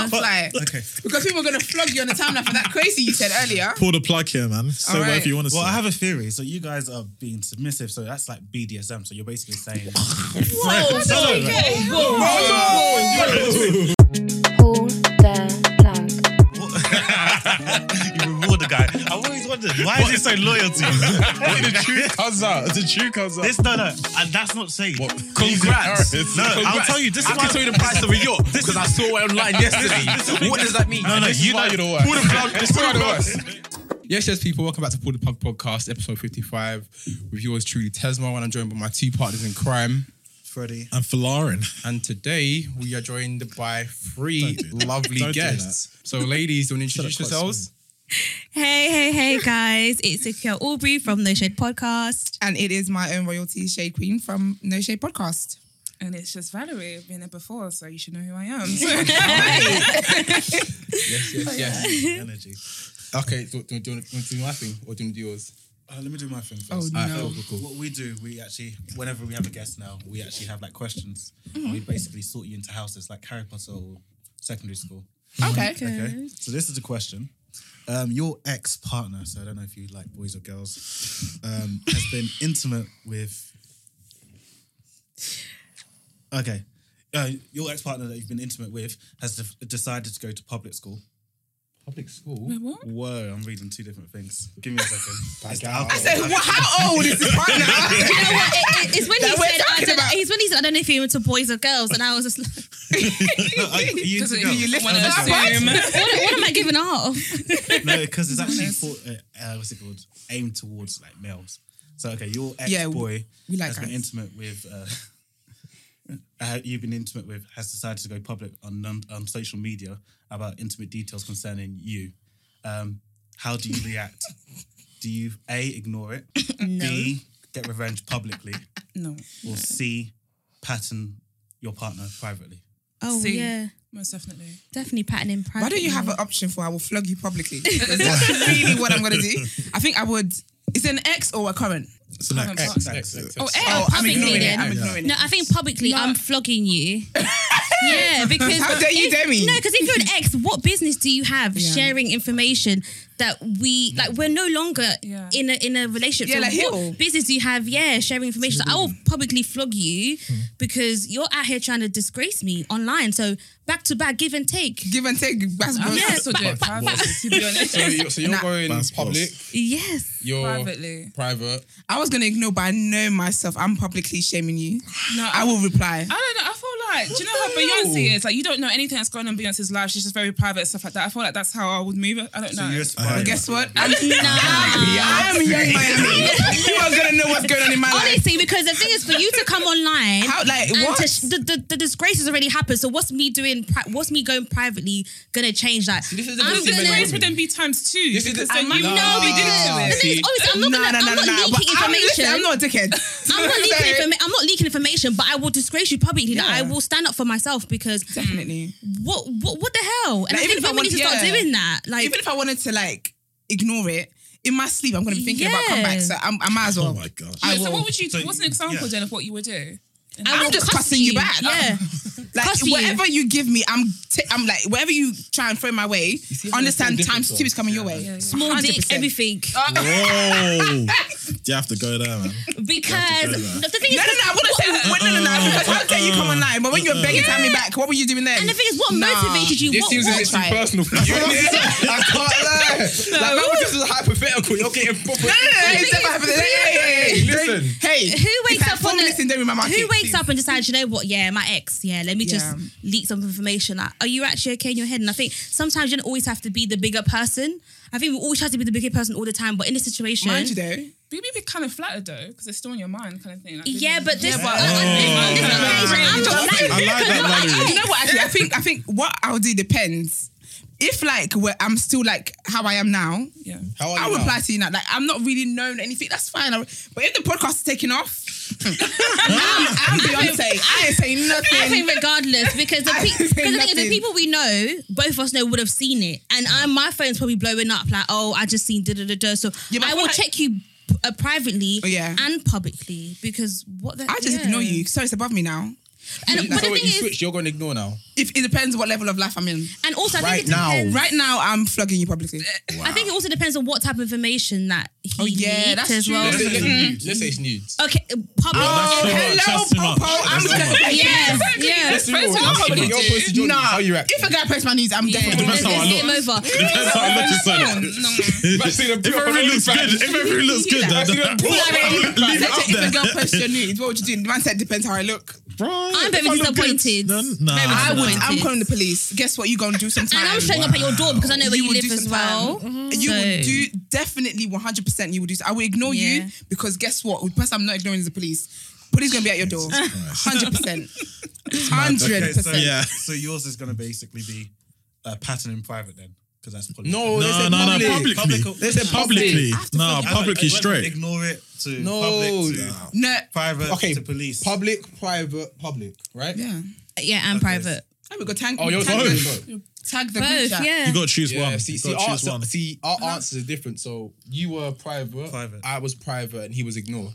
Okay. Because people are going to flog you on the timeline for that crazy you said earlier. Pull the plug here, man. So All right. if you want to Well, I say. have a theory. So you guys are being submissive. So that's like BDSM. So you're basically saying Pull the plug. you reward the guy. I've always wondered why is it so loyalty? the truth comes out. The truth comes out. this no no, and that's not saying. What? Congrats. Jesus, No, Congrats. I'll tell you. This I is can why- tell you the price of a yacht because I saw it online yesterday. what does that mean? No, no, This is you why know- you're the worst. Pull the plug. This is why you're the worst. Yes, yes, people. Welcome back to Pull the Plug Podcast, episode 55, with yours truly, Tesmo, and I'm joined by my two partners in crime. Freddie. I'm Falarin. And today we are joined by three lovely Don't do guests. So, ladies, do you want to introduce Shut up, quite yourselves? Hey, hey, hey, guys. It's Akil Aubrey from No Shade Podcast. And it is my own royalty, Shade Queen from No Shade Podcast. And it's just Valerie. I've been there before, so you should know who I am. Yes, yes, yes. Energy. Okay, so do, do, you want to do my thing or do you want to do yours? Uh, let me do my thing first. Oh, Alright, no. cool, cool, cool. What we do, we actually, whenever we have a guest now, we actually have like questions. We basically sort you into houses like Harry Potter or secondary school. Okay. Okay. Mm. So this is the question. Um, your ex partner, so I don't know if you like boys or girls, um, has been intimate with. Okay. Uh, your ex partner that you've been intimate with has de- decided to go to public school. Public school. Whoa, I'm reading two different things. Give me a second. It's the I alcohol. said, well, how old is this partner? You know what? It- it- it's when That he we're said, I talking don't, about- he's when he said, I don't know if you're into boys or girls. And I was just like, Are you into Doesn't girls? you listen Oh, okay. what, what am I giving off? No, because it's actually for, uh, uh, what's it called? Aimed towards like males. So okay, your ex Yeah, boy we like has been guys. intimate with. Uh, uh, you've been intimate with has decided to go public on on, on social media about intimate details concerning you. Um, how do you react? do you a ignore it? B get revenge publicly, no, or C pattern your partner privately? Oh, See. yeah. most definitely. Definitely patting in private. Why don't you have an option for I will flog you publicly? Because That's really what I'm going to do. I think I would. Is it an ex or a current? So like, Come X, on. X, X. X, X, Oh, X. X. Oh, I'm publicly ignoring it. then. I'm ignoring No, it. I think publicly, No. I'm flogging you. yeah, because How dare you if- dare me? No, because if you're an ex, what business do you have sharing information that we like? We're no longer Yeah. in a in a relationship. Yeah, like what Hill. business do you have? Yeah, sharing information. So I will publicly flog you Hmm. because you're out here trying to disgrace me online. So back to back, give and take. Give and take. That's I'm gross. Yeah, also but- doing it but- privately, to be honest. So, you're, so you're Oh, Nah. going That's public, Yes. you're Privately. private. I was gonna ignore, but I know myself. I'm publicly shaming you. No, I will reply. I don't know. I feel like, do you know how Beyonce is? Like, you don't know anything that's going on in Beyonce's life. She's just very private and stuff like that. I feel like that's how I would move. it. I don't So know. you're a spy. But guess what? No. I'm, I'm young Miami. you are gonna know what's going on in my life. Honestly, because the thing is, for you to come online. How like and what? to sh- the, the, the disgrace has already happened. So what's me doing? pri- What's me going privately gonna change that? this is the I'm best The thing gonna- about grace would then be times two. This is because the- then I'm- you no, won't be because- doing The thing is, obviously, I'm not No, no, gonna. no, I'm no, not no. But leaking I'm, information. listen, I'm not a dickhead. I'm not leaking So- information. I'm not leaking information, but I will disgrace you publicly. Like, Yeah. I will stand up for myself because Definitely. what what, what the hell? And Like, I even think if I women need to want- start yeah. doing that. Like Even if I wanted to like ignore it in my sleep, I'm gonna be thinking about Yeah. comeback. So I'm, I might as well. Oh my gosh. I Yeah, so will. what would you? So what's an you- example yeah. then of what you would do? I I'm will just cuss cussing you back. Yeah. Like Cuss you. whatever you. give me, I'm t- I'm like whatever you try and throw my way. how Understand that's so times two is coming your way. Yeah, yeah. Small dick, 100%. everything. Uh, Whoa. you have to go there, man. because the thing is, No, no, no. I wouldn't say well, no, no, no. Because how dare you come online? But when you're begging to have me back, what were you doing then? and the thing is, what Nah. motivated you? This what, seems a what- bit too Try it. personal for you. I can't lie. like, that was just a hypothetical. You're getting proper. No, no, no, it's never happened. Hey, hey, hey, hey. Listen. Hey, Who wakes up four on minutes the- in there in my market? Who wakes up and decides, you know what? Yeah, my ex. Yeah, let me just Yeah. leak some information. Like, are you actually okay in your head? And I think sometimes you don't always have to be the bigger person. I think we always have to be the bigger person all the time. But in this situation, Mind you, though. But You'd be kind of flattered though, because it's still on your mind, kind of thing. Like, yeah, really- but this, Yeah, on- on this- on this occasion, I'm not like, I like that, Valerie. You know what? Actually, I think I think what I'll do depends. If like where I'm still like how I am now, yeah. How are I you would now? apply to you now. Like I'm not really known anything. That's fine. I, but if the podcast is taking off, I'm, I'm Beyonce. I ain't saying I nothing. think regardless, because the, I pe- think because the, thing is, nothing. the people we know, both of us know, would have seen it, and I, my phone's probably blowing up. Like, oh, I just seen da da da da. So Yeah, but I I feel will like- check you uh, privately Oh, yeah. and publicly because what the I just yeah. ignore you. So it's above me now. And but so the wait, thing you is, switched. You're going to ignore now. If it depends what level of life I'm in. and also I Right think it now. depends. Right now, I'm flogging you publicly. Eh, I think it also depends on what type of information that he Oh, yeah, leaked that's as true. well. Let's That's say, Mm. it's nudes. Let's say it's nudes. Okay, public. Oh, too much, hello, that's too much. Popo. I'm That's too definitely. much. Yes, yes. Let's do more. Let's do more. You're posting your nudes. Nah, How you react? if a guy posts my knees, I'm definitely. Let's Depends how I game over. That's how I look No, inside. no. Let's say the If everything looks fans. good, if everything looks good, then Like, leave it let's up say if a girl there. posts your nudes, what would you do? The man said, depends how I look. I'm very disappointed. No, nah. Very I would. disappointed. I'm calling the police. Guess what? You gonna do sometime. And I'm showing up at your door because I know where you, would live do as some well. time. Mm-hmm. You would So- do definitely 100. percent You would do. I will ignore Yeah. you because guess what? The person I'm not ignoring is the police. Police gonna be at your door. 100. percent 100. Okay, so, percent Yeah. so yours is going to basically be a pattern in private then, because that's public. No, they No, said no, no, public. publicly. Public- They said publicly. No, I went- publicly I went straight. Ignore it to No. public to Nah. No. private Okay, to police. Public, private, public, right? Yeah. Yeah, and private. Oh, we got tag. Oh, you're tag both. the- Tag the group Both, chat. yeah. You got to choose Yeah, one. see, You see, got our, to choose one. see, our answers are different. So you were private, Private. I was private, and he was ignored.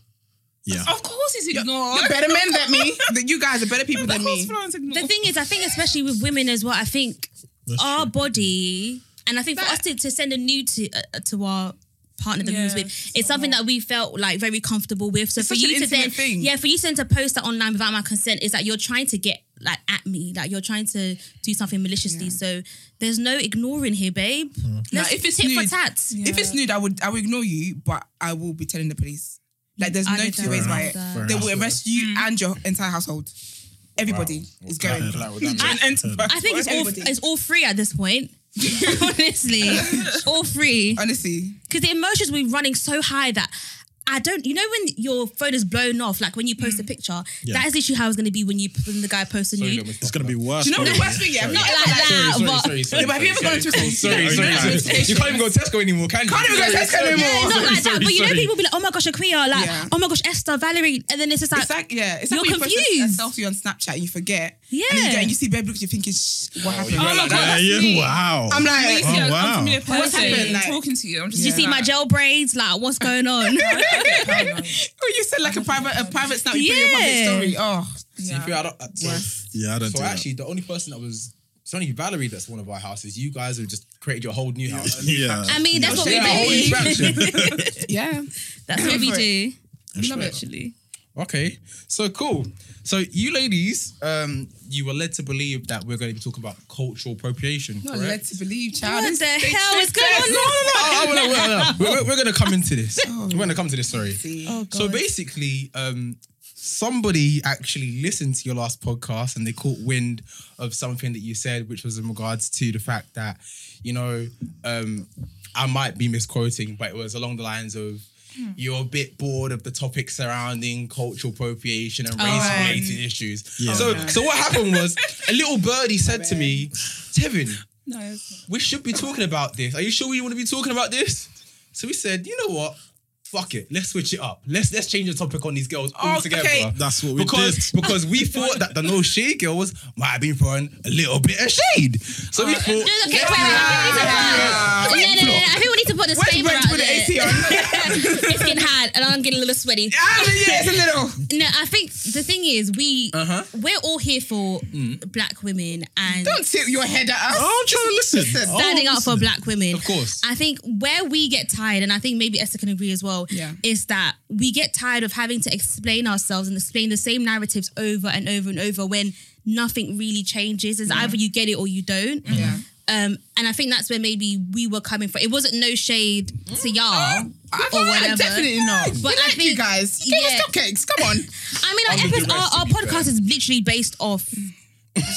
Yeah. Of course he's ignored. You're better men than me. That you guys are better people Of than course me. Florence ignored. the thing is, I think especially with women as well, I think our body, and I think for us to, to send a nude to, uh, to our partner that we was Yeah, with, it's something that we felt like very comfortable with. So for such an you to intimate then, thing. yeah, for you to then to post that online without my consent is that you're trying to get like at me, like you're trying to do something maliciously. So there's no ignoring here, babe. Let's Mm. Nah, if it's tit for nude- tat. If it's nude, I would I would ignore you, but I will be telling the police. Like there's I no don't two ways know Mm. by it. that. Fair They enough. will arrest you and your entire household. Everybody is going. Wow. I think it's all Everybody. it's all free at this point. Honestly, all free. Honestly, because the emotions were running so high that I don't. You know when your phone is blown off, like when you post a picture. That is literally how it's going to be when you when the guy posts a nude. It's going to be worse. do you know what the probably. worst thing? Yeah, Not like that, Sorry, but sorry, sorry, Yeah, but have you ever sorry, gone to sorry, a- sorry, sorry, Yeah. sorry. You can't even go to Tesco anymore, can you? Can't even go to Sorry, Tesco sorry. anymore. yeah, not Sorry, like that. But you know, people be like, "Oh my gosh, Aquia!" Like, Yeah. "Oh my gosh, Esther, Valerie," and then it's just like, it's like yeah, it's like You're when you post confused. a- a selfie on Snapchat and you forget. and, then you, Yeah. go and you see babe looks, you're thinking, Shh, what happened? Oh, you were like that. Oh, Yeah, yeah, me. wow. I'm like, Yeah, an wow. unfamiliar What's person happened, like- talking to you. I'm just "Did you see my gel braids? Like, what's going on?" oh, you said like a private a private snap. You put your public Yeah. story. Oh, So you feel I don't- uh, so- Yeah, I don't So do that. actually, the only person that was. It's only Valerie that's one of our houses. You guys have just created your whole new house. Yeah. I mean, that's what Yeah, a whole new we do. faction. yeah. That's what we do. We love it. Actually, Okay, so cool. So you ladies, um, you were led to believe that we're going to be talking about cultural appropriation, Not led correct? to believe, child. what Ah, This the big hell is trip going test. on? Oh, no, no, no, no. We're, we're going to come into this. We're going to come to this. Sorry. Oh, God. So basically, um, somebody actually listened to your last podcast and they caught wind of something that you said, which was in regards to the fact that, you know, um, I might be misquoting, but it was along the lines of Hmm. you're a bit bored of the topic surrounding cultural appropriation Oh, and race related issues. So, so what happened was a little birdie said to me, Tevin, No, it's we should be talking about this. Are you sure we want to be talking about this? So we said, you know what? Fuck it. Let's switch it up. Let's let's change the topic on these girls altogether. okay. That's what we because, did. Because we thought that the no shade girls might have been throwing a little bit of shade. So Uh, we thought, No, okay, wait, wait, I think we need to put- no, no, no, no, I think we need to put this Where's disclaimer Brent out with the there. AC on? Um, it's getting hot and I'm getting a little sweaty. Ah, yeah, it's a little. No, I think the thing is we Uh-huh. we're all here for Mm. black women and Don't tip your head at us. Oh, I'm trying to listen. standing up for black women. Of course. I think where we get tired, and I think maybe Esther can agree as well, Yeah. is that we get tired of having to explain ourselves and explain the same narratives over and over and over when nothing really changes. It's either you get it or you don't. Yeah. Um, and I think that's where maybe we were coming from. It wasn't no shade Mm. to Uh, y'all I or whatever. Definitely not. oh, we But I like you think- guys. You gave yeah. us cupcakes. Come on. I mean, I'm with our, the episode, our, rest, to our be fair. podcast is literally based off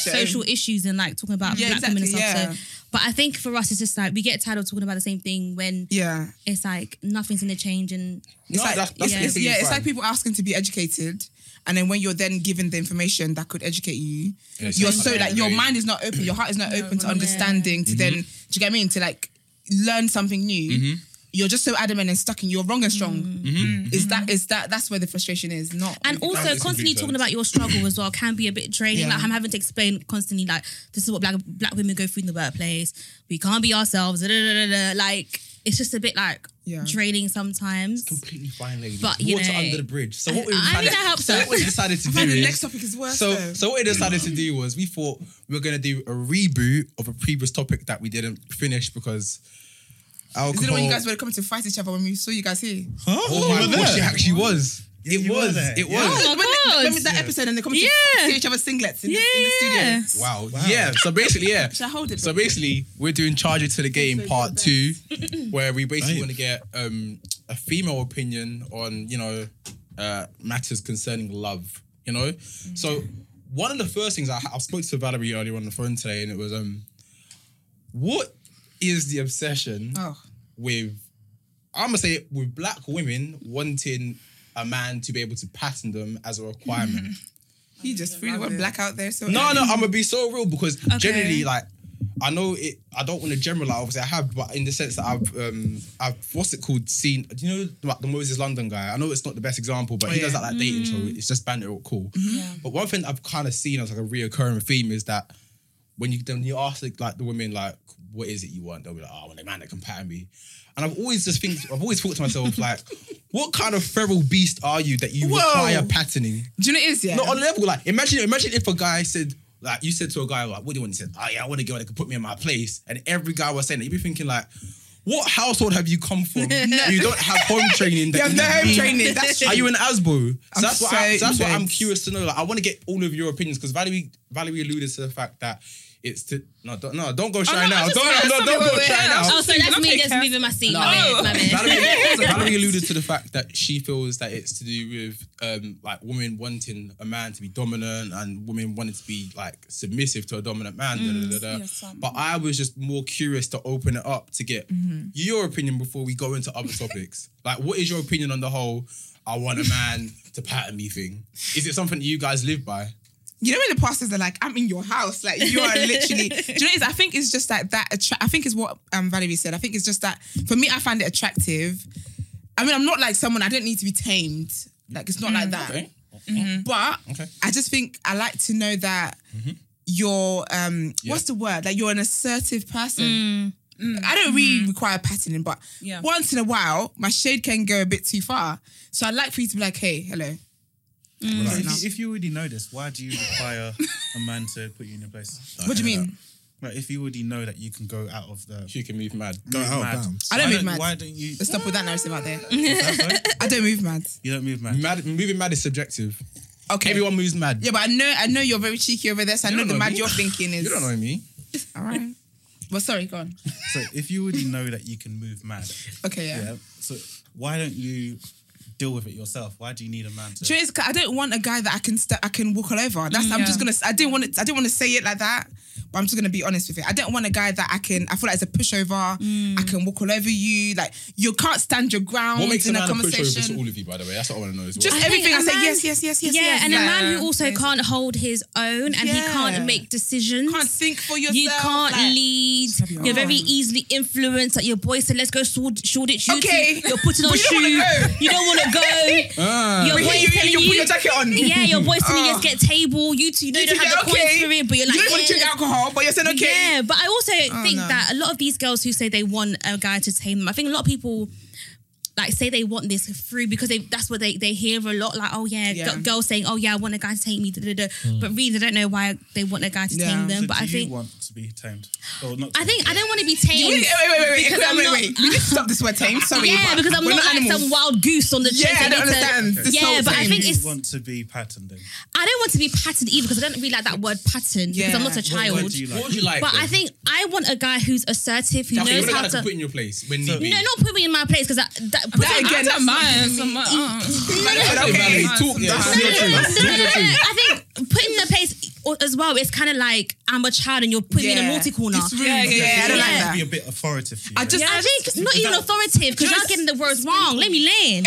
social issues and like talking about Yeah, black women and exactly, stuff. So, but I think for us, it's just like we get tired of talking about the same thing when Yeah. it's like nothing's gonna change and It's No, like, that's- that's it's, completely yeah, it's fine. like people asking to be educated. And then when you're then given the information that could educate you, it's you're just so like- like your mind is not open, your heart is not open to yeah. understanding. To then, do Mm-hmm. you get what I mean? To like learn something new. You're just so adamant and stuck in. You're wrong and strong. Mm-hmm. Is that is that that's where the frustration is? Not Mm-hmm. and also it's constantly complete talking sense. about your struggle as well can be a bit draining. Yeah. Like I'm having to explain constantly like this is what black black women go through in the workplace. We can't be ourselves. da, da, da, da, da. Like it's just a bit like Yeah. draining sometimes. completely fine lady. But, you Water know- under the bridge. So what we I- I decided, mean, I hope so. what we decided to do Man, the is- next topic is worse. so though. so what we decided to do was we thought we were gonna do a reboot of a previous topic that we didn't finish because is alcohol. it when you guys were coming to fight each other when we saw you guys here? Huh? oh You were my gosh, there? it actually was. it you were was. there. It Yeah. was. Oh my when they- God. remember that episode and they come Yeah. to see each other singlets in, yeah, the, in the studio. yeah. Wow. Yeah. So basically, yeah. Should I hold it? So basically, we're doing Charger to the Game Part Two, where we basically Right. want to get um, a female opinion on you know uh, matters concerning love. You know, so one of the first things I, I spoke to Valerie earlier on the phone today, and it was um, what is the obsession oh, with? I'm gonna say it, with black women wanting a man to be able to pattern them as a requirement. you just really went black out there. So No, no, I'm gonna be so real because generally, like, I know it. I don't want to generalize. Obviously, I have, but in the sense that I've, um, I've what's it called? Seen. Do you know like the Moses London guy? I know it's not the best example, but he does Oh, yeah. Mm. Mm-hmm. that like dating show. It's just banter, or cool. But one thing I've kind of seen as like a reoccurring theme is that when you then you ask like, like the women like, what is it you want? They'll be like, oh, I want a man that can pattern me. And I've always just think I've always thought to myself like, what kind of feral beast are you that you Whoa. require patterning? do you know what it is? Yeah. No, on a level, like imagine, imagine if a guy said, like you said to a guy, like, what do you want? He said, oh yeah, I want a girl that can put me in my place. And every guy was saying that. You'd be thinking like, what household have you come from? you don't have home training. That you have no home been- training. That's true. Are you an Asbo? So I'm that's what, I, so that's what I'm dense. curious to know. Like, I want to get all of your opinions because Valerie, Valerie alluded to the fact that it's to no, don't, no, don't Oh, go shy no, I now. just- Don't, I no, just don't go wanna shy wear now. out. Oh, so that's me Okay, just Kev. moving my seat. No. My bad, Oh. my bad. Valerie, Valerie alluded to the fact that she feels that it's to do with um, like women wanting a man to be dominant and women wanting to be like submissive to a dominant man. da, da, da, da. yes, some. but I was just more curious to open it up to get your opinion before we go into other topics. Like, what is your opinion on the whole "I want a man to pattern me" thing? Is it something that you guys live by? You know when the pastors are like, I'm in your house, like you are literally. do you know what it is? I think it's just like that. Attra- I think it's what um, Valerie said. I think it's just that for me, I find it attractive. I mean, I'm not like someone. I don't need to be tamed. Like it's not Mm. like that. Okay. But Okay. Mm-hmm. I just think I like to know that you're um what's the word? Like you're an assertive person. Mm, I don't really require patterning, but Yeah. once in a while, my shade can go a bit too far. So I'd like for you to be like, hey, hello. If you- If you already know this, why do you require a man to put you in your place? What do you mean? Like, if you already know that you can go out of the. She can move mad. Go out, Mad. bounds. I don't why move mad. Why don't you? Let's stop with that narrative out there. Sorry? I don't move mad. you don't move mad. Mad, moving mad is subjective. Okay. Everyone moves mad. Yeah, but I know I know you're very cheeky over there, so I know don't the know mad me. you're thinking is You don't know me. all right. Well, sorry, go on. So if you already know that you can move mad, Okay, yeah. yeah. So why don't you deal with it yourself? Why do you need a man to? Do you know, it's- I don't want a guy that I can st- I can walk all over. That's I'm just gonna. I didn't want to. I didn't want to say it like that. But I'm just gonna be honest with you. I don't want a guy that I can. I feel like it's a pushover. Mm. I can walk all over you. Like you can't stand your ground What makes a in a, man a pushover to conversation. all of you, by the way? That's what I want to know as well. just I think everything. a I say man- yes, yes, yes, yes. yeah, yes. and a Like, man who also can't hold his own and he Yeah. can't make decisions. can't think for yourself. you can't like- lead. Stop your You're very arm. easily influenced. Like your boy said, "Let's go Sword- Shoreditch." You Okay. two- you're putting on But you don't shoes. wanna go. You don't want to go. your You, boy you, is telling you, you. put your jacket on. yeah, your boy's telling you Ah. let's get table. You two, you know, you You don't think, have the okay, coins for it, but you're like, you don't want to yeah, drink alcohol, but you're saying okay. Oh, Yeah, but I also think no. that a lot of these girls who say they want a guy to tame them, I think a lot of people like say they want this through because they that's what they, they hear a lot. Like, oh yeah, Yeah. g- girls saying, oh yeah, I want a guy to tame me, da, da, da. but really they don't know why they want a guy to Yeah. tame them. So but do I you think want to be tamed or not? I think I don't want to be Wait, tamed. wait, wait, wait, wait, Because wait, I'm wait, not- wait. We need to stop this word tame. Sorry, yeah, but because I'm we're not, not like animals. some wild goose on the Yeah, chest. I that don't needs to- understand. This Yeah, whole but I thing. think You it's want to be patterned then. I don't want to be patterned either because I don't really like that word pattern because I'm Yeah. not What a child. What, what do you like? What would you like? but I then? think I want a guy who's assertive, who That's what you knows would how like to to. put in your place when need be. no, not put me in my place because that, that, put That that- again, that's mine. Some, uh, mm, Okay, Sometimes. talk. Yeah, No, that's no, your no, no, no, truth. no, no, no. I think putting the place or- as well is kind of like I'm a child and you're putting me in a Yeah. naughty corner. It's rude. Yeah, yeah, yeah, I don't yeah. Be like a that. bit authoritative. To you, I then. just, Yeah, I think it's not even authoritative because you're Just- getting the words wrong. Let me land.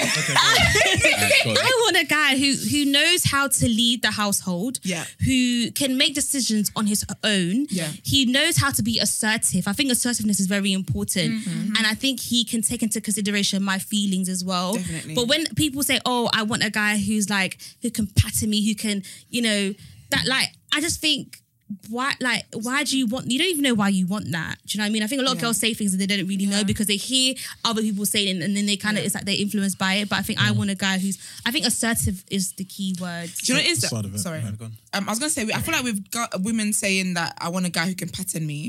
I want a guy who who knows how to lead the household. Yeah. Who can make decisions on his own. Yeah. He knows how to be assertive. I think assertiveness is very important, and I think he can take into consideration my feelings as well. Definitely. But when people say, "Oh, I want a guy who's like who can patter me, who can," you know, that like I just think. why like why do you want you don't even know why you want that do you know what i mean i think a lot of girls say things that they don't really know because they hear other people saying it and then they kind of it's like they're influenced by it but i think i want a guy who's i think assertive is the key word Do you know what it is? Side of That, it, sorry, yeah. um, I was gonna say we- I feel like we've got women saying that I want a guy who can pattern me.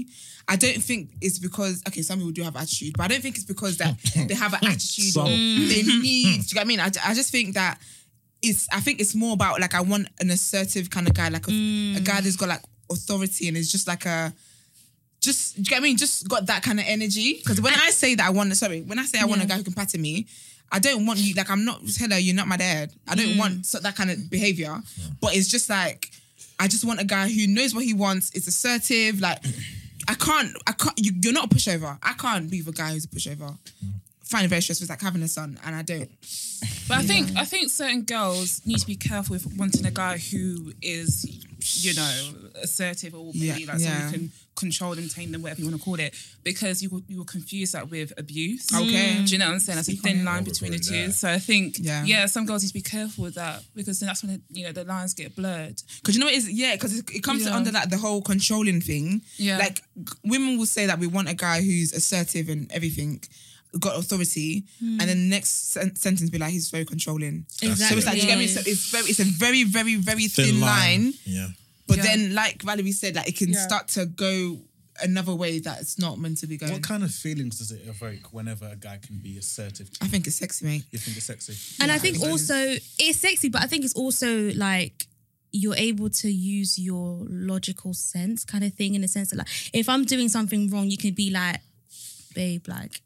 I don't think it's because okay, some people do have attitude, but I don't think it's because that they have an attitude or Some. Mm. they need. Do you know what I mean? I, I just think that it's. I think it's more about like I want an assertive kind of guy, like a, a Mm. guy that's got like authority and is just like a. Just, do you get what I mean? Just got that kind of energy. Because when I say that I want, sorry, when I say I want a guy who can pattern me, I don't want you, like, I'm not, hello, you're not my dad. I don't want so, that kind of behavior. But it's just like, I just want a guy who knows what he wants, is assertive. Like, I can't, I can't, you, you're not a pushover. I can't be with a guy who's a pushover. Find it very stressful. It's like having a son, and I don't. But I think I think certain girls need to be careful with wanting a guy who is, you know, assertive or maybe Yeah, like someone yeah. who can control them, tame them, whatever you want to call it, because you will you will confuse that with abuse. Okay. Do you know what I'm saying? That's a on thin it. line between the two. So I think Yeah. yeah. some girls need to be careful with that because then that's when you know the lines get blurred. Because you know what it is? Yeah, because it, it comes Yeah. under like the whole controlling thing. Yeah. Like g- women will say that we want a guy who's assertive and everything, got authority, and then the next sen- sentence be like he's very controlling. So it's like, do you get me? So it's very, it's a very, very, very thin, line. Yeah. But Yeah. then, like Valerie said, like it can Yeah. start to go another way that it's not meant to be going. What kind of feelings does it evoke whenever a guy can be assertive? I think it's sexy, mate. You think it's sexy? and i think also it's sexy but i think it's also like you're able to use your logical sense kind of thing in the sense that like if i'm doing something wrong you can be like babe like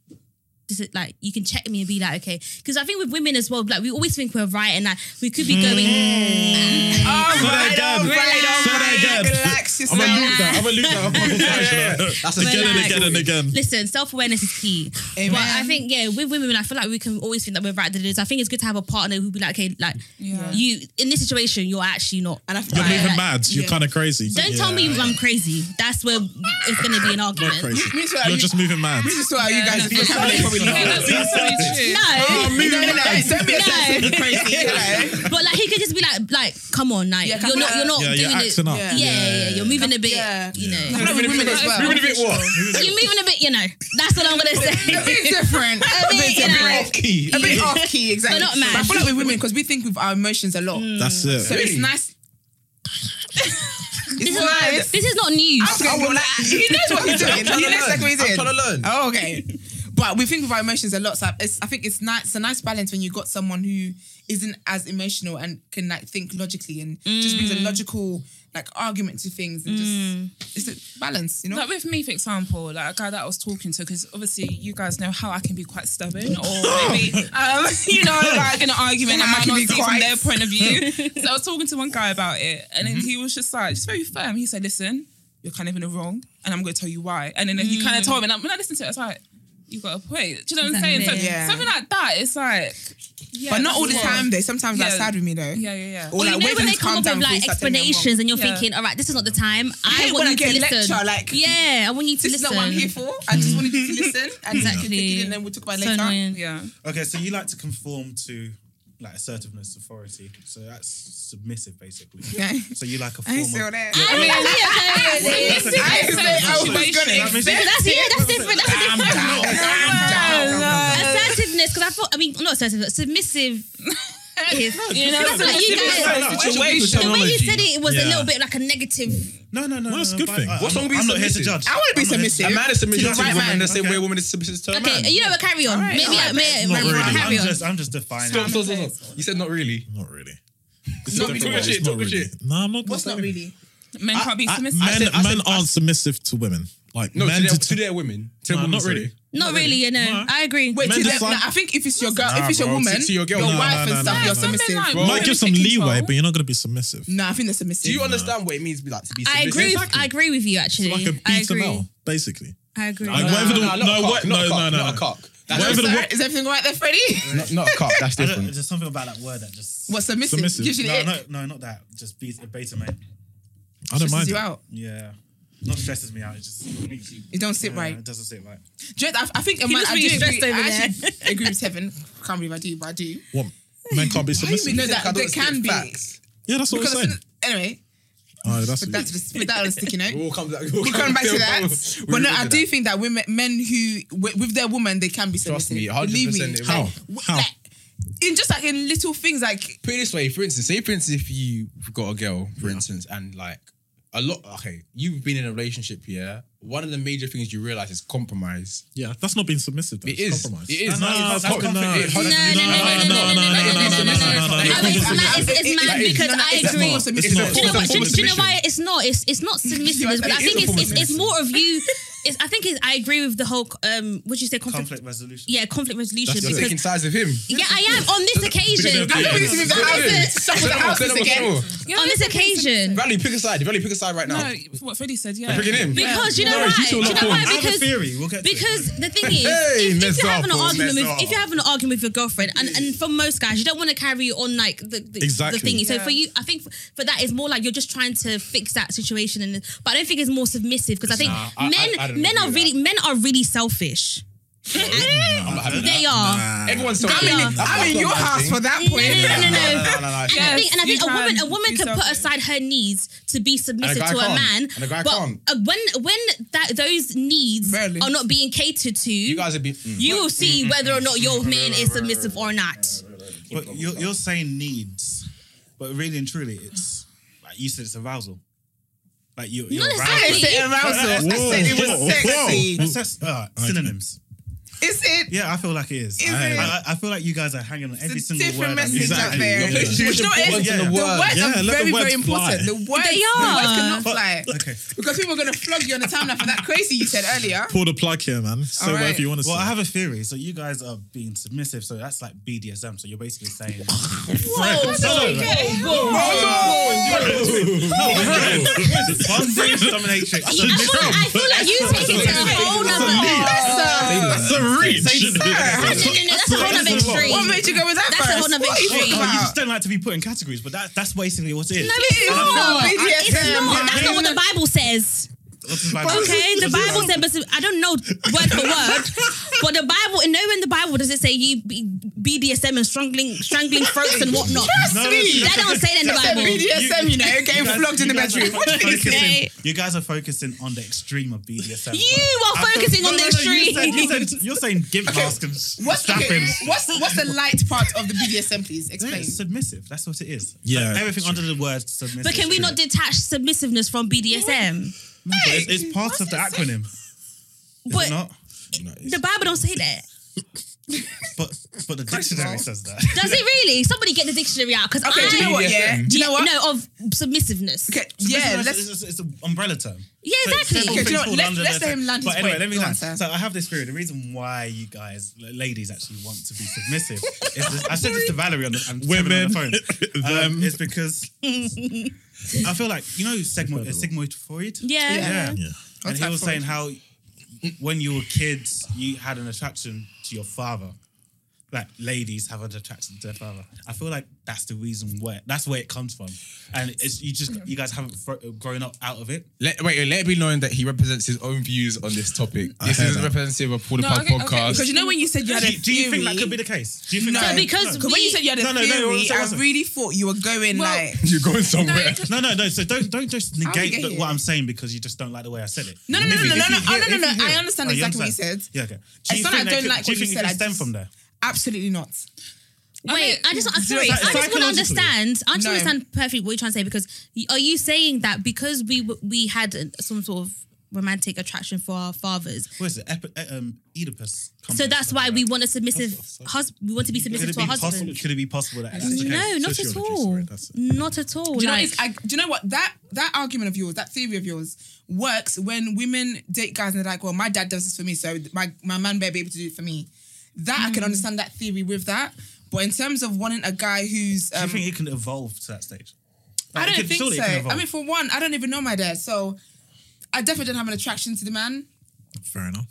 this is like you can check me and be like okay because i think with women as well like we always think we're right and like we could Mm. be going again. Oh alright, again. Relax I'm yourself. gonna loop that. I'm gonna loop that. That's a We're Again and like- again and again. Listen, self awareness is key. Amen. But I think yeah, with women, I feel like we can always think that we're right. That it is. I think it's good to have a partner who be like, okay, like Yeah. you in this situation, you're actually not. And I feel You're like- moving mad. You're kind of crazy. Don't tell me I'm crazy. That's where it's gonna be an You're argument. crazy. Me too, are You're you- just moving mad. This is why you guys Yeah, feel like probably yeah, not. that's absolutely true. No, No, no, no, don't be no. assertive, crazy. like. but like he could just be like, like, come on, like Yeah, you're come not, on. you're not Yeah, doing you're it. acting up. Yeah, Yeah. yeah, yeah, you're moving a bit. Yeah. You know, I feel like with women as well. Moving a bit what? you're moving a bit. You know, that's what I'm gonna A say. bit different. A bit you know. different. Key. A bit off key, exactly. But not mad. Mm. I feel like with women, because we think with our emotions a lot. That's So it. it's nice. This It's is not- nice. This is not news. I was like, he knows what he's doing. He knows exactly what he's doing. I'm trying to learn. Oh, okay. But we think with our emotions a lot. So it's, I think it's nice. It's a nice balance when you got someone who isn't as emotional and can like think logically and just brings a Mm. logical like argument to things and just it's a balance. You know. Like with me, for example, like a guy that I was talking to, because obviously you guys know how I can be quite stubborn, or maybe um, you know, like in an argument, and How I can can you see quite- from their point of view. so I was talking to one guy about it, and then Mm-hmm. he was just like, just very firm. He said, "Listen, you're kind of in the wrong, and I'm going to tell you why." And then he kind of told me, and I- when I listened to it, I was like. You got a point. Do you know what I'm saying? So, Exactly. Yeah. Something like that. It's like, yeah, but not all the yeah. time though. Sometimes that's Yeah. sad with me though. Yeah, yeah, yeah. Or Well, like you know wait when for they them to calm come up down with before you like start telling them I'm wrong. explanations and you're Yeah. thinking, all right, this is not the time. I, hate want when you I get to a listen. lecture, like, yeah, I want you to This is not listen. what I'm here for. I just wanted you to listen and Exactly. exactly. and then we'll talk about it So later. annoying. Yeah. Okay, so you like to conform to like assertiveness, authority. So that's submissive, basically. Okay. So you like a I form ain't of. see all that. I mean, yeah, That's a- I didn't say I was That's gonna a- accept that's yeah, that's different. That's a different. Calm down. Assertiveness, because I thought, I mean, not assertive, but submissive. you know, it's like you submissive, it's guys, like- the way you said it was Yeah. a little bit like a negative. No, no, no. No, it's no, a good but thing. I- What's I'm- wrong with I'm not here to submissive? judge. I want to be I'm not here submissive. A man is submissive To to the a right woman man. the same Okay. way a woman is submissive to a man. Okay, you know what? Carry on. Maybe, I, may, Not may- really. carry I'm on. just, I'm just defining. Stop, stop, stop, stop. You said not really. Not really. Not really. Talk shit, It's not talk really. shit. Nah, I'm not. gonna What's say not really. really? Men can't be I- submissive. Men, said- I men said- I aren't said- submissive to women. Like No, men to, their, to, to their women. To Nah, their women, not really. sorry. Not really, you know. No. I agree. Wait, Men to decide- them, no, I think if it's your girl, Nah, if it's your bro, woman, to- to your girl, your nah, wife nah, and nah, stuff, nah, you're nah. submissive. Something like- You might Women give some take leeway, control. but you're not gonna be submissive. No, I think they're submissive. Do you understand what it means to be like to be I submissive? agree. I agree with you actually. Like a B I to agree. an L, basically. I agree. Like whatever the No, not no, a cock, what- not no, no, a cock, no, not a no. cock. That's Whatever the Sorry, Is everything all right there, Freddie? Not, not a cock. I That's don't, different. there's something about that word that just. What submissive? Submissive. Gives you the No, ick. no, no, not that. Just be a beta mate. I don't Stresses mind. you it. out. Yeah. Not stresses me out. It just makes you. You don't sit Yeah, right. It doesn't sit right. Do you know, I, I think a man, looks I really do stressed agree. over I there. actually agree with Heaven. Can't believe I do, but I do. What? Men can't be submissive. No, that I don't there see can be facts. Yeah, that's what I'm because saying. anyway, Oh, that's But that's put that on a sticky note. We'll come back. We'll come back to that. But no, I do think that women, men who with, with their woman, they can be Trust submissive. me, Believe me. 100% it will. how? Like, How? like, in just like in little things, like Put it this way, for instance, say for instance, if you got a girl, for instance, and like a lot, okay, you've been in a relationship, yeah. One of the major things you realize is compromise. Yeah, that's not being submissive. Though. It it's is. compromise. It is. No, no, it's that's com- confidence. it- No, hold no, on, no, no, no, no, no, no, no, no. I think It's it's mad- it- it's- it's it- mad it- because it's- I it's agree. not submissive. It's not. Do you know what? Do, It's a do you know form of why it's not? It's it's not submissive, Yes, but I it think is a it's, form of it's it's more of you. It's I think it's, I agree with the whole um what you say conflict. conflict resolution. Yeah, conflict resolution. That's You're because- taking sides of him. yeah, I am on this occasion. I don't believe in the house. Shuffle the Say no more, say houses no more, say no again. more. on this occasion. Bradley, pick a side. Bradley, pick a side right now. No, what Freddie said, yeah. Picking him. Because you know No, you why? two Do are you know not cool. why? I have a Because theory. We'll get to Because it. the thing is, Hey, if, if mess you're having an up, Paul, argument, mess with, if up. you're having an argument with your girlfriend, and, and for most guys, you don't want to carry on like the the, Exactly. the thingy. So Yeah. for you, I think for, for that is more like you're just trying to fix that situation, and but I don't think it's more submissive because I think Nah, I- men I- I don't men agree are with really men are really selfish. I'm not having They that. are. Everyone's They talking. are. That's I'm in not your my house thing. for that No, no, point. no, no, no. No, no, no, no. And I think, and I you think a can woman, a woman be can put selfish. aside her needs to be submissive guy to a can't. man. And a guy but can't. uh, when when that those needs Barely. are not being catered to, You guys have been. mm. you will see whether or not your man is submissive or not. But you're, you're saying needs, but really and truly, it's like you said, it's arousal. Like you, you're Not I aroused. didn't say arousal. I said it Whoa, was sexy. That's, that's, uh, synonyms. Is it? Yeah, I feel like it is. Is I, it? I, I feel like you guys are hanging on every It's a single different word. I'm message using. out there. Exactly. It's Yeah. just- You know, it's- Yeah, the yeah. The word. words Yeah, are let the very, words very important. fly. The words, They The are. words cannot But- fly. Okay. Because people are going to flog you on the timeline for that crazy you said earlier. Pull the plug here, man. Say All right. whatever you want to Well, say. I have a theory. So you guys are being submissive. So that's like BDSM. So you're basically saying Whoa, whoa, bondage, dominatrix. I feel like, I feel like you take it to a whole That's nother. a No, no, no, no, that's a whole nother extreme. What made you go with that That's a first? whole nother What are you extreme. talking Oh, you about? just don't like to be put in categories, but that, that's basically what it is. No, it's not. It's not. That's not what the Bible says. What's his vibe? Okay, the Bible said, but I don't know word for word. But the Bible, and nowhere in the Bible does it say you be BDSM and strangling, strangling throats and whatnot. No, me. That don't say that in the That's that Bible. BDSM, you know, getting guys- flogged in you the guys are bedroom. What do you think focusing- it's saying? You guys are focusing on the extreme of BDSM. You are focusing on the You said, you extreme. said, you're saying give Haskins, What's, stab okay, him. what's what's the light part of the BDSM, please? Explain. It's submissive. That's what it is. Yeah, Like, everything under the word submissive. But can we not detach submissiveness from BDSM? No, but it's, it's part of the acronym. Is But it not? the Bible don't say that. But but the dictionary says that. Does it really? Somebody get the dictionary out because Okay, I do you know what? Yeah, do you know what? no of submissiveness. Okay, It's- yeah, it's- let's. it's, it's an umbrella term. Yeah, So several exactly. Okay, do you things know fall what? Let's- under let's that let him term. land But his anyway, point. let me Go on, land. sir. So I have this theory. The reason why you guys, ladies, actually want to be submissive is this, I said this to Valerie on the, and Women. on Women. the phone. Um, Them. it's because I feel like you know sigmoid, uh, sigmoid Freud. Yeah. yeah. Yeah. And he What's was that saying how when you were kids, you had an attraction to your father. Like ladies have an attraction to their father. I feel like that's the reason where that's where it comes from, and it's you just you guys haven't fro- grown up out of it. Let, wait, let it be known that he represents his own views on this topic. This heard isn't that. representative of Paul the No, Pub okay, okay, podcast. Because you know when you said you had Do a you, do you think that theory- could be the case? Do you think No. that- So because Because when you said you had a No, no, no, theory, one second, one I second. really thought you were going Well- like. You're going No, somewhere. it- no, no, no. So don't don't just negate get the, here? what I'm saying because you just don't like the way I said it. No, no, no, no, no, no, no, oh, no, no, no. I understand Oh, you exactly what you understand? said. Yeah, okay. I said I that don't could- like do you what you think it said, could I stem just- from there? Absolutely not. Wait, I just, I'm sorry. Psy- I just want to psychologically. understand. I just No. understand perfectly what you're trying to say because y- are you saying that because we w- we had uh, some sort of romantic attraction for our fathers, What is it? Epi- e- um, Oedipus. so complex, that's something why like we that. want a submissive husband. We want to be Could submissive it to our be possible? husband. Could it be possible that that's the case? No, not at Sociology, all. Mm. sorry, that's it. Not at all. Do you know, Like, it's, I, do you know what that that argument of yours, that theory of yours, works when women date guys and they're like, "Well, my dad does this for me, so my my man better be able to do it for me." That Hmm. I can understand that theory with that, but in terms of wanting a guy who's, Do you um, think it can evolve to that stage? I Like, it don't could- think surely it so. can evolve. I mean, for one, I don't even know my dad, so I definitely don't have an attraction to the man. Fair enough.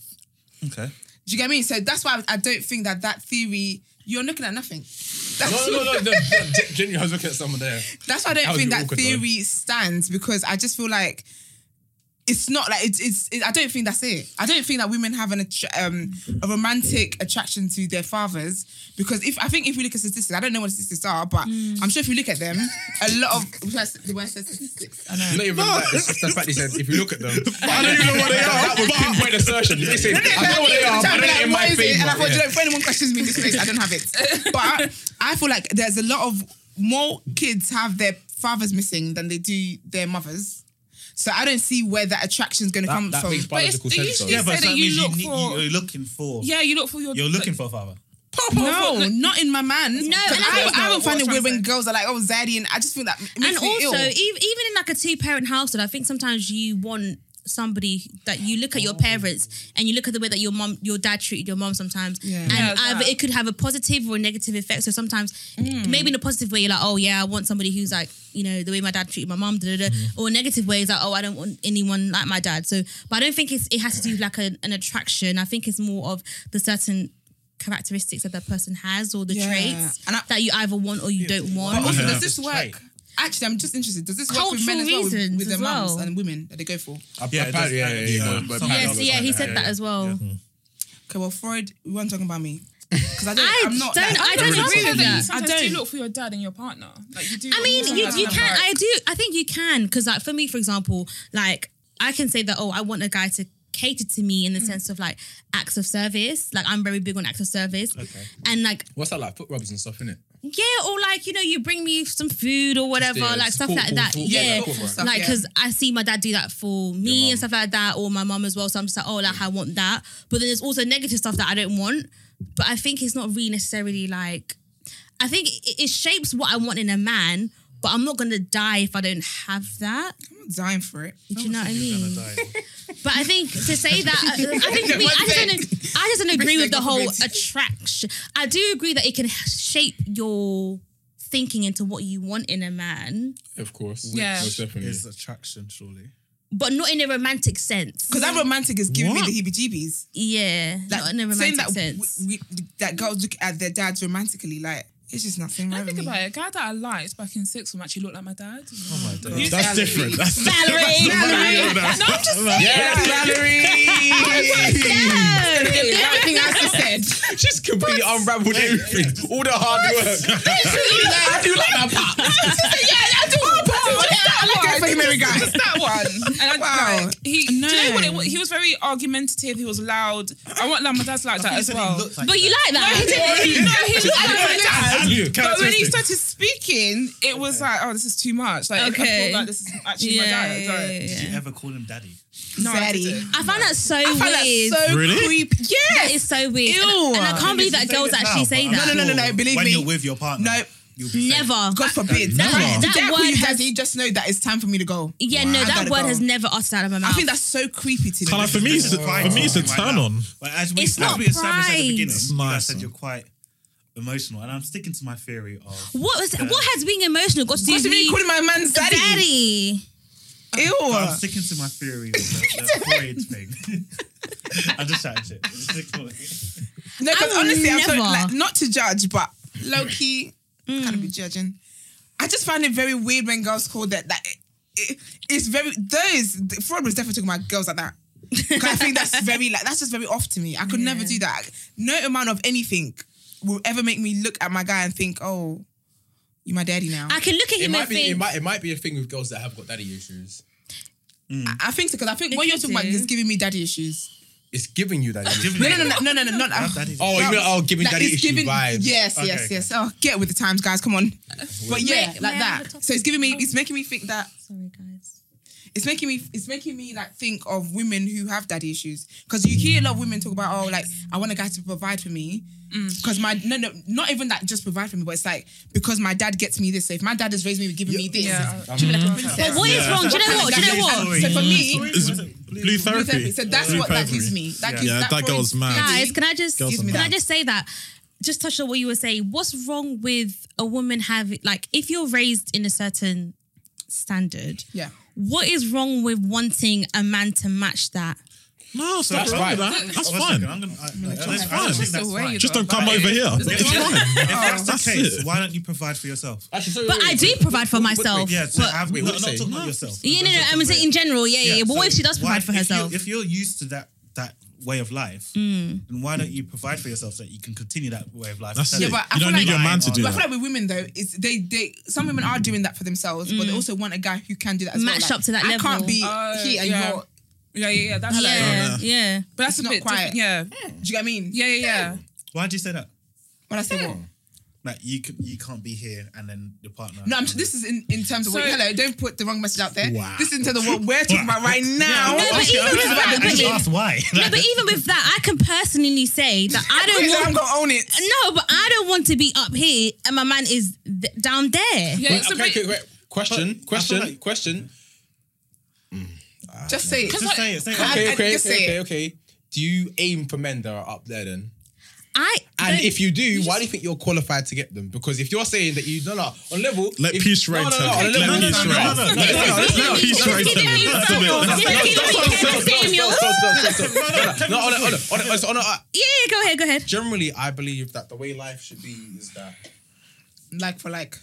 okay. Do you get me? So that's why I don't think that that theory. You're looking at nothing. That's No, no, no, no, no. gen- Genuinely, I was looking at someone there. That's why I That don't would think be that awkward, theory stands because I just feel like it's not like it's, it's it, I don't think that's it. I don't think that women have an attra- um, a romantic attraction to their fathers because if I think if we look at statistics, I don't know what statistics are, but Mm. I'm sure if you look at them, a lot of the worst statistics. I know. Not even that. It's just the fact he said, if you look at them, I don't even know what they are. That was pinpoint assertion. Listen, I know what they are, but I'd be they're not like, in my what is it? And I favour. thought, you Yeah. know, if anyone questions me in this place, I don't have it. But I feel like there's a lot of more kids have their fathers missing than they do their mothers. So I don't see where that attraction's going to come That from. makes But it's- biological they sense. usually though. say that you look need- for. you're looking for. yeah, you look for your. You're looking for a father. No, not in my man. No, and I I, think- I don't find it What weird when I'm girls are like, "Oh, zaddy," and I just feel that. It and makes me also, ill. ev- even in like a two parent household, I think sometimes you want somebody that you look at Oh. your parents and you look at the way that your mom, your dad treated your mom sometimes, Yeah. and Yeah, either that. it could have a positive or a negative effect. So sometimes, Mm. maybe in a positive way, you're like, oh yeah, I want somebody who's like, you know, the way my dad treated my mom, da, da, da. Mm-hmm. or a negative way is like, oh, I don't want anyone like my dad. So, but I don't think it's it has to do with like a, an attraction. I think it's more of the certain. Characteristics that that person has, or the Yeah. traits And I- that you either want or you don't want. Also, Yeah. does this work? Actually, I'm just interested. Does this work with Cultural men as well, with, reasons with their as mums well. and women that they go for? Yeah, Apparently, it does- yeah, uh, yeah, some yeah. girls Yes, like yeah, he that, said that as well. Okay, well, Freud, we weren't talking about me because I don't. I I'm not. don't- like- I don't really agree think with that. Sometimes I don't. do look for your dad and your partner. Like you do. I look mean, for you, someone you that's can. like- I do. I think you can because, like, for me, for example, like I can say that. Oh, I want a guy to cater to me in the sense of like acts of service. Like I'm very big on acts of service, and like What's that like? Foot rubs and stuff, innit? yeah, or like you know, you bring me some food or whatever, Yeah, like it's stuff cool, like cool, that. cool, cool, yeah. cool, cool, cool. cool. Stuff, Like, yeah. because I see my dad do that for me mum. and stuff like that, or my mum as well. So I'm just like, oh, like I want that. But then there's also negative stuff that I don't want. But I think it's not really necessarily like, I think it, it shapes what I want in a man. But I'm not gonna die if I don't have that. I'm dying for it. Do you know what I You're mean? gonna die. But I think to say that, uh, I think for me, I just, don't, I just don't agree with the whole attraction. I do agree that it can shape your thinking into what you want in a man, Of course. Yeah. Most definitely. It's attraction, surely. but not in a romantic sense. Because that romantic is giving me the heebie-jeebies. Yeah, not in a saying romantic that sense. We, we, that girls look at their dads romantically, like it's just nothing. I right think with me. about it. A guy that I liked back in sixth form actually looked like my dad. That's different. That's Valerie, Valerie. no, I'm just saying. Yes, Everything else is said. She's completely unraveled everything. All the hard work. I do like that part. I like it for him, guy. Oh, that one. And I, Wow. like, he, do you know what it was? He was very argumentative. He was loud. I want like my dad's like that as well. but you like that? no, he looked like my dad. you. But when he started speaking, it was like, oh, this is too much. Like, I Okay. felt like this is actually yeah, my dad. yeah, Like, yeah, yeah. Did you ever call him daddy? No, I Daddy. didn't. I find that so Find that weird. so Really? creepy. that Yes. is so weird. And- Ew. And, I can't believe You that say girls this now, actually say but I'm that. No, no, no, no, sure believe when me. you're with your partner, No. you'll be saying, Never. God forbid. That- Right? that Jack, will word you has- daddy, just know that it's time for me to go. Yeah, Wow. no, I that gotta word go. has never uttered out of my mouth. I think that's so creepy to me. Like, for me, it's, This is for me, it's a right turn now. on. But as we, It's as not we established at pride. the beginning, It's you guys nice, said though. you're quite emotional, and I'm sticking to my theory of What was, what has being emotional got to do What's with the mean me- calling my man daddy? daddy? Ew. I'm Uh, sticking to my theory of the, the Freud thing. I'm just chatting shit. I'm just sticking with it. No, because I would honestly, I'm so, never. like, not to judge, but low key, I kind of be judging. I just find it very weird when girls call that. That it, it- it's very those. the- Fraud was definitely talking about girls like that. 'Cause I think that's very like that's just very off to me. I could never do that. No amount of anything will ever make me look at my guy and think, "Oh, you my daddy now." I can look at It him might and be. It think. might. It might be a thing with girls that have got daddy issues. I, I think so because I think It what you're could talking about do. is giving me daddy issues. It's giving you daddy. issues. No, no, no, no, no, no, no, not Ah. Have daddy- Oh, you mean oh, giving Like, daddy it's issue giving- vibes? Yes, Okay, yes, okay. yes. Oh, get with the times, guys. Come on. But yeah, May- may like I have a that. topic? So it's giving me. It's making me think that. Sorry, guys. It's making me. It's making me like think of women who have daddy issues because you hear a lot of women talk about oh like I want a guy to provide for me Mm. because my no no not even that just provide for me but it's like because my dad gets me this so if my dad has raised me with giving me this Yeah. she'll be like a princess. But what is wrong? Do you know what? Do you know what? Oh, So for me, Freud It's was it? blue therapy. so that's Blue what that therapy. gives me. That gives Yeah, that girl's Freud- mad. Guys, can I just Girls can are I mad. just say that? Just touch on what you were saying. What's wrong with a woman having like if you're raised in a certain standard? Yeah. What is wrong with wanting a man to match that? No, so that's right. right. That. That's One fine. second, I'm gonna- I- I- I- That's I don't fine. think that's fine. Just don't come over here. If It's that's- If fine. that's the That's case, it. why don't you provide for yourself? But I do provide for myself. Yeah, so but- have, Wait, no, what not did you talking say? about yourself. yeah, no, no, I'm saying in general, yeah, yeah. yeah. But so what if she does why- provide for if you- herself? Hmm. If you're used to that that way of life, then why don't you provide for yourself so that you can continue that way of life? That's instead it. of You don't need your man to do But that. I feel like with women though, it's they they some women are doing that for themselves, but they also want a guy who can do that. As well. Match Like, Mm. up to that I level. can't be Oh, here and yeah. you're. Yeah, yeah, yeah. That's like- yeah, yeah. but that's a not bit quiet. different. Yeah, Do you get what I mean? yeah, yeah, yeah. Why do you say that? When I say what? Like you can, you can't be here and then your partner. No, I'm, this is in, in terms of what. So- Hello, don't put the wrong message out there. This is in terms of what we're talking about right now. No, but even with that, but even- why. no, but even with that, I can personally say that I don't I'm want. gonna own it. No, but I don't want to be up here and my man is th- down there. yeah Wait, so okay, wait, okay, wait. Question, question, question. Just say it. Just say it. Say it. I- Okay, I okay, just okay, say okay, it. okay. Do you aim for men that are up there then? I And don't- if you do, why do you think you're qualified to get them? Because if you're saying that you no no on level, Let if, peace no, reign, no, no, Ted. on a level- Let no, no, peace no, no, reign. no, no, no, Let no, no, peace no, reign. no, Peace no, reign, no, Ted. no, no, That's the no, bit. no, That's the- no, no, Samuel. no, Samuel. no, no, no, no, no, no, on a- on a- on a- on a- yeah, yeah, go ahead, go ahead. Generally, I believe that the way life should be is that Like for like.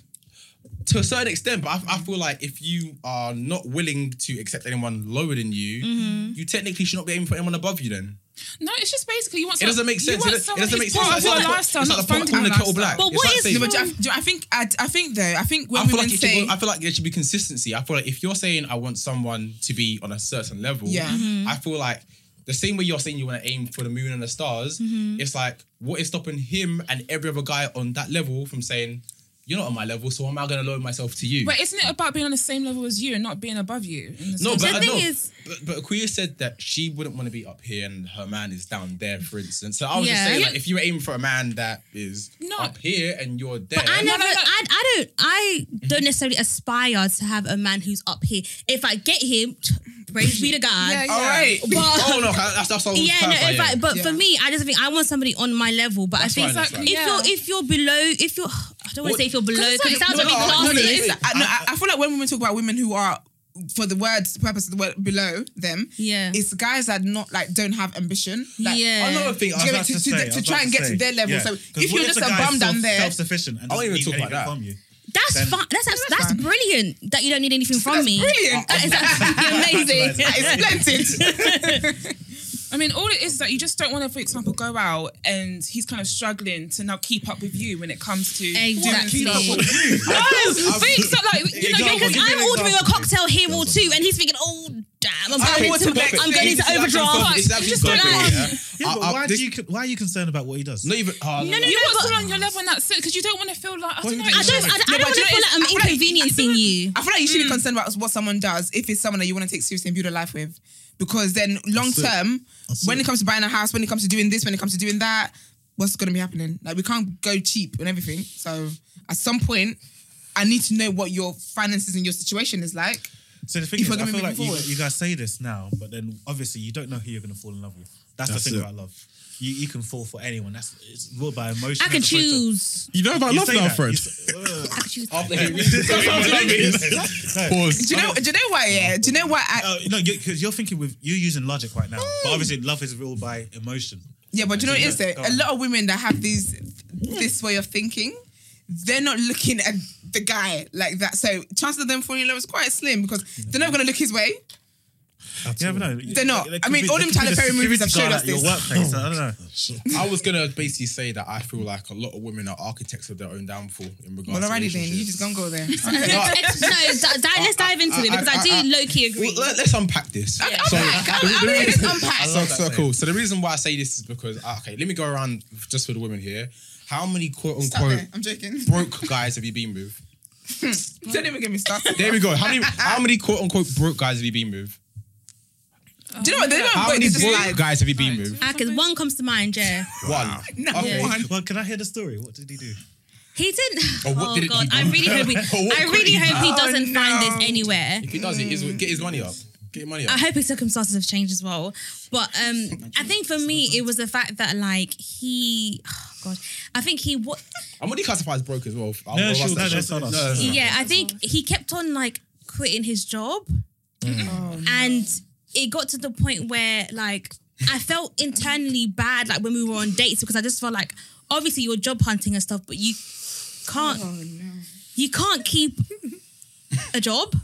to a certain extent, but I, I feel like if you are not willing to accept anyone lower than you, Mm-hmm. you technically should not be aiming for anyone above you. Then no, it's just basically you want. it some- doesn't make you sense. It want doesn't, it someone doesn't make who's sense. part It's of like your the- lifestyle, it's not like the pot funding calling the your kettle black. lifestyle. But It's what like is- saying- No, but do I, do I think I, I think though I think when I feel women like it should say be, I feel like there should be consistency. I feel like if you're saying I want someone to be on a certain level, Yeah. Mhm. Mm-hmm. I feel like the same way you're saying you want to aim for the moon and the stars, Mm-hmm. it's like what is stopping him and every other guy on that level from saying you're not on my level, so am I going to lower myself to you? But isn't it about being on the same level as you and not being above you? in the no, but sense The I of- thing know. is- But, but Akuya said that she wouldn't want to be up here and her man is down there, for instance. So I was just Yeah. saying, like, if you were aiming for a man that is No. up here and you're there, I No, never, no, no. I, I don't, I don't necessarily aspire to have a man who's up here. If I get him, praise be to God. Yeah, yeah. all right. But- oh no, that's that's all. Yeah, no, in fact, but Yeah. for me, I just think I want somebody on my level. But I That's think fine, that's if fine. you're if you're below, if you're, I don't want to say if you're below because it sounds a bit no, no, no, classy. no, It's- I, no, I, I feel like when women talk about women who are for the words purpose of the word below them, Yeah. it's guys that not like don't have ambition. Like, Yeah. do you Another thing I get me? was about to, to, to, say, I was to about try and get say, to their level. yeah, So 'cause if what you're just a the guy's bum down self- there, self-sufficient, and I don't doesn't even need talk about anything that. from you. That's Then- fine. That's that's, that's fine. brilliant that you don't need anything from me. brilliant. That is absolutely amazing. That It's is splendid. I mean, all it is is that you just don't want to, for example, go out and he's kind of struggling to now keep up with you when it comes to Exactly. doing stuff. No, for example, like Example, you know, Because give because me I'm an ordering a example. cocktail here or two, and he's thinking, "Oh damn, I'm Okay, going so to perfect. I'm going into It's actually overdraft." It's actually Just perfect, relax. yeah. Yeah, I- but I- why this- do you? Why are you concerned about what he does? Not even. oh, No, no, no, you want but- someone on your level in that sense because you don't want to feel like I don't know. I don't. I, I No, don't but want you know, to feel like it's- I'm I feel like- inconveniencing you. I feel like you should be concerned about what someone does if it's someone that you want to take seriously and build a life with, because then long term, when it comes to buying a house, when it comes to doing this, when it comes to doing that, what's going to be happening? Like we can't go cheap and everything. So at some point, I need to know what your finances and your situation is like. So the thing If is, we're I gonna feel be like moving you, forward. you guys say this now, but then obviously you don't know who you're going to fall in love with. That's, That's the thing it. about love. You, you can fall for anyone. That's it's ruled by emotion. I can as opposed to- choose. You know about You uh, love say now, that, Fred. you say- Ugh. I can choose. After he reads it, No, Pause. Do you know? Do you know why? Yeah. Do you know why? I, uh, no, because you're thinking with you're using logic right now, but Oh. obviously love is ruled by emotion. yeah, but do you know what it is though? Go A on. lot of women that have these this way of thinking, they're not looking at the guy like that. So chances of them falling in love is quite slim because they're never gonna look his way. You never know. They're not. There I could mean, be- all there them could be Tyler the Perry movies have security showed us guard at this. Your workplace. I don't know. I was gonna basically say that I feel like a lot of women are architects of their own downfall in regards. Well, alrighty to then, you just gonna go there. no, let's- di- di- let's dive into it because I, do I- I- low key agree. Well, let, us unpack this. So, the- the really reason- unpack. So, so cool. So the reason why I say this is because ah, okay, let me go around just for the women here. How many quote Stop unquote there. I'm joking. broke guys have you been with? Don't even get me started. There we go. How many how many quote unquote broke guys have you been with? Do you know what? They don't How break. many It's just broke like guys have you been with? Ah, 'cause one comes to mind, yeah. One. Okay. Well, can I hear the story? What did he do? He didn't. Oh, Oh, what did it- God, he- I really hope he. what I really could he hope he do? doesn't find this anywhere. If he does it, his, get his money up. Get your money up. I hope his circumstances have changed as well. But um, I think for me, it was the fact that like he, oh God, I think he what. I'm already classified as broke as well. I'll- No, I'll- she'll- I'll- no, she'll tell us. no, no, no. Mm. Yeah, I think he kept on like quitting his job, and it got to the point where like I felt internally bad like when we were on dates because I just felt like obviously you're job hunting and stuff, but you can't Oh, you can't keep a job.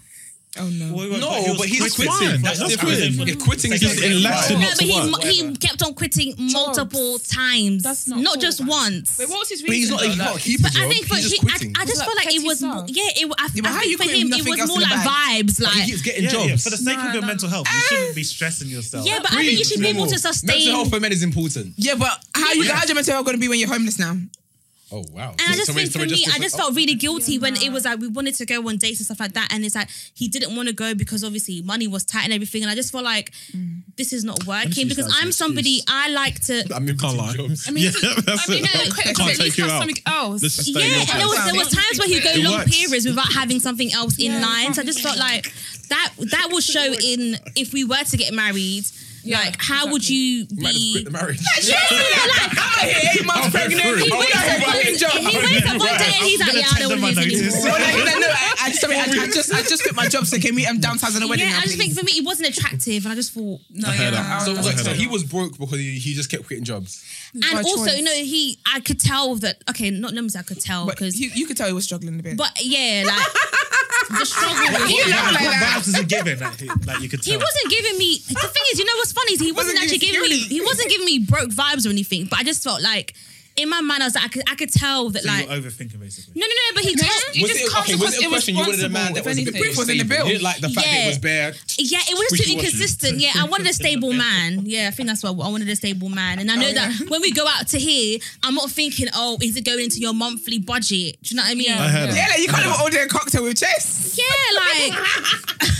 Oh no! No, but he's quitting. That's, That's different. quitting. If quitting is He's just elected No, not but to he's, work. mu- he kept on quitting multiple times, not, just once. Wait, what was his But he's reason? not- though? he can't keep a But I Like- job, think for he's he, just I, quitting. I just Like felt like it petty was, stuff. yeah, it, I, Yeah, but how I think you for quitting him it nothing was else in more the like bag? vibes, like He keeps getting Yeah, yeah, jobs. for the sake of your mental health, you shouldn't be stressing yourself. yeah, but I think you should be able to sustain. Mental health And for men is important. Yeah, but how you how's your mental health going to be when you're homeless now? Oh wow. I just think for me, I just felt really guilty when it was like we wanted to go on dates and stuff like that, and it's like he didn't want to go because obviously money was tight and everything, and I just felt like this is not working because that's I'm an somebody I like to I'm in Can't lie. jobs. I mean, yeah, that's I mean, it. no, quit, Can't at least take you have out. something else. This is Yeah, staying and there was there was times where It he'd go long works. periods without having something else in line. So I just felt like that that will show in if we were to get married. like, how would you Might just be? quit the marriage. Yeah, like, I'm eight months pregnant. through. he Oh, wakes yeah, up one- fucking job. he wakes up one day and he's like, yeah, I don't want to do this No, anymore. no, no, no, I, I, sorry, I, I just I just quit my job, so can we um, downsize on the wedding? Yeah, now, I just think please? for me it wasn't attractive, and I just thought, No, yeah, I So, was like, like- so he was broke because he, he just kept quitting jobs. and by also choice. you know he, I could tell that okay, not numbers I could tell but because, you, you could tell he was struggling a bit. but yeah, like the struggle. was- you laugh like What that. vibes is it giving? Like, like you could tell. He wasn't giving me. The thing is, you know what's funny is he wasn't Wasn't actually giving giving me. security. He wasn't giving me broke vibes or anything. But I just felt like in my mind, I was like, I could, I could tell that So like. you're overthinking basically. No, no, no. But he It told. just comes across irresponsible, if anything. was in the bill. You didn't like the fact that Yeah. it was bare. Yeah, it was Squishy too inconsistent. Yeah, I wanted a stable man. Yeah, I think that's what I wanted a stable man. And I know that when we go out to here, I'm not thinking, oh, is it going into your monthly budget? Do you know what I mean? Yeah. I heard yeah, that. like you can't even order a cocktail with chess. Yeah, like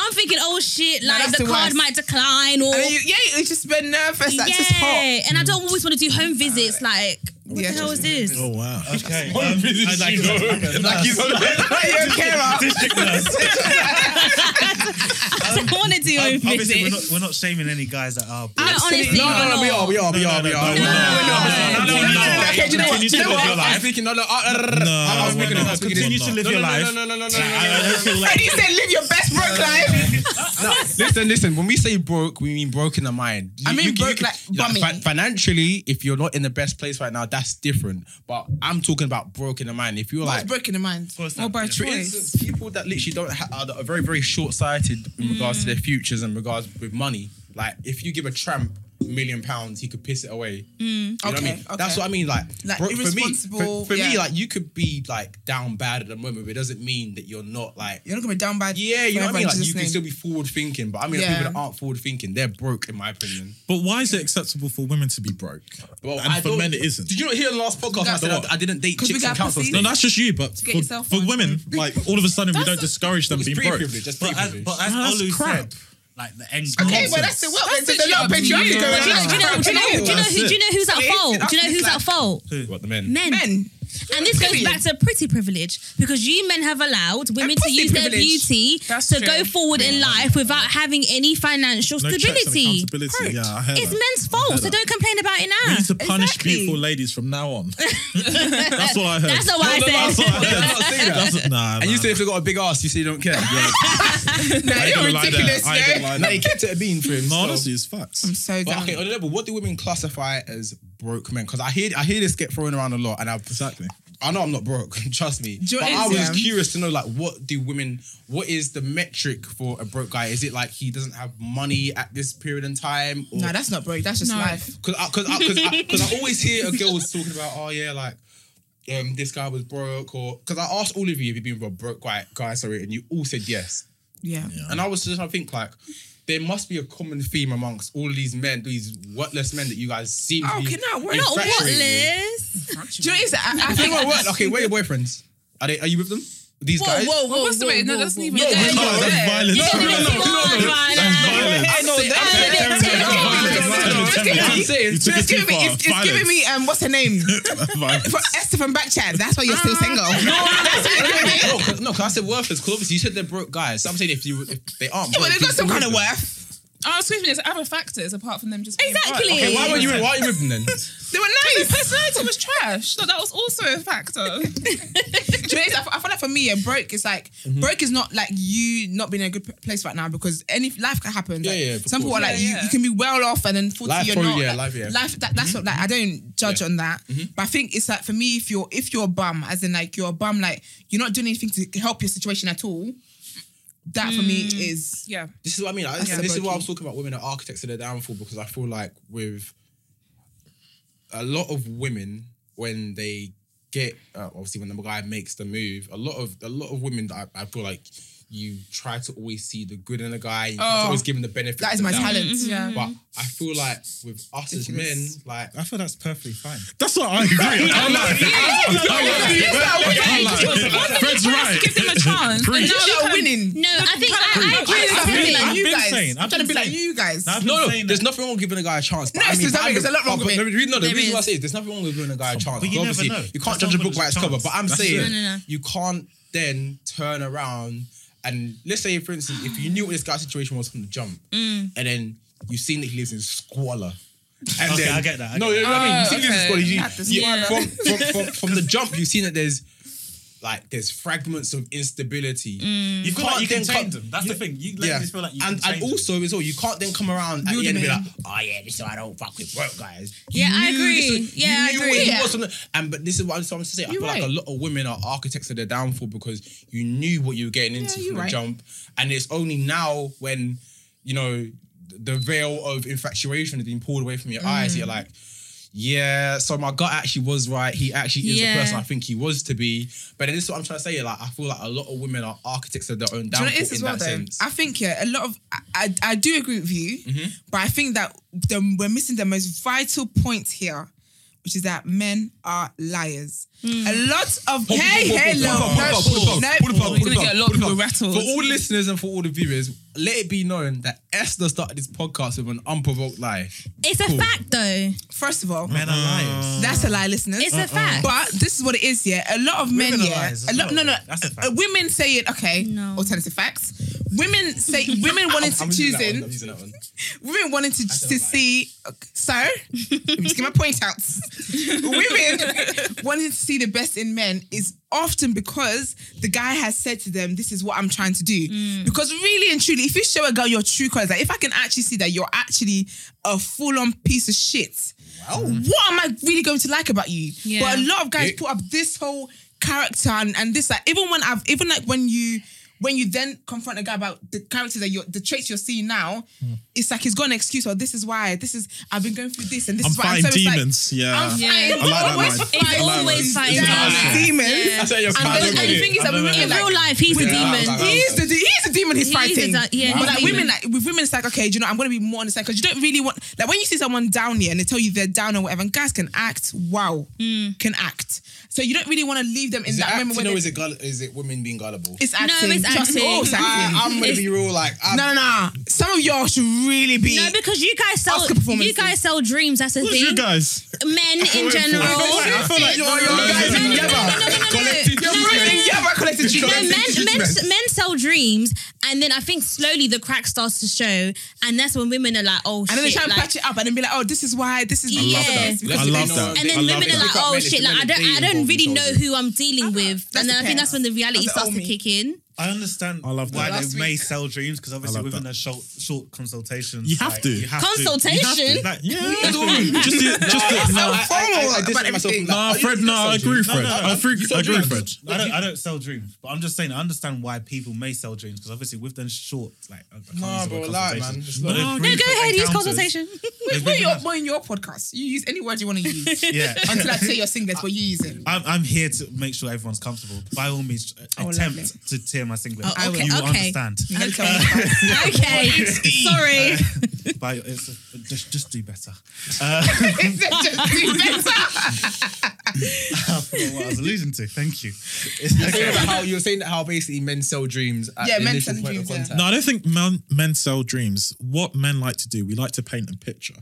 I'm thinking, oh shit, No, like that's the the card worst. might decline or And then you, yeah, it's just been nervous. That's just hot. and I don't always want to do home visits. Like, what Yeah, the hell is just- this? Oh wow. Okay. Um, I'd like to- Like he's on Like, you don't care. I don't want to do home Obviously, we're visits. not, we're not shaming any guys that are. No, honestly, No, no, no, we are, we are, we are, we No, are. no, No, no, no, no, no, no. Okay, do you know what? Do Continue you to know live your what? I'm life. thinking, no, no, uh, uh, uh, No, I was thinking, I was thinking. Continue to No, live No, your no, life. no, no, no, no, no, I, no, I no, no. don't feel And like he said, "Live your best work life." Listen, listen. When we say broke, we mean broke in the mind. You- I mean you- you broke can- like bumming. fin- financially, if you're not in the best place right now, that's different. But I'm talking about broke in the mind. If you're It's like, broken the mind. Or by for choice. instance, people that literally don't ha- are, that are very very short sighted in regards to Mm. their futures and regards with money. Like, if you give a tramp a million pounds, he could piss it away. You know what I Okay, mean? Mm, okay. That's what I mean. Like, Like, bro- for me, for, irresponsible, for me, yeah. like you could be like down bad at the moment, but it doesn't mean that you're not like You're not gonna be down bad. yeah, you know what forever I mean. in Like, Jesus' you can name. still be forward thinking, but I mean, like, Yeah. people that aren't forward thinking, they're broke, in my opinion. But why is it acceptable for women to be broke? Well, and for don't- men, it isn't. Did you not hear the last podcast? I That's said what? I, I didn't date 'Cause we chicks in got council. pussy? No, No, that's just you. But for, yourself for on. women, like all of a sudden, we don't That's a- discourage them it's being pre broke. privilege. That's pre But as, privilege. but as No, that's Olu crap. said, like the end goal. Okay, well that's the well. That's There's a lot of the job. patriarchy Do you know, do you going know, on. do you know, do you know, who- do you know who's at Wait, fault? Do you know that's who's at like- fault? What the men? Men. Men. And this goes back to pretty privilege because you men have allowed women to pussy use their privilege. beauty That's to true. go forward in life without having any financial No checks and stability. accountability. Yeah, I heard It's that. men's I fault, heard so that. don't complain about it We now. need to punish Exactly. beautiful ladies from now on. that's what I heard. That's not what That's what I said. I That's heard. what I said. That's- nah, And you nah. say if you got a big ass, you say you don't care. Nah, ain't you're gonna lie there. ridiculous, I ain't gonna yo. lie no, there. he kept it a bean for him. No, honestly, it's facts. I'm so But down. okay, on the level, what do women classify as broke men? Because I hear I hear this get thrown around a lot, and I Exactly. I know I'm not broke, trust me. you know what But it I is, was yeah? curious to know, like, what do women? What is the metric for a broke guy? Is it like he doesn't have money at this period in time? Or, No, that's not broke. That's just No. life. Cause I, cause, I, cause, I, cause I always hear a girl was talking about, oh yeah, like um, this guy was broke, or because I asked all of you if you've been with a broke guy, guy, sorry, and you all said yes. Yeah. And I was just, I think like. There must be a common theme amongst all of these men, these worthless men that you guys seem to Oh, be. can I work? We're not infatuated with. worthless. Do you know what it is? I, I Hang think on, what? Okay, where are your boyfriends? Are they? Are you with them? These guys? Well, what's the wait? No, that's not even. You're Yeah, going- oh, No, that's violence. you're No, going no, no, too hard right now. I know that. I'm Violence. saying. You took It's it too giving me, far. it's, it's giving me, um, what's her name? Violence. For Esther from Backchat. That's why you're still single. No, that's what it is. No, 'cause- no, because I said worthless. Because obviously you said they're broke guys. So I'm saying if you if they aren't, Yeah, broke, but they've got you some can kind of work worth. Our swiftness are other factors apart from them just being Exactly. bright. Okay, why were you why are you with them then? They were nice. personality was trash. No, that was also a factor. Do you know, it's- I, I feel like for me, a broke is like Mm-hmm. broke is not like you not being in a good p- place right now because any life can happen. Yeah, Like, yeah, of Some people course. are like Yeah, you, yeah. you can be well off and then forty Life you're probably- not. yeah, Like, life, yeah. Mm-hmm. that, that's what like I don't judge on that. But I think it's like for me, if you're if you're a bum, as in like you're a bum, like you're not doing anything to help your situation at all. That for me Mm. is yeah. This is what I mean. I, That's this is why I heartbreaking. was talking about women are architects of their downfall because I feel like with a lot of women when they get uh, obviously when the guy makes the move, a lot of a lot of women that I, I feel like you try to always see the good in a guy. You try to Oh, always give him the benefit. that of is the my doubt. talent. Mm-hmm. Mm-hmm. But Yeah. I feel like with us as men, like I feel that's perfectly fine. That's what I agree. I'm like, I'm Like, wasn't like, the Fred's first to give right. them a chance. Preach. And now You you lot are can- winning. No, I think I, I agree I'm trying with to be Camilla. like I've you been guys. saying- I've I'm trying to been be like saying- you guys. I've been No, no, saying there's that- nothing wrong with giving a guy a chance. But No, I it's mean, just- I I'm- think there's a lot wrong but with the it. re- No, the There reason why I is. say is there's nothing wrong with giving a guy a chance. But you never Obviously, know. you can't That's judge a not book by its much cover. chance. But I'm That's saying it. No, no, no. you can't then turn around and let's say, for instance, if you knew what this guy's situation was from the jump, and then you've seen that he lives in squalor. And Okay, then, I get that, I no, get you know what I mean. You Oh, see this okay. is what Not the you- you- smaller. from, from, from, from the jump, you've seen that there's like there's fragments of instability. You feel like you can then change come- them. That's the thing. You let yeah. me feel like you and can change and them. also as well, you can't then come around at Build the end and be him like, oh yeah, this is why I don't fuck with broke guys. You Yeah, I knew this agree. was- you Yeah, I knew agree. it was from the- and but this is what I'm trying to say. I feel like right. a lot of women are architects of their downfall because you knew what you were getting into you're from right. the jump, and it's only now when you know the veil of infatuation has been pulled away from your eyes. You're Mm. like. Yeah, so my gut actually was right. He actually is Yeah. the person I think he was to be. But then this is what I'm trying to say. Like, I feel like a lot of women are architects of their own Do you downfall know what it is in as well, that though? sense. I think yeah, a lot of I, I, I do agree with you, Mm-hmm. but I think that the, we're missing the most vital point here, which is that men are liars. Hmm. A lot of hey hey no, no, We're gonna get a lot of people rattled. For all listeners and for all the viewers, let it be known that Esther started this podcast with an unprovoked lie. It's a fact, though. First of all, men are liars. that's a lie, listeners. It's a fact. But this is what it is, yeah. A lot of men, Women are yeah. liars A as lot, no, well. no. That's a fact. uh, women say it. Okay, No. alternative facts. Women say women wanting to I'm using that one, I'm choosing. using that one. women wanted to, to see. okay, So, let me just get my point out. women wanting to see the best in men is often because the guy has said to them, "This is what I'm trying to do." Because really and truly, if you show a girl your true colors, like if I can actually see that you're actually a full-on piece of shit, what am I really going to like about you? Yeah. But a lot of guys It- put up this whole character and, and this like even when I've even like when you when you then confront a guy about the character that you're the traits you're seeing now, Hmm. it's like he's got an excuse or this is why this is I've been going through this and this I'm is why fighting so it's like, demons. Yeah. I'm Yeah. fighting I like that always line. fighting It's always lies. fighting. It's Yeah. lies. demons. Yeah. That's how you're And, proud then, of and the it. thing is that I don't women know. In like, real life, he's Yeah, a I was demon. like, He is the he is the demon he's He is fighting. the- yeah, but he's like the women, demon. like with women, it's like okay, do you know, I'm gonna be more on the side because you don't really want like when you see someone down here and they tell you they're down or whatever, and guys can act. Wow, Hmm. can act. So you don't really want to leave them in Is it that moment acting when or they- is it, gull- is it women being gullible? it's No, acting. it's Trust me, acting. oh, it's acting. I, I'm going to be real. Like, I'm, no, no, no. Some of y'all should really be. No, because you guys sell Oscar performances. you guys sell dreams. That's the Who's thing. you guys? Men in general. I feel like you're- you're guys No, no, no, together. no, no, no, no, no. Collective No, no, no, no. Really? Yeah, but I collected you. No, men, men, Treatment. men sell dreams, and then I think slowly the crack starts to show, and that's when women are like, "Oh shit!" And then they try and like- patch it up and then be like, oh, this is why, this is Yeah. because I love that. and then I love women it. are like, Pick up "Oh men if shit!" you Like I want don't, to I date don't really know themselves. who I'm dealing with, that's and then I think okay. that's when the reality That's the starts to old me. kick in. I understand I love that. why Last they may week- sell dreams because obviously love within that. a short short consultation, You have to. you have Consultation? You have to. Like, Yeah. Just to- just to- I- no, I- I- I about distance myself everything. from that. Nah, Fred, no, I agree, Fred. no, I agree, I agree, Fred. I don't, I don't sell dreams, but I'm just saying I understand why people may sell dreams because obviously with them short, like, I I can't Nah, use the word bro, lie, consultation. man. Just But lie. they've No, No, briefed go ahead, use encounters. consultation. Wait, It's we're, really your, nice. we're in your podcast. You use any word you want to use Yeah, until I tell you your singlet, but you use it. I'm, I'm here to make sure everyone's comfortable. By all means, Oh, attempt lovely. to tear my singlet. Oh, okay, you okay. understand. You gotta tell me. okay, sorry. By, it's, just, just do better. Is it just too better? I forgot what I was alluding to. Thank you. Saying about how you're saying that how basically men sell dreams at Yeah, the men initial sell point of dreams, yeah. contact. No, I don't think men, men sell dreams. What men like to do, we like to paint a picture.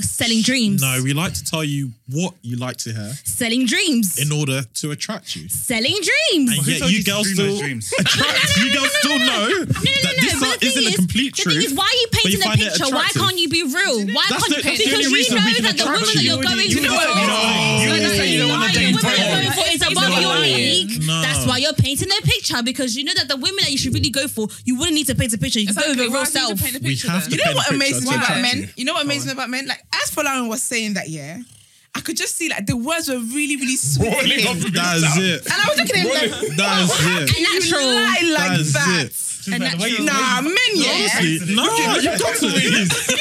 selling dreams. No, we like to tell you what you like to hear Selling dreams. in order to attract you. Selling dreams. And yet you girls still attract. You girls still know that no, this but art the isn't thing a is- complete The truth. thing is, why are you but painting a find it picture? Why attractive. can't you be real? Why That's can't the- that's the you? Because only you reason know we can that the woman attract that you. you're going You to, know what? No. No, You no, say you don't no, wanna the date woman you're Paul. going for is He's above your lying. league. No. That's why you're painting a picture because you know that the women that you should really go for, you wouldn't need to paint a picture. You can go with your real self. We have to You know paint a what picture amazes to me about attract men? you. You know what amazes me about men? Like as Polarin was saying that, yeah, I could just see like the words were really, really sweet. to Rolling him. off the That's tongue. it. And I was looking at him Rolling- like, That's oh, how it. can you Natural. lie like That's that? it. A natural. Nah, men, yeah. Honestly, no, you got to these. Use Give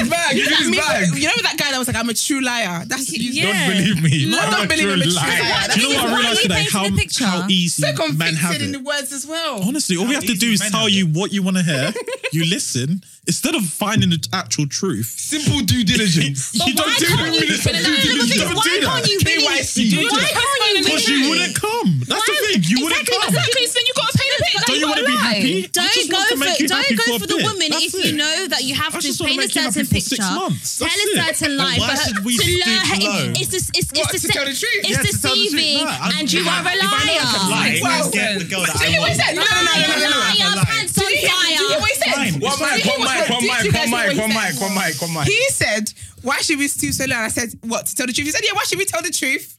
his bag, You give know his me- bag. You know that guy that was like, I'm a true liar. That's you. Don't believe me. No, I I'm don't a believe true him. a true liar. liar. Do you know what I realized today? How, how easy so men have convicted it. in the words as well. Honestly, all we have to do is tell you what you want to hear. You listen instead of finding the actual truth. Simple due diligence. But you why don't do can't that. you- minutes of No, no, due no, diligence. You but because don't why do can't that. you really- KYC. Why can't you Because you really- wouldn't come. That's the Why- thing. You wouldn't Exactly, come. exactly. So you gotta paint a picture. Don't you wanna be gotta lie. happy? I Don't just go want to for make you happy don't go for a for the bit. woman That's if it. you know that you have I to just wanna paint a make you happy certain for six picture, months. tell That's a it. certain But lie. why for her- should we to stoop lure her in. low? It's dece- it's What, it's to dece- tell the truth? it's Yeah, to tell the truth. deceiving, No, I- and you if I- are a if I know I can lie, liar. then I'll get the girl that Do you I hear what he want. said? No, no, no, no, no, no, no. Liar, pants on Did you hear- fire. did you hear what he said? Fine. Did One mic, you one hear mic, what- one did mic, you guys hear one mic, what one he mic, said? one mic, one mic. He said, "Why should we stoop so low?" And I said, "What to tell the truth?" He said, "Yeah, why should we tell the truth?"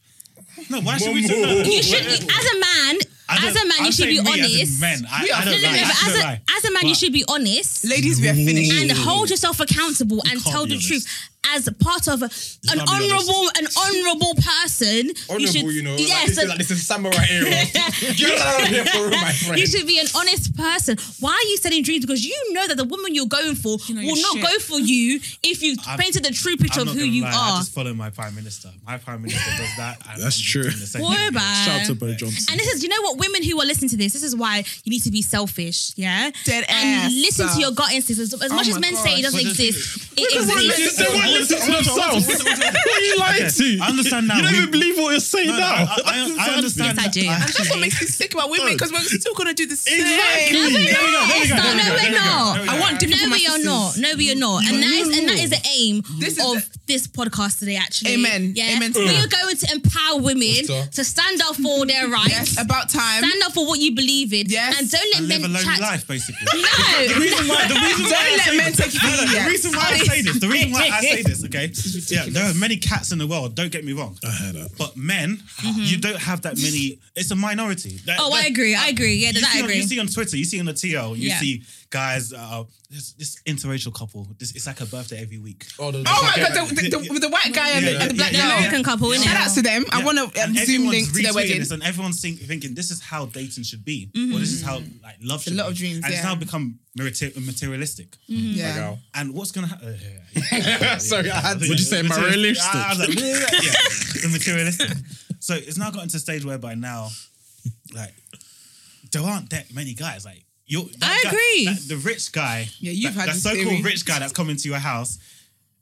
No, why should One we do that? You should, as a man, I don't- as a man, I'm you should be saying me as in honest. men. I- No, I don't no, no, lie. but I as don't a- lie. as a man, you But- should be honest. Ladies, we are finished. And hold yourself accountable and tell the truth. As part of an can't be honourable, an honourable person, you Honorable, should, you, know. like, yes, this, is, like, this is samurai era. Get out of here for real, my friend. you should be an honest person. Why are you selling dreams? Because you know that the woman you're going for will your not shit. go for you if you painted the true picture I'm of not who gonna you lie, I are. just follow my prime minister. My prime minister does that. and That's I'm true. doing the same Boy, thing. bye. Shout out to Bo Johnson. And this is, you know what, women who are listening to this, this is why you need to be selfish, yeah? Dead and ass listen stuff. to your gut instincts. As, as Oh much as my men say it gosh. doesn't But there's- exist, They it won't exists. listen- they won't listen to themselves. What are you lying Okay, to? I understand now. You don't We- even believe what you're saying No, no, now. I- I- I That's understand insanity. do. And that's what makes me sick about women because we're still gonna do the same. Exactly. No, we're There we go, there we go, No, there we no, go, there we're we go, not. there we go. I want different No, from my we are not. No, we are not. And that is and that is the aim This is of this podcast today. Actually, Amen. Yeah, Amen to we that. are going to empower women Water. to stand up for their rights. Yes, about time. Stand up for what you believe in. Yes, and don't let And men live a lonely chat. life, basically. No. The reason why, the reason why Don't I let say men this, take you No, for no, the idiots. reason why I say this, the reason why I say this, okay? Yeah, there are many cats in the world. Don't get me wrong. I Uh-huh. heard that. But men, you don't have that many. It's a minority. That- Mm-hmm. Oh, I that- agree. I agree. Yeah, you that see I on- agree. you see on Twitter, you see on the TL, you Yeah. see guys. Uh, this, this interracial couple. This, it's like a birthday every week. Oh, Oh my god, the, the, the, the white guy and, the, and the black yeah. girl. American couple, innit? Shout out to them. I Yeah. want to And zoom everyone's link to their retweeting wedding. this and everyone's think, thinking this is how dating should be, Mhm. Mm-hmm. or this is how like love should. a lot be. of dreams, and yeah. it's now become meriti- materialistic. Mhm. Yeah. Like how? And what's gonna uh, happen? Sorry, I had to- Would Would you say Ah, materialistic? I was like, yeah, the materialistic. So it's now gotten to a stage where by now, like, there aren't that many guys like. You're, that I guy- agree. that- the rich guy, Yeah, you've that, had that this so-called theory. rich guy that's coming to your house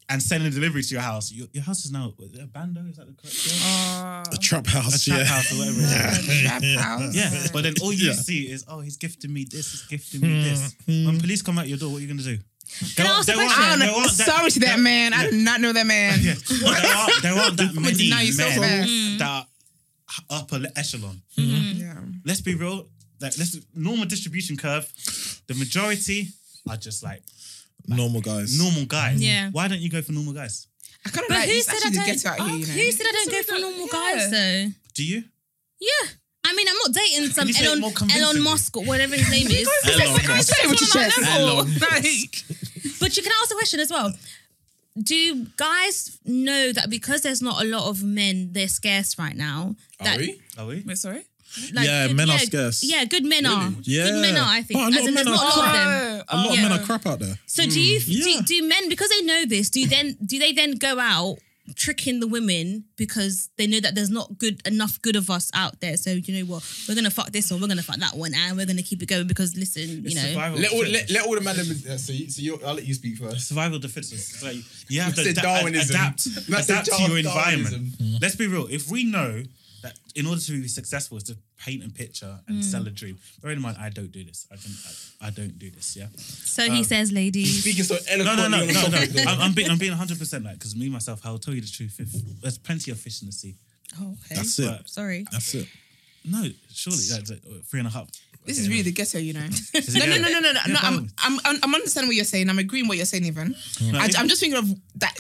and sending a delivery to your house. Your, your house is now a bando. Is that the correct word? A trap house, a trap Oh, yeah. house or whatever. it is. Yeah. Yeah. Yeah, but then all you Yeah. Hmm. see is, oh, he's gifting me this, he's gifting me this. When police come out your door, what are you gonna do? Can I ask a question? I don't know. Sorry to that man. I do not know that man. Well, there, are, there aren't that Comedy many now, you're so men bad. Mm. that are h- upper le- echelon. Yeah. Let's be real. Like, let's normal distribution curve. The majority are just like normal guys. normal guys. Yeah. Why don't you go for normal guys? I kind of But like who it's said I actually the don't? Oh, ghetto out here, you know. Who said I don't go for normal guys though? Do you? Yeah. I mean, I'm not dating some you say it Elon, more Elon convincingly? Musk or whatever his name is. Because Elon it's like, I Musk. say what you It's on said. my level. Elon Like- But you can ask the question as well. Do guys know that because there's not a lot of men, they're scarce right now? That, Are we? Wait, sorry. Yeah, men are scarce. Yeah, good men are. Yeah. Good men are, I think. But a As lot in, of men there's are not a lot of them. crap. A lot of Yeah. men are crap out there. So do you do, do men because they know this? Do you then do they then go out tricking the women because they know that there's not good enough good of us out there? So you know what, we're gonna fuck this one, we're gonna fuck that one, and we're gonna keep it going because listen, you know. Let all, let, let all the madam. Uh, so you, so you, I'll let you speak first. Survival defenses. It's like you have to said ada- Darwinism. adapt, You said adapt to your Mm-hmm. Darwinism. environment. Let's be real. If we know that in order to be successful is to paint a picture and Mm. sell a dream. Bear in mind, I don't do this. I can, I, I don't do this. Yeah. So he says, ladies. No, no, no, no, no. I'm, I'm being, I'm being 100 percent right because me myself, I'll tell you the truth. If there's plenty of fish in the sea. Oh, okay. That's it. But- Sorry. That's it. No, surely that's it. Three and a half. This is really the ghetto, you know. Is it no, no, no, ghetto? no, no, no. Yeah, no I'm, fine. I'm, I'm, I'm understanding what you're saying. I'm agreeing what you're saying, even. No, I, if- I'm just thinking of that.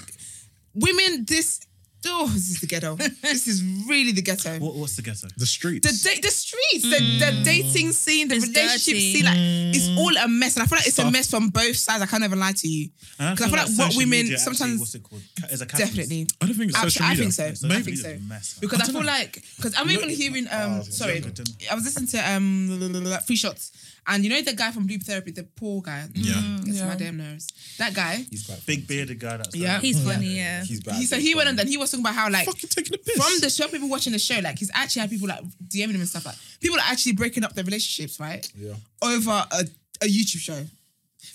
Women, this. Oh, this is the ghetto. this is really the ghetto. What, what's the ghetto? The streets. The da- the streets, the, the dating scene, the relationship scene, like it's all a mess, and I feel like it's a mess from both sides. I can't even lie to you And because I feel like, what social women media actually, sometimes what's it called? Ca- Is a catalyst. definitely. I don't think it's Actu- social I media. think so. It's I social think media so. is a mess, man. because I I, don't feel know. like because I'm even hearing um sorry younger, didn't I was listening to um la- la- la- la- free shots and you know the guy from Blue Therapy the poor guy Yeah. Mm, gets Yeah. my damn nerves that guy He's quite big bearded guy. That's yeah yeah. He's he, so he went on and he was talking about how like from the show people watching the show like he's actually had people like DMing him and stuff like people are actually breaking up their relationships right Yeah. over a, a YouTube show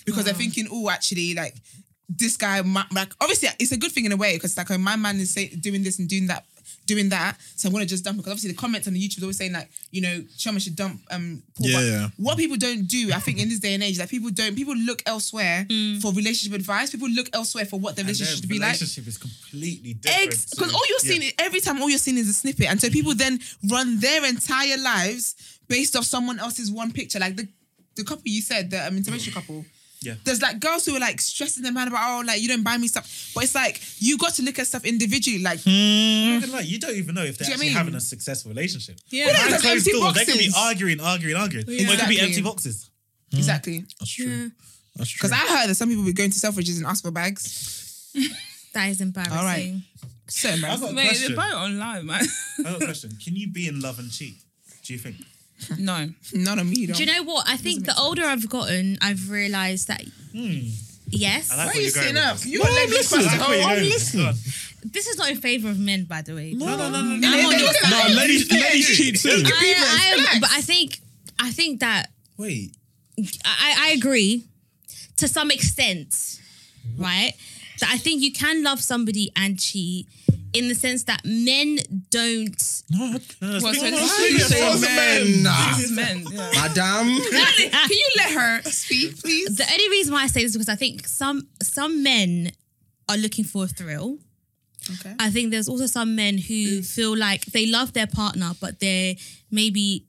because they're thinking, oh, actually, like this guy, my, like obviously, it's a good thing in a way because like oh, my man is say, doing this and doing that, doing that, so I'm gonna just dump it because obviously the comments on the YouTube is always saying like, you know, Shoma should dump um Paul. Yeah, But yeah. What people don't do, I think, in this day and age, that people don't people look elsewhere for relationship advice. People look elsewhere for what their And relationship their should be like. Relationship is completely different. Eggs, to- because all you're Yeah. seeing every time, all you're seeing is a snippet, and so people then run their entire lives based off someone else's one picture. Like the the couple you said, the um, interracial couple. Yeah. There's like girls who are like stressing their man about oh like you don't buy me stuff, but it's like you got to look at stuff individually. Like Not gonna lie, you don't even know if they're Do you know what I actually mean? having a successful relationship. Yeah. Well, Behind there's closed empty doors, They could be boxes. arguing, arguing, arguing. Yeah. Or it could Exactly. be empty boxes. exactly. That's true. That's true. Because I heard that some people be going to Selfridges and ask for bags. That is embarrassing. All right. So I've got a embarrassing. Mate, question. they buy it online, man. I got a question. Can you be in love and cheat? Do you think? no. None of me. Do you know what? I think the older I've gotten, I've realised that yes, I Why like where are you you're going sitting with up? this. You No, are I'm like this listening. fast. I like where you're Oh, going I'm with this. listening. God. this is not in favour of men, by the way. No, no, no, no. I'm on your No, side. ladies, ladies cheat too. I, I am, but I think I think that Wait. I, I agree to some extent, right? That I think you can love somebody and cheat in the sense that men don't. No, speak- Well, so no, Ah, it's- speak- it's speak- for men. Nah. It's men, yeah. Madam. Can you let her speak, please? The only reason why I say this is because I think some some men are looking for a thrill. Okay. Mm. I think there's also some men who feel like they love their partner, but they're maybe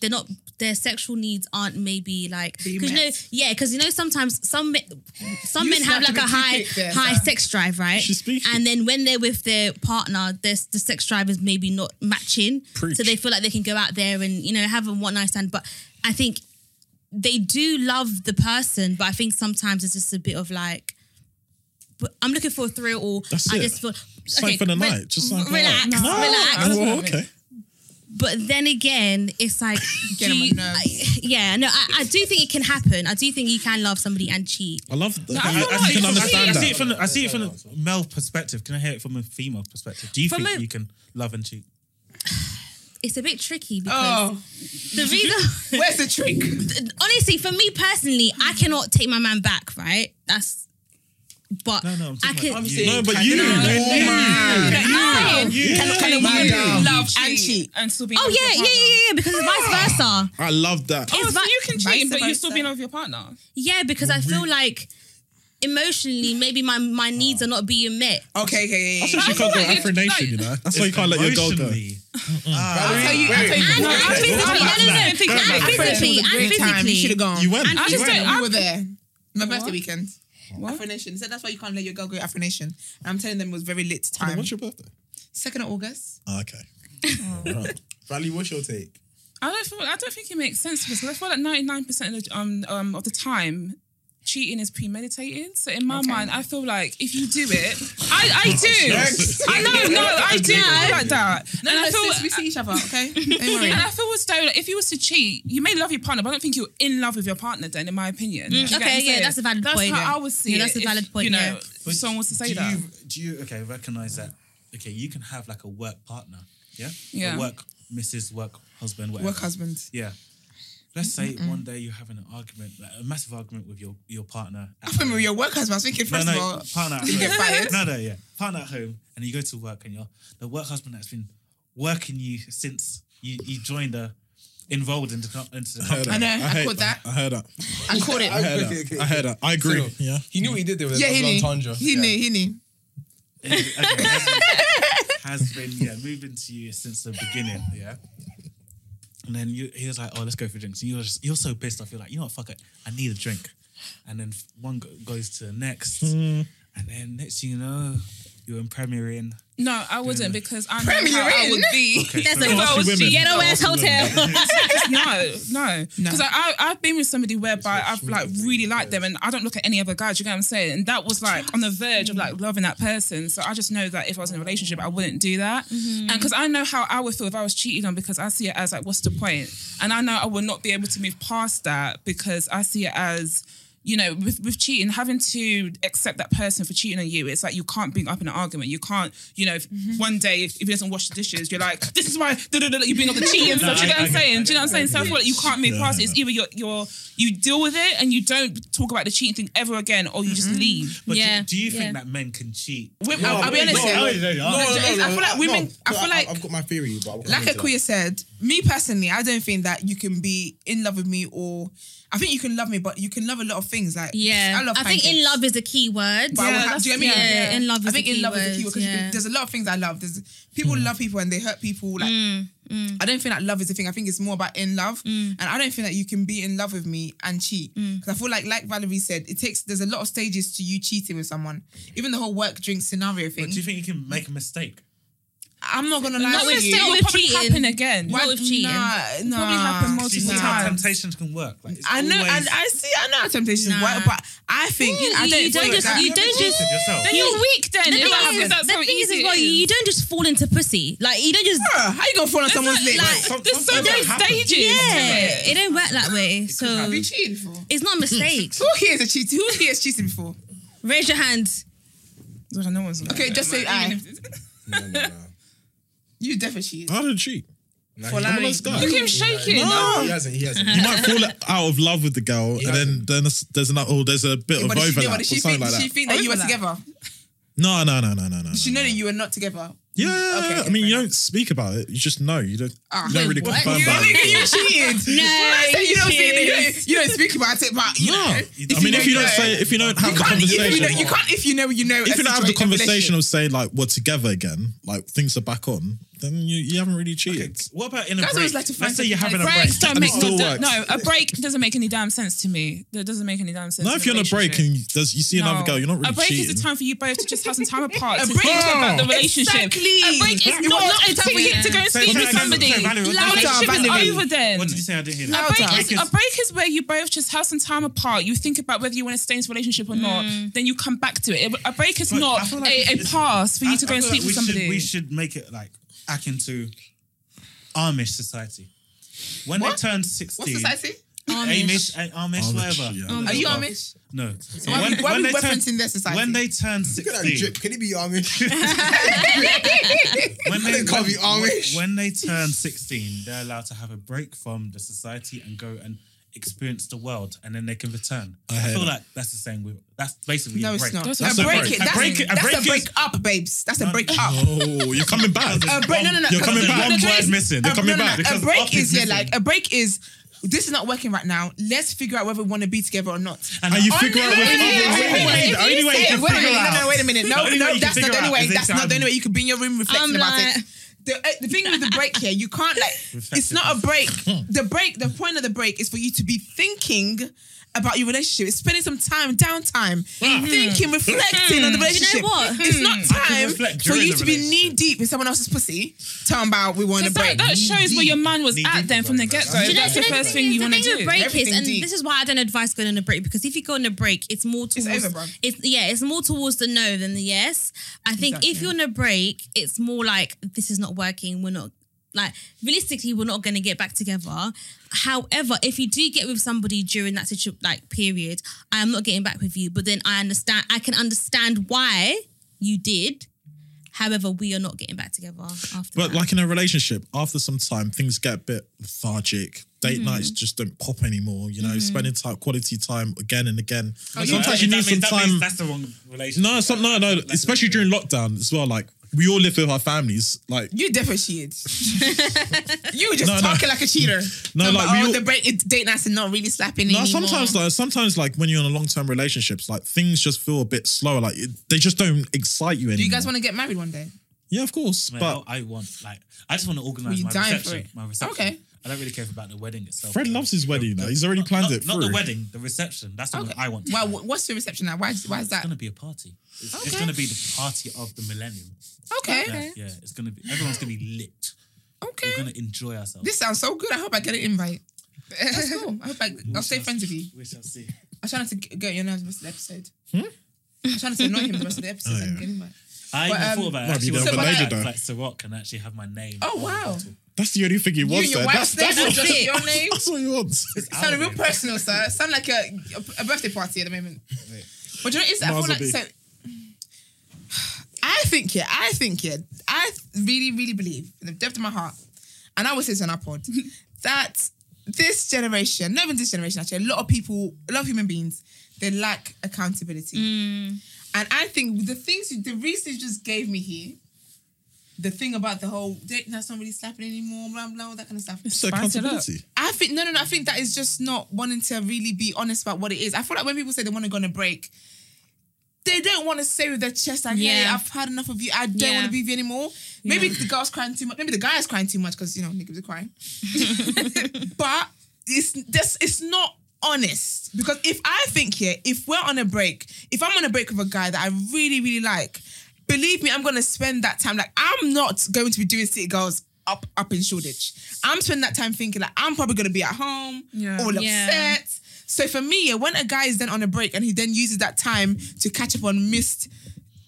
they're not their sexual needs aren't maybe like because you know yeah because you know sometimes some men, some You men have slapped like a me two high kick there, high sir. sex drive right and then when they're with their partner their the sex drive is maybe not matching Preach. so they feel like they can go out there and you know have a one night stand but I think they do love the person but I think sometimes it's just a bit of like but I'm looking for a thrill or That's I it. just feel Just like for the re- night. Just like for the relax, night. No, relax. well, okay. But then again, it's like, Get do on my you- nerves. I- yeah, no, I, I do think it can happen. I do think you can love somebody and cheat. I love that. No, I, feel I like- can I understand see it that. from the, I see it from the male perspective. Can I hear it from a female perspective? Do you From think a- you can love and cheat? It's a bit tricky because Oh, the reason, where's the trick? honestly, for me personally, I cannot take my man back. Right? That's. But No, no, I'm I talking can. about you. No, but you, woman. Oh, You. Can, can a woman Madam. love And and cheat? cheat. And still be oh with your yeah, yeah, partner. yeah, yeah. Because it's vice versa. I love that. Oh, It's so vi- you can vice cheat, but you're still versa. being with your partner. Yeah, because I feel like emotionally, maybe my my needs are not being met. Okay, okay, That's okay. why you can't go like it's Afro Nation, you know? That's why you can't let your girl go. Emotionally. I'll tell you. I'll tell you. And, Wait, and physically, wait, no, no, wait. no, no, and physically, and physically, It was a great time. You should have gone. You went. And I just just don't. we I, were there. My birthday What? weekend. What? Afro Nation. He said that's why you can't let your girl go Afro Nation. And I'm telling them it was very lit Hold on, time. What's your birthday? Second of August. Oh, okay. Valley, what's your take? I don't feel. I don't think it makes sense because I feel like ninety nine percent of the, um um of the time. Cheating is premeditated, so in my mind, I feel like if you do it, I, I do. I know, no, I do I like that, and No, I sis, feel we see each other. Okay. Don't worry. And I feel as though like, if you was to cheat, you may love your partner, but I don't think you're in love with your partner. Then, in my opinion, Do you get what Mm. okay, I'm yeah, saying? that's a valid that's point, How yeah. I would see Yeah, it that's a if, valid point, You know, yeah. if someone was to say do that. You, do you okay? Recognize that? Okay, you can have like a work partner. Yeah. Yeah. A work Mrs. Work husband. Whatever. Work husband. Yeah. Let's say one day you're having an argument, like a massive argument with your your partner. at I think home. with your work husband. I was thinking No, first of no, all. partner at you get home. fired? No, no, yeah, partner at home, and you go to work, and your the work husband that's been working you since you, you joined the enrolled into, co- into the I heard company. that. hate I heard that. I caught it. I heard that. I, heard that. I agree. So, yeah. He knew what he did there with yeah, yeah, he knew. entendre. He knew. He knew. has been yeah moving to you since the beginning yeah and then you, he was like oh let's go for drinks and you're just, you're so pissed off you're like you know what fuck it I need a drink and then one go- goes to the next Hmm. and then next thing you know you're in Premier Inn No, I wouldn't because I know Premier how I Inn? would be. Okay, That's so- a Classy If I was women. cheating- Ghetto ass hotel. no, no, because I, I I've been with somebody whereby I've like really liked them and I don't look at any other guy. Do you get what I'm saying? And that was like on the verge of like loving that person. So I just know that if I was in a relationship, I wouldn't do that. And because I know how I would feel if I was cheated on, because I see it as like what's the point? And I know I will not be able to move past that because I see it as you know, with, with cheating, having to accept that person for cheating on you, it's like you can't bring up in an argument. You can't, you know, if Mm-hmm. one day if, if he doesn't wash the dishes, you're like, this is why da, da, da, da," you bring up the cheating No, stuff. Do you know I- what I'm I get- saying? I Do you know what I'm get what saying? So I you feel like you can't move mean. past it. It's either you're, you're, you deal with it and you don't talk about the cheating thing ever again or you just leave. Mm-hmm. but do, do you think that men can cheat Women- No, I'll- I'll be wait, honest wait, here. wait, wait, No, wait. no, no, I feel like women. I feel like I've got my theory, but I'll come Like into that. Akuya said, me personally, I don't think that you can be in love with me or I think you can love me, but you can love a lot of things. Like Yeah. I love. I think in pancakes. love is a key word. But I Yeah, would have, do you know what I mean? yeah, in love I is think a in key love is a word, key word 'cause you can- yeah. Mm. there's a lot of things I love. There's people love people and they hurt people. Like I don't think that love is a thing. I think it's more about in love, Mm. and I don't think that you can be in love with me and cheat because I feel like, like Valerie said, it takes. There's a lot of stages to you cheating with someone. Even the whole work drink scenario thing. do you think you can make a mistake I'm not gonna lie Not with to you. still It with will probably cheating. happen again. Not Why- with cheating. Nah, It'll nah. probably happen do you multiple see how times. temptations can work like it's I know, always- and I see, I know how temptations work, but I think I Mm, you don't, don't think just- that- you don't just- Yourself. Then you're weak then, The if thing that happens, is, that's the how thing is, easy as it well, is. you don't just fall into pussy. Like you don't just. Bruh, how you gonna fall on There's someone's not- lip? Like, Some- there's so sometimes many it happens. stages. Yeah, it don't work that way. So Be cheating for. it's not a mistake. Who here is a cheater? Who here has cheated before? Raise your hand. No one's Okay, just say I. You definitely cheated. I didn't cheat. For I'm a Larry. nice guy. Look at him shaking. No. He hasn't, he hasn't. You might fall out of love with the girl, and then then there's- there's another, oh, there's a bit Yeah, of but did she, yeah, overlap but or did she think, something like did that. she think that you were together? No, no, no, no, no, no. Did she know that you were not together? Yeah, I mean, you don't speak about it. You just know. You don't. Ah, you don't really what? confirm You about really- you it. cheated. No, When I say you don't you see it, you cheated. don't- you don't speak about it, but you No. know. I mean, if you don't say, if you don't have the can't- if you conversation, know- you can't if you know you know. if a you don't have the situation, a conversation of saying like we're together again, like things are back on, then you, you haven't really cheated. What about in a Guys break? always like to find Let's say you're having a breaks break. Don't And it make still no, works. no, a break doesn't make any damn sense to me. That doesn't make any damn sense. No, if you're on a break and you, there's, you see another girl, you're not really a break cheating. is a time for you both to just have some time apart. A to break- talk about the Oh. relationship. Exactly. A break is It was not, not a time for ticket you- to go and Say speak it with again. somebody. Say Valerie, what did you Like, say? relationship is Valerie. over then. What did you say? I didn't hear A that. break, is, a break is where you both just have some time apart. You think about whether you want to stay in this relationship or not. Mm. Then you come back to it. A break is But I not feel like a, a it's- pass for you to I- go I and feel sleep like with we should- somebody. we should make it like akin to Amish society. When they turn 16. What's society? Amish, Amish, Amish Amish, whatever. yeah. Are you Amish? No. So why are we- why are we referencing their society? When they turn Look at that 16. drip. Can he be Amish? When I they, didn't call you Amish. when they turn 16, they're allowed to have a break from the society and go and experience the world and then they can return. I, hear feel that. like that's the same with that's basically No, a it's break. not. That's a a break. break. It, A that's a break- break, a that's break a is- break up, babes. That's a break up. Oh, you're coming back. A break, Uh, no, no, no. You're coming no, no, back. no, One no, word's no, missing. You're a- coming no, no, back. no, Because A up break is is yeah, missing. like a break is. This is not working right now. Let's figure out whether we want to be together or not. And you Oh, figure no, out no, with no, no, no, other women. no, no, no, Wait, the only if way say- you can wait a figure minute, out- No, no, wait a minute. The No, only way no, you that's not the can only figure out way. is That's if not the I'm- only way you could be in your room reflecting I'm about it. like- The, uh, the thing with the break here, you can't like. It's not a break. The break. The point of the break is for you to be thinking about your relationship. It's spending some time, downtime, Mm-hmm. thinking, reflecting on the You know relationship. what? It's not I can time reflect for during you the to be relationship. knee deep in someone else's pussy. Tell 'em about we want a Because break. that, that shows where your man was at then from the get go. Do you know, That's do the you know first thing you want to The thing do. with break Everything is, and deep. this is why I don't advise going on a break because if you go on a break, it's more towards over, bro. it's yeah, it's more towards the no than the yes. I think if Exactly. you're on a break, it's more like this is not working. We're not like realistically, we're not going to get back together. However, if you do get with somebody during that situ- like period, I am not getting back with you. But then I understand, I can understand why you did. However, we are not getting back together after. But that. like in a relationship, after some time, things get a bit lethargic. Date Mm-hmm. nights just don't pop anymore. You know, spending time, quality time again and again. No, Oh, Sometimes that- you that need means- some that means time. That's the wrong relationship. No, some, no, no. Especially during lockdown as well. Like we all live with our families. Like You definitely cheated. you were just No, no. talking like a cheater. No, Talking like, about, we oh, all- the break, it, date nights and not really slapping no, anymore. sometimes like sometimes like when you're in a long term relationships, like things just feel a bit slower. Like it, they just don't excite you anymore. Do you guys want to get married one day? yeah, of course. Man, but I, I want like I just want to Were organize you my dying reception. for it? My reception. Okay. I don't really care about the wedding itself. Fred loves his wedding. though. He's already planned not, it. not the through. wedding, the reception. That's the one I want. Well, wh- what's the reception now? Why, why is that? It's gonna be a party. It's, it's Okay. gonna be the party of the millennium. Okay. Yeah, Okay. yeah, it's gonna be. Everyone's gonna be lit. Okay. We're gonna enjoy ourselves. This sounds so good. I hope I get an invite. That's cool. I hope I, I'll stay friends with you. we shall see. I'm trying to g- get your nerves the rest of the episode. Hmm? I'm trying to annoy him the rest of the episode. Oh, and get him back. I But, even um, thought about it. Might be Actually, the what other about lady, that? though. Like Ciroc can actually have my name. Oh, wow. That's the only thing he You wants. and your though. wife's That's, that's, name, what- just your name. that's what he wants. It sounded real personal, sir. It sounded like a, a, a birthday party at the moment. But do you know, it's, I Might feel as like well so. I think yeah, I think yeah, I really really believe in the depth of my heart, and I always say this on our pod that this generation, not even this generation actually, a lot of people, a lot of human beings, they lack accountability, Mm. and I think the things, you, the reason you just gave me here. The thing about the whole date that's not really slapping anymore, blah blah, all that kind of stuff. It's accountability. I think no, no, no. I think that is just not wanting to really be honest about what it is. I feel like when people say they want to go on a break, they don't want to say with their chest, like, "Hey, Yeah. I've had enough of you. I don't Yeah. want to be with you anymore." Maybe the girl's crying too much. Maybe the guy's crying too much because you know niggas are crying. but it's this. It's not honest because if I think here, if we're on a break, if I'm on a break with a guy that I really, really like, believe me, I'm gonna spend that time. Like I'm not going to be doing City Girls up up in Shoreditch. I'm spending that time thinking like I'm probably gonna be at home, Yeah. all upset. Yeah. So for me, yeah, when a guy is then on a break and he then uses that time to catch up on missed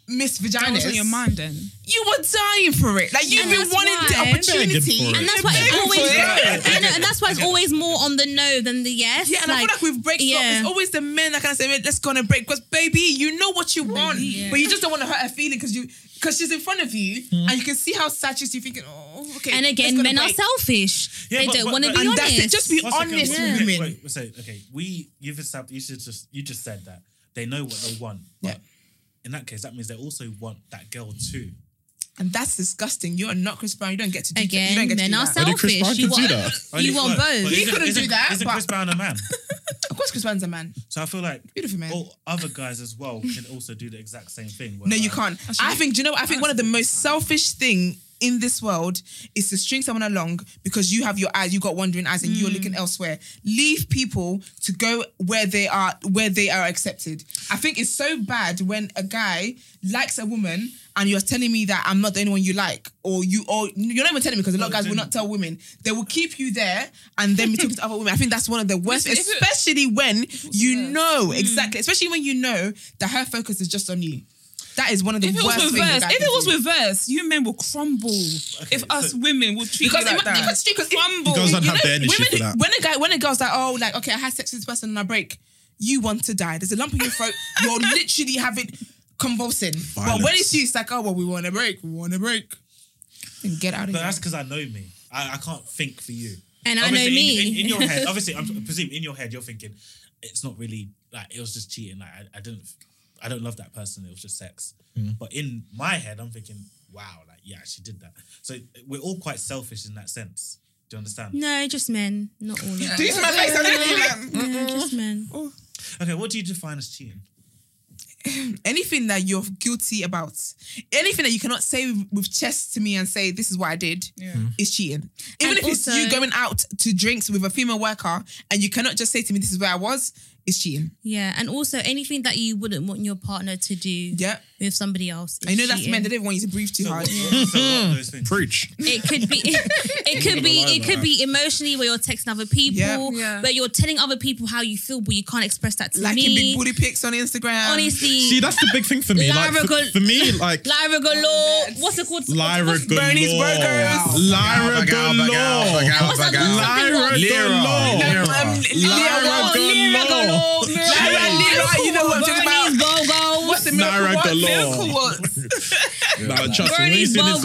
missed vaginas, That was on your mind then. You were dying for it. Like you've And been that's wanting the why- opportunity, and that's why it's Begging always, for it. and, and that's why it's always more on the no than the yes. Yeah, and I feel like with breaks up, it's always the men that kind of say, "Let's go on a break," because baby, you know what you want, but you just don't want to hurt her feeling because you because she's in front of you and you can see how sad she's. You're thinking, "Oh, okay." And let's again, go on a men are break." selfish. they but- don't but- want to but- be and honest. that's it. Just be One second, honest wait, with wait, women. Wait, so okay, we you've established you just you just said that they know what they want. But in that case, that means they also want that girl too. And that's disgusting. You're not Chris Brown. You don't get to do Again, You don't get men to do are that. But did Chris selfish. Brown You want- do that? you Only- want well, both. well, He isn't- couldn't do isn't- that, Isn't but- Chris Brown a man? Of course, Chris Brown's a man. So I feel like Beautiful man. all other guys as well can also do the exact same thing. No, you whereby- can't. I think. Do you know? what? I think one of the most selfish thing in this world is to string someone along because you have your eyes, you got wandering eyes, and you're Hmm. looking elsewhere. Leave people to go where they are, where they are accepted. I think it's so bad when a guy likes a woman. And you're telling me that I'm not the only one you like, or you, or you're not even telling me because a lot of guys will not tell women. They will keep you there and then be talking to other women. I think that's one of the worst, Listen, if it- especially when you know Hmm. exactly, especially when you know that her focus is just on you. That is one of the If it worst was things. reverse, that I if can it was do. reverse, you men will crumble. if us women would treat because you like ima- that, because, because if- crumble. Girls don't you have the energy women, for that. When a guy, when a girl's like, oh, like okay, I had sex with this person on a break, you want to die. There's a lump in your throat. You're literally having convulsing. But when Violence. it's you, it's like, oh well, we want a break. We want a break. Then get out of But here. that's because I know me. I, I can't think for you. And I know Obviously, in- me. In, in your head, obviously, I'm presuming in your head you're thinking it's not really like it was just cheating. Like I, I didn't, I don't love that person. It was just sex. Mm. But in my head, I'm thinking, wow, like yeah, she did that. So we're all quite selfish in that sense. Do you understand? No, just men, not all. of them. Do you see my face? I'm literally Yeah, just men. Oh. Okay, what do you define as cheating? anything that you're guilty about, anything that you cannot say with, with chest to me and say this is what I did, is cheating. Even And if also- it's you going out to drinks with a female worker and you cannot just say to me this is where I was, is cheating. Yeah, and also anything that you wouldn't want your partner to do with somebody else. is I know that's cheating. men; they don't want you to breathe too hard. Preach. It could be, it could be, it could be emotionally where you're texting other people, Yeah. where you're telling other people how you feel, but you can't express that to Liking me. big booty pics on Instagram. Honestly, See, that's the big thing for me. Like, Lyra for, Gal- for me, like Lyra Oh, Galore. What's it called? Lyra Galore. Bernie's Burgers. Lyra Bagal, bagal, Galore. bagal, What's that Lyra Galore. girl? bagal. Lyra, Lyra Lyra Lyra, Galore. Lyra, you know what I'm talking about. What's the miracle? Lyra What? Galore. Nah, Nah, trust me, when Bernie you see this Instagram, you Bogos,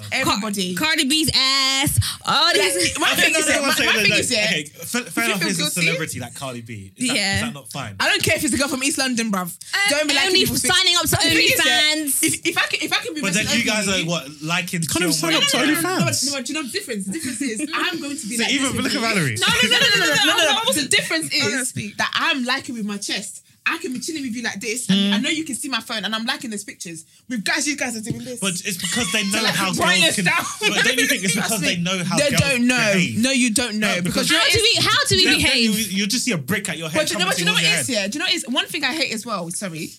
laugh. everybody, Cardi B's ass, Oh, all these. My thing is that- my- my thing is that- Okay, fair if fair you enough. feel Is a guilty- celebrity like Cardi B? Is that, is Yeah. that not fine? I don't care if it's a girl from East London, bruv. don't be like uh, only signing up to OnlyFans. If, if I can, if I can be, But then messing you guys ugly- are what liking? No, your no, way- no, no, no, no, No, but you know the difference. The difference is I'm going to be So like. even- this with look at you. Valerie. No, no, no, no, no, no, no, no, I no. The difference I'm gonna is that I'm liking with my chest. I can be chilling with you like this, Mm. and I know you can see my phone, and I'm liking those pictures with guys. You guys are doing this. But it's because they To, know like, how bring girls us can. down. But don't you think it's because Trust they me, know how They girls don't know. behave? No, you don't know because, you know How do it's- we- how do we Then- then behave? you- You'll just see a brick at your head. But you know, coming but you know what towards it your is head. yeah. Do you know what it is one thing I hate as well? Sorry,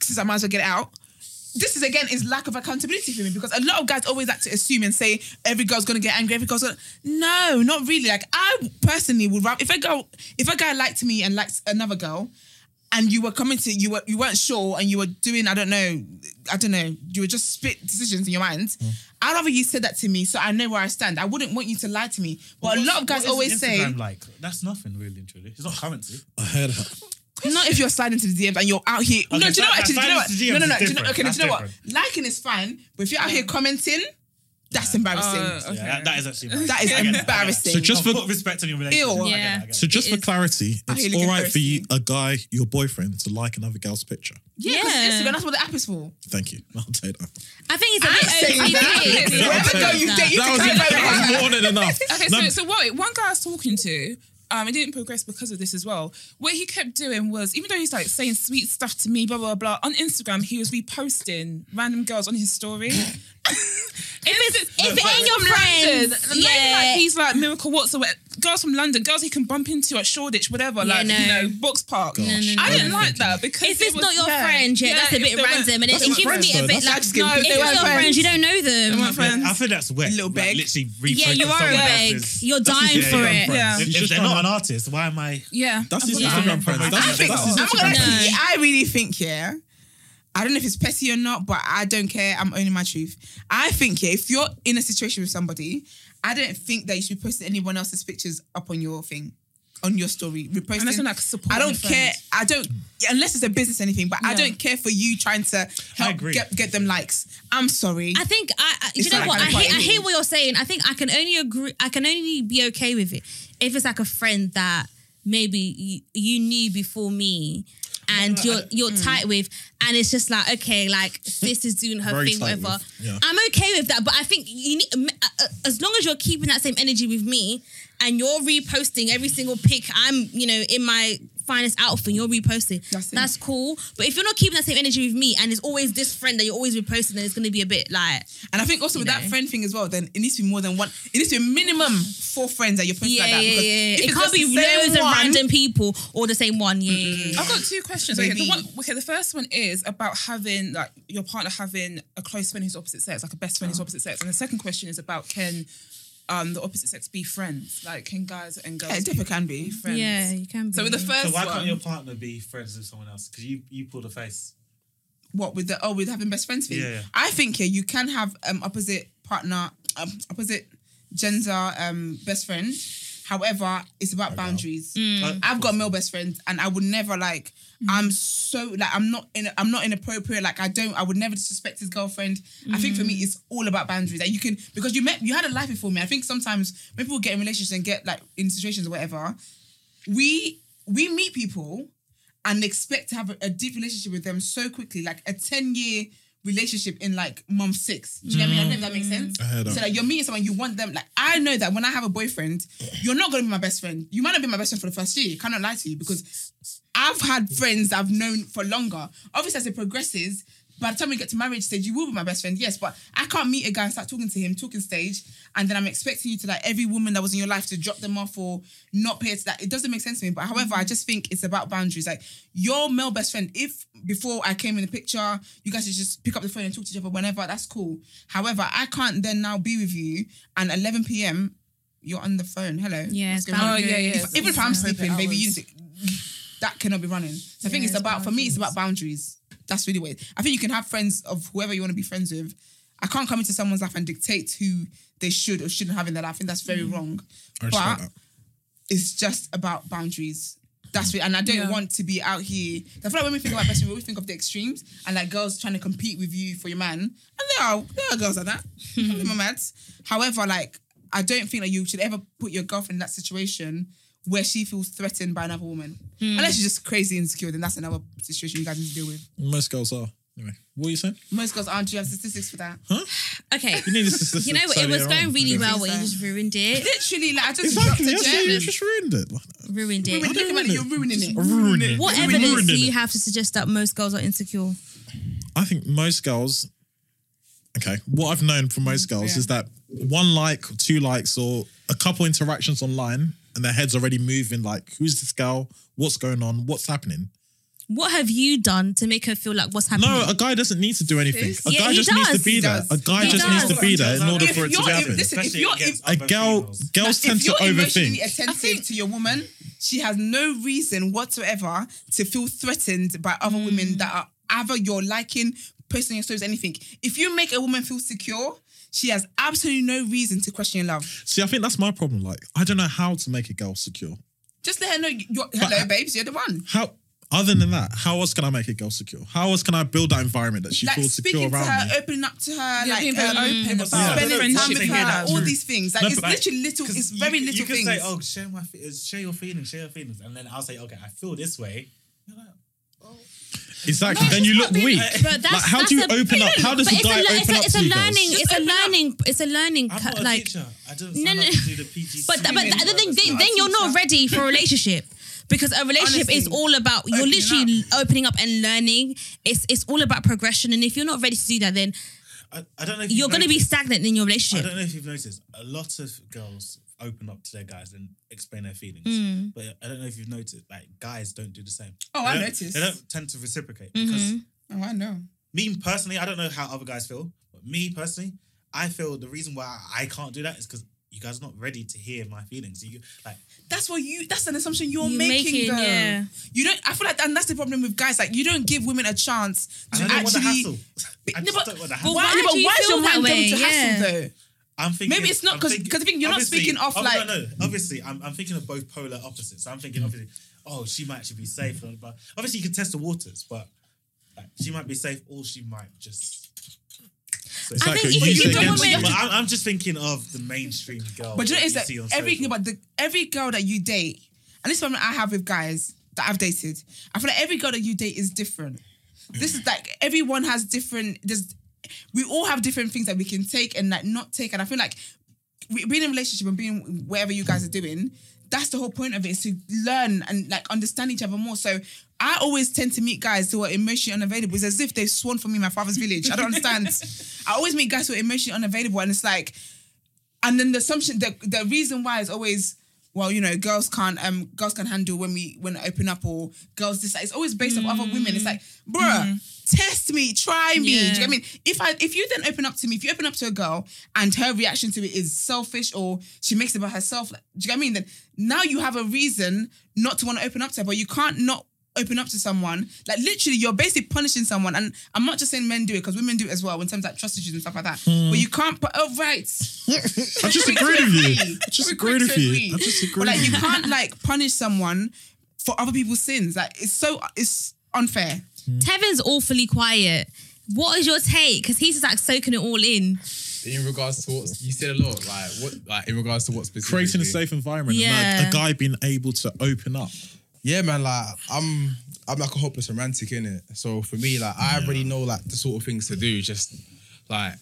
since I might as well get it out. This is again is lack of accountability for me because a lot of guys always like to assume and say every girl's gonna get angry. Every girl's gonna no, not really. Like I personally would rather if a girl if a guy liked me and liked another girl. And you were coming to you were you weren't sure and you were doing I don't know I don't know you were just spit decisions in your mind. Hmm. I'd rather you said that to me so I know where I stand. I wouldn't want you to lie to me. But a What's- lot of guys what is always say Instagram like that's nothing really and truly. It's not currency. I heard her. Not if you're sliding to the DMs and you're out here. Okay, no, do you know slide- what? Actually, do you know sliding to the what? No, DMs no, no. is Do you know, different. okay, do you That's know what? Liking is fine, but if you're out here commenting, that's embarrassing. Uh, Yeah, that- that is actually That is I get I get embarrassing. So just I'll for- put respect on your Ew. relationship. I get it, I get it. So just for clarity, I it's really all get right for you, a guy, your boyfriend, to like another girl's picture. Yeah, 'cause it's Instagram, that's what the app is for. Thank you. I'll take that. I think I'm saying that. Wherever girl you date, you That can was- come back that was with her. more than enough. Okay, No, so, so what one guy I was talking to, um, it didn't progress because of this as well. What he kept doing was, even though he's like saying sweet stuff to me, blah blah blah, on Instagram he was reposting random girls on his story. if it's, if it ain't your friends, yeah. like, he's like Miracle Watts or what- girls from London, girls he can bump into at Shoreditch, whatever, Yeah, like no. you know, Box Park. No, no, no, I didn't no. like that because If it's it was- not your friend, yeah, that's a if bit they weren't- random, and it, That's it not gives friends, me a though. bit That's like, actually- no, they if it's weren't not your friends, friends. you don't know I them. feel- I feel that's wet. Little beg. literally Yeah, you reposting are a someone beg. else's- You're That's dying his for Instagram it. friends. Yeah. If- He's If just they're trying not to- an artist, why am I? Yeah, That's his Yeah. Instagram friends. I That's, I his- think, that's his I'm Instagram gonna friends. say, I really think, yeah. I don't know if it's petty or not, but I don't care. I'm owning my truth. I think, yeah, if you're in a situation with somebody, I don't think that you should be posting anyone else's pictures up on your thing, on your story. Reposting. Unless you're, like, supporting I don't your care. I don't, unless it's a business or anything, but I Yeah. don't care for you trying to help get, get them likes. I'm sorry. I think I, I you It's know like what I I'm hear, I fighting. hear what you're saying. I think I can only agree. I can only be okay with it if it's like a friend that maybe you, you knew before me, and No, no, you're I- you're mm. tight with, and it's just like okay, like sis is doing her Very thing, tight whatever. with, yeah. I'm okay with that, but I think you need m- uh, uh, as long as you're keeping that same energy with me, and you're reposting every single pic. I'm you know in my finest outfit you're reposting that's, cool but if you're not keeping that same energy with me and it's always this friend that you're always reposting then it's going to be a bit like And I think also with that friend thing as well, then it needs to be more than one. It needs to be a minimum four friends that you're posting Yeah, like that. yeah, because yeah. if It it's can't just be the same loads of one- Mm-hmm. random people or the same one. Yeah, yeah, yeah. I've got two questions. Okay, the Maybe. one, okay, the first one is about having like your partner having a close friend who's opposite sex, like a best Oh. friend who's opposite sex, and the second question is about can um the opposite sex be friends? Like, can guys and girls? Yeah, it definitely can be. friends? Yeah, you can So with the first So why can't one, your partner be friends with someone else? Because you you pulled a face. what with the oh with having best friends thing. Yeah, yeah. I think yeah, you can have um opposite partner, um, opposite gender um best friend. However, it's about boundaries. Mm. Uh, I've got male best friends, and I would never like. I'm so like I'm not in I'm not inappropriate. Like I don't I would never disrespect his girlfriend. I think for me it's all about boundaries. That you can because you met you had a life before me. I think sometimes when people get in relationships and get like in situations or whatever, we we meet people and expect to have a, a deep relationship with them so quickly, like a 10 year relationship in like month six. Do you know what I mean? I don't know if that makes sense. I heard that. so like you're meeting someone, you want them. Like I know that when I have a boyfriend, you're not gonna be my best friend. You might not be my best friend for the first year. Cannot lie to you because I've had friends I've known for longer. Obviously, as it progresses, by the time we get to marriage stage, you will be my best friend, yes. But I can't meet a guy and start talking to him, talking stage, and then I'm expecting you to like every woman that was in your life to drop them off or not pay it to that. It doesn't make sense to me. But however, I just think it's about boundaries. Like your male best friend, if before I came in the picture, you guys should just pick up the phone and talk to each other whenever, that's cool. However, I can't then now be with you and 11 p.m. You're on the phone. Hello. Yeah, What's going on? Oh, yeah, yeah. If- even if I'm It's sleeping, appropriate baby, you hours. need to that cannot be running. So I think Yeah, it's it's about for me, it's about boundaries. That's really what it is. I think you can have friends of whoever you want to be friends with. I can't come into someone's life and dictate who they should or shouldn't have in their life. I think that's very wrong. I respect But that. it's just about boundaries. That's it. And I don't want to be out here. I feel like when we think about best friends, we always think of the extremes and like girls trying to compete with you for your man. And there are there are girls like that. Don't be mad. However, like I don't think that you should ever put your girlfriend in that situation where she feels threatened by another woman. Hmm. Unless she's just crazy insecure, then that's another situation you guys need to deal with. Most girls are. Anyway, what are you saying? Most girls aren't. Do you have statistics for that? Okay. You need a statistic, You know what? so It was you're going on. really Okay. well, but you just ruined it. Literally, like I just Exactly. dropped That's a why you gem. just ruined it. Ruined it. Ruined- look at it, you're ruining it. Ruined it. What Ruined it. evidence do Ruined you it. have to suggest that most girls are insecure? I think most girls. Okay, what I've known from most girls is that one like, two likes, or a couple interactions online, and their heads already moving. Like, who's this girl? What's going on? What's happening? What have you done to make her feel like what's happening? No, uh, a guy doesn't need to do anything. A Yeah, guy he just needs does. to be He there. A does. guy He just does. needs to be there in order If for it to you're- if- happen. listen, if you're- if- a girl, girls if tend to you're emotionally overthink. attentive to your woman, she has no reason whatsoever to feel threatened by other women that are either your liking, posting your stories, anything. If you make a woman feel secure, she has absolutely no reason to question your love. See, I think that's my problem. Like, I don't know how to make a girl secure. Just let her know you're hello, babes, you're the one. How? Other than that, how else can I make a girl secure? How else can I build that environment that she like feels secure speaking to around her, me? opening up to her, Yeah, like being very um, open about about spending time with friendship. her, all True. these things. Like No, it's but like- literally little, it's You- very you, little can things. say, "Oh, share my fe- share your feelings, share your feelings," and then I'll say, "Okay, I feel this way." uh, Exactly. then you look weak. But that's, like, how that's do you a- open up? How does But a guy it's a, open le- it's a, up it's to a you learning. girls? It's a learning. It's a learning. cu- like I don't. no, no. But but Women I don't think then, are then you're not ready for a relationship. Because a relationship is all about you're literally opening up and learning. It's it's all about progression. And if you're not ready to do that, then I, I don't know. If you're going to be stagnant in I your relationship. don't know if you've noticed. A lot of girls open up to their guys and explain their feelings, Mm. but I don't know if you've noticed. Like guys don't do the same. Hmm. Oh, They I don't- noticed. They don't tend to reciprocate because Oh, I know. me personally, I don't know how other guys feel, but me personally, I feel the reason why I can't do that is because you guys are not ready to hear my feelings. You like That's what you. That's an assumption you're, You're making. making, though. yeah. You don't. I feel like, and that's the problem with guys. Like you don't give women a chance to I don't want the actually. hassle. I No, just but, don't want but the hassle. why, why no, but do you why is feel your that man way? going to hassle Yeah. though? I'm thinking Maybe it's not I'm 'cause- thinking- 'cause I think you're not obviously- speaking off oh, like- no, no. Obviously, I'm, I'm thinking of both polar opposites. I'm thinking obviously, oh, she might actually be safe, blah, blah. obviously you can test the waters, but like, she might be safe or she might just. It's I like think a if you use don't against want- you. But I'm, I'm just thinking of the mainstream girl. But you know, that it's that see on everything social. about the every girl that you date, and this is something I have with guys that I've dated. I feel like every girl that you date is different. This is like everyone has different. There's we all have different things that we can take and like not take, and I feel like we- being in a relationship and being wherever you guys are doing. That's the whole point of it is to learn and like understand each other more. So I always tend to meet guys who are emotionally unavailable. It's as if they sworn for me in my father's village. I don't understand. I always meet guys who are emotionally unavailable, and it's like and then the assumption the, the reason why is always well you know girls can't um girls can handle when we when I open up or girls this it's always based off other women it's like bruh test me try me do you know what I mean if I if you then open up to me if you open up to a girl and her reaction to it is selfish or she makes it about herself like, do you know what I mean then now you have a reason not to want to open up to her but you can't not open up to someone like literally you're basically punishing someone and I'm not just saying men do it because women do it as well in terms of like, trust issues and stuff like that Hmm. but you can't put oh right I just agreed with you. I just agreed with you. I Quick just to agreed agree. Like with you you. can't like punish someone for other people's sins. Like it's so it's unfair. Tevin's awfully quiet. What is your take? Because he's just like soaking it all in. In regards to what you said a lot, like what, like in regards to what specifically Creating a safe environment and Yeah. like a guy being able to open up. Yeah, man. Like I'm, I'm like a hopeless romantic in it. So for me, like I already know like the sort of things to do. Just like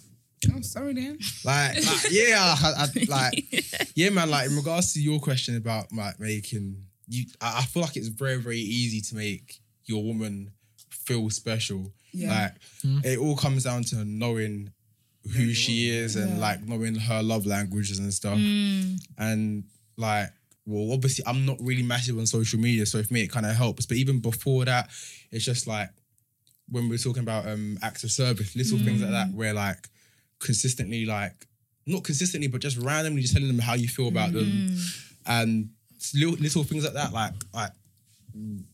I'm Oh, sorry, Dan. Like, like, yeah, I, I, like, yeah, man. Like, in regards to your question about like making you, I, I feel like it's very, very easy to make your woman feel special. Yeah. Like, it all comes down to knowing who she is and like knowing her love languages and stuff. And like, well, obviously, I'm not really massive on social media, so for me, it kind of helps. But even before that, it's just like when we are talking about um acts of service, little things like that, where like consistently, like not consistently, but just randomly just telling them how you feel about them, and s- little little things like that, like like. like, like,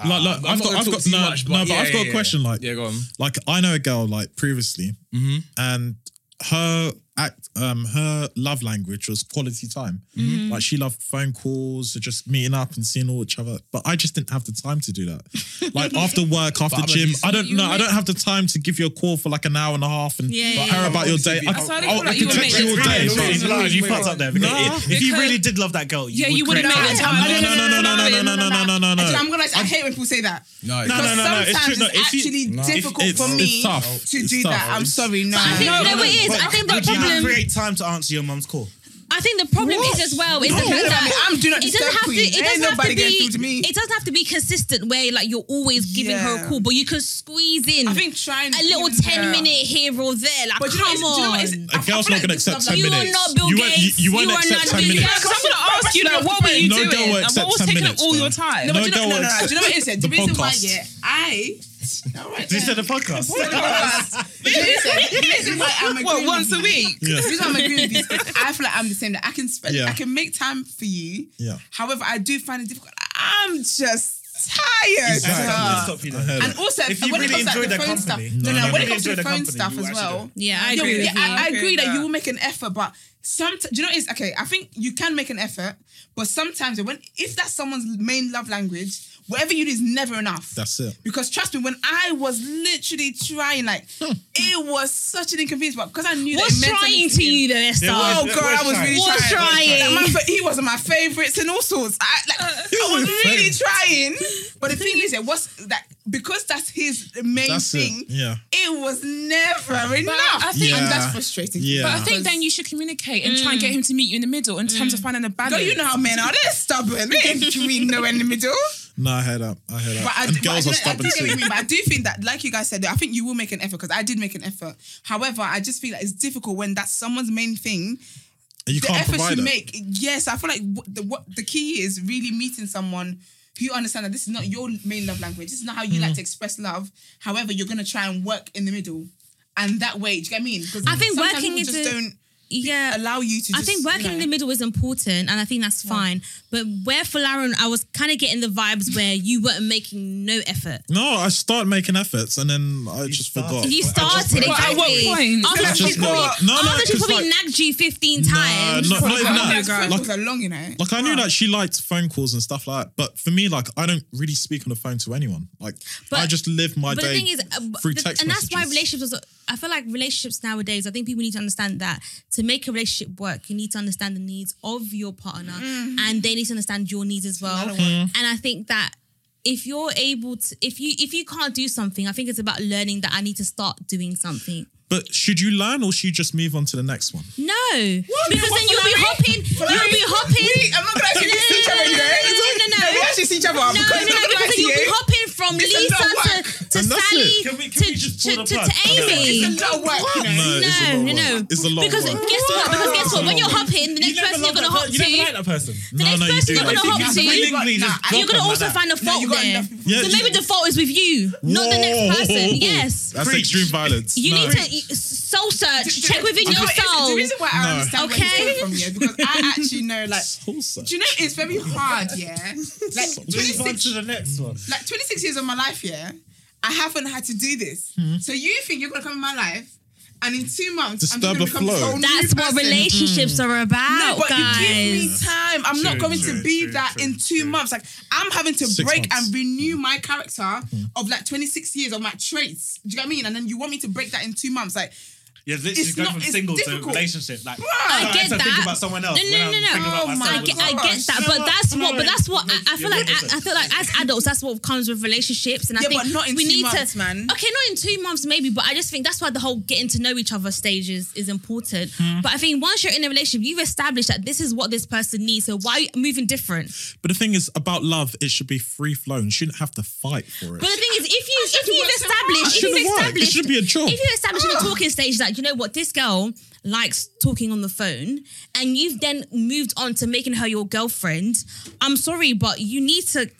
I'm I've not got, gonna I've talk got, too no, much, no, but yeah, I've got yeah, a question. yeah. Like, yeah, go on. Mm-hmm. like I know a girl like previously, and her act um her love language was quality time. Mm-hmm. Mhm. Like she loved phone calls, or just meeting up and seeing all each other. But I just didn't have the time to do that. Like after work, after But I'm a gym, decent- I don't you know. I were- don't have the time to give you a call for like an hour and a half and Yeah, yeah, her yeah. about your day. I, That's why I didn't oh, feel I like could you were text made you all to- day. Yeah, but- it's really lying. You Nah. fucked up there, because if- if you really did love that girl, you Yeah, would you would've create made that it time. happen. No, no, no, no, no, no, no, no, no, no, no, no. I'm gonna. I hate when people say that. No, because no, no, no, it's sometimes true, it's, no, if you- actually no. If- difficult it's- for it's me tough, to it's do tough, that. I'm it's- sorry, no. But I think- no, it is. I think the Would problem- you Um, create time to answer your mum's call. I think the problem What? is as well is No, the fact look at me, that I'm do not it doesn't disturb have to. queen. It doesn't Ain't have nobody to getting be. through to me. It doesn't have to be consistent where like you're always giving her Yeah. a call, but you could squeeze in. I think trying a little even- ten yeah. minute here or there. Like, But you know what come is- do you know what is- on. A girl's not going to accept 10 You minutes. are not Bill you won't, you- Gates. you won't are accept not 10 Bill minutes. Gates. Because I'm gonna ask you, like, what were you No doing? girl will Like, what accept was 10 taking up minutes, all though. your time? No, No but you girl know- will no, no, no, accept Do you know what it is? The, the The reason why, podcast. yeah, I. All right, This is a podcast. the reason why I'm What, agreeing with once a you- week? The Yeah. reason why I'm agreeing with you is 'cause I feel like I'm the same. That I can spend, Yeah. I can make time for you. Yeah. However, I do find it difficult. I'm just tired. Exactly. Yeah. Stop you there. And also, If you when really it comes to enjoy like, the the phone company- stuff, no, No, no, no, when you it comes to the enjoy the phone company, stuff you as actually well. do. Yeah, I agree yeah, with you. I, I I agree agree with that you that. will make an effort, but sometimes, do you know what it is? Okay, I think you can make an effort, but sometimes when if that's someone's main love language, whatever you do is never enough. That's it. Because trust me, when I was literally trying, like it was such an inconvenience. But because I knew What's that it meant trying to you, though, Esther? Yeah, Oh what- God, I what's was trying? really What's trying. trying? Like, my fa- he was my favorites and all sorts. I, like, I was really trying. But the thing is, it was that because that's his main That's thing. it. Yeah. It was never enough, I think- and Yeah. that's frustrating. Yeah. But I think then you should communicate and try and get him to meet you in the middle in terms of finding a balance. Girl, Mm. you know how men are. They're stubborn. They ain't between nowhere in the middle. No, I heard up. I heard up. But I, and but girls I, do- I are do get stubborn what too. you mean, but I do think that, like you guys said, I think you will make an effort because I did make an effort. However, I just feel like it's difficult when that's someone's main thing. And you the can't efforts provide you it. make, yes, I feel like what the, what the key is really meeting someone who understand that this is not your main love language. This is not how you like Hmm. to express love. However, you're gonna try and work in the middle, and that way, do you get what I mean? 'Cause I think sometimes working people just into- don't yeah allow you to. I just, think working you know, in the middle is important, and I think that's fine. But where for Lauren, I was kind of getting the vibes where you weren't making no effort. No, I started making efforts and then I just forgot. You I just started forgot. exactly. After I she just probably, forgot. No, no, after she because probably like, nagged you fifteen Nah, times. not- not even that. phone Like- calls are long, you know. like I knew that she liked phone calls and stuff like that. But for me, like I don't really speak on the phone to anyone. Like I just live my but day the thing is, uh, b- through the- text and that's messages. why relationships. Are, I feel like relationships nowadays. I think people need to understand that to make a relationship work, you need to understand the needs of your partner, Mm. and they need to understand your needs as well. Another one. And I think that if you're able to, if you if you can't do something, I think it's about learning that I need to start doing something. But should you learn or should you just move on to the next one? No, because then you'll be hopping. You'll be hopping. We- I'm not gonna actually No, see each other, you know? no, No, no, no, No, no. we actually see each other, No, no, because no, it's not because like you'll be you. hopping from It's a Lisa lot of to, work. to And that's it. Sally Can to, to, to, Amy. It's a lot of work, you know. No, it's a lot No, of no, work. no. It's a lot of Because work. guess what? Because guess It's a what? lot When of you're work. hopping, the next person you're gonna hop You never like to. that person. The next person you're gonna hop to, Willingly you're drop gonna them also like that. find a fault you got there. enough Yeah, So you- maybe the fault is with you, not the next person. Yes. That's extreme violence. You No. need to soul search, check within Do you know what it is? yourself. The reason why I No. understand where Okay. you're coming from, yeah, because I actually know, like, do you know it's very hard, yeah. Like Move on 26, to the next one. like 26 years of my life, yeah. I haven't had to do this. So you think you're gonna come in my life, and in two months, Disturb I'm the just gonna become this flow. whole That's new what person. Mm. relationships are about, No, but you give me guys. time. I'm not True, going true, to be that in two months. Like I'm having to Six break months. and renew my character of like 26 years of my traits. Do you get what I mean? And then you want me to break that in two months, like. You're literally It's going not- from it's single to difficult. relationship. Like, I I get have to that. think about someone else. when No, no, I'm no, thinking about no, no. myself I as get, well. I get that, You know but what? that's No, what. But no, that's what. I, I you're feel like. innocent. I, I feel like as adults, that's what comes with relationships, and I Yeah, think but not in we two need months, to. man. Okay, not in two months, maybe, but I just think that's why the whole getting to know each other stage is, is important. Hmm. But I think once you're in a relationship, you've established that this is what this person needs. So why are you moving different? But the thing is, about love, it should be free flowing. You shouldn't have to fight for it. But the thing is, if you if you've worked so hard. established, if Shouldn't you've work. It established, should be a job. If you establish in the talking stage that you know what this girl likes talking on the phone, and you've then moved on to making her your girlfriend, I'm sorry, but you need to.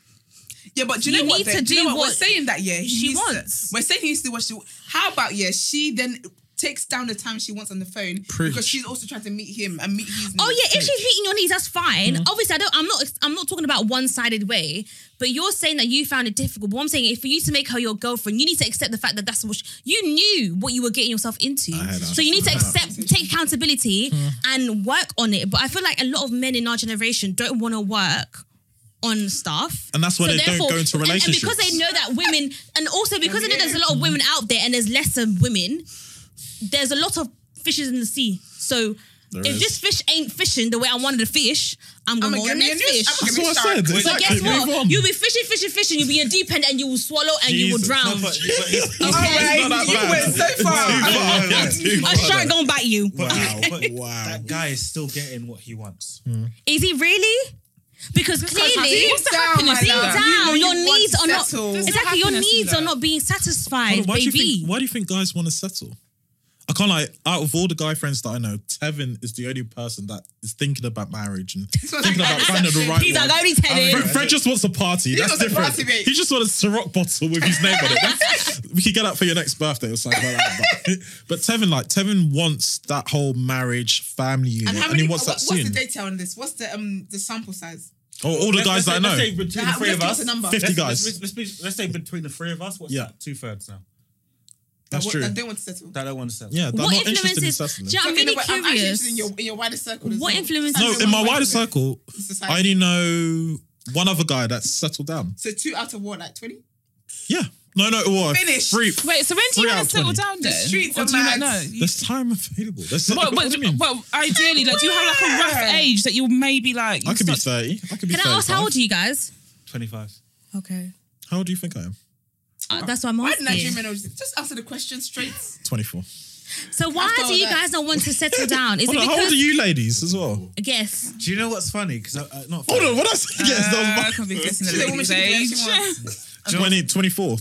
Yeah, but do you, know what? need though? to do do you know what? what We're saying that yeah, she needs to- wants. we're saying he needs to do what she. How about yeah, she then takes down the time she wants on the phone Preach. because she's also trying to meet him and meet his. Oh needs. yeah, if she's hitting your knees, that's fine. Mm. Obviously, I don't. I'm not. I'm not talking about one sided way. But you're saying that you found it difficult. But what I'm saying is, for you to make her your girlfriend, you need to accept the fact that that's what she, you knew what you were getting yourself into. had that. So you need to I had that accept, take accountability, and work on it. But I feel like a lot of men in our generation don't want to work on stuff, And that's why they don't therefore- go into and- And, relationships. because they know that women, and also because they know there's a lot of women out there, and there's lesser women. There's a lot of fishes in the sea, so. There if is. this fish ain't fishing the way I wanted to fish, I'm gonna I'ma go get on the me a next new- fish. I'ma get That's me a what I shark. said, So exactly, guess what? move on. You'll be fishing, fishing, fishing. You'll be in deep end and you will swallow and you will Jesus. drown. No, but- but okay? it's- it's not that You bad. went so far. Too far, yeah, too far. A shark gonna bite you. Wow. But That guy is still getting what he wants. Is he really? Because not clearly, happiness. What's the happiness deep in that? You know down, you your want needs to are not settle. There's no exactly. Your happiness in needs are that. not being Hold on, satisfied, why, do you baby. think, why do you think guys want to settle? I can't like out of all the guy friends that I know, Tevin is the only person that is thinking about marriage and thinking about finding the right He's one. like, "Only Tevin." Fred, Fred just wants a party. He That's wants a different. party, mate. he just wants a Ciroc bottle with his name on it. That's- we could get that for your next birthday or something like that. But, but Tevin, like Tevin, wants that whole marriage family unit, And and, how many? he What's, wants that what's soon. the data on this? What's the um the sample size? Oh, all the Let's- guys let's that I say- know. Let's say between the Nah, let's three of give us. us a number. let's- 50 let's- guys. Let's let's- let's say between the three of us, what's Yeah. that? Two thirds now. That's That true. wa- That don't want to settle. That don't want to settle. Yeah, that I'm What not interested in influences- settling. Do you know, I'm Okay, no, really but I'm actually curious. interested in your in your wider circle. What influences? no, in my wider circle, Society. I only know one other guy that's settled down. So two out of what, like twenty? Yeah. No, no, it was Finish. Three, Wait, so when do three you want out to of settle 20. down The then? streets or are do you not mad. know? There's time available. There's Well, what do you well, mean? well, ideally, like, do you have like a rough age that you'll maybe like? I could be 30. I could be Can I ask 35. how old are you guys? 25. Okay, How old do you think I am? Uh, that's why I'm Why didn't I asking. dream and I was just answer the question straight? 24. So why After all do you that. guys not want to settle down? Is it Hold on, how old because? are you ladies as well? Yes. Do you know what's funny? Because I, I not. Hold on, what I said? Yes, that was uh, my- I could be guessing the lady's age. Okay. 20, 24.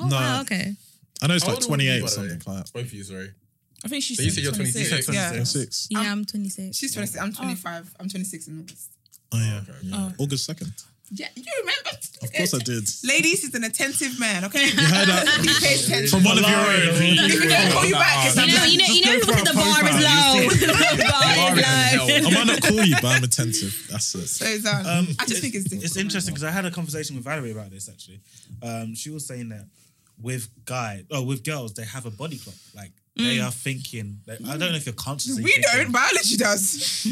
no, Oh, okay. I know it's How like old are 28 you, or by the something like that. Both of you, sorry. I think she So you said said you're 26. 26. Yeah. Oh, 26. Yeah, I'm 26. She's 26. Oh. I'm 25. I'm 26 in August. Oh, yeah. yeah. August 2nd. Yeah, you remember? Of course I did. Ladies is an attentive man, okay? You heard that? he pays attention. From one of your own. If we don't call you back, it's You know, like- you know, you know, who said the bar is low. The bar is low. I might not call you, but I'm attentive. That's it. Um, I just think it's it's interesting because I had a conversation with Valerie about this actually. Um, she was saying that with guy, oh, with girls, they have a body clock. Like they Mm. are thinking. Like, I don't know if you're consciously. We thinking- don't. Biology does.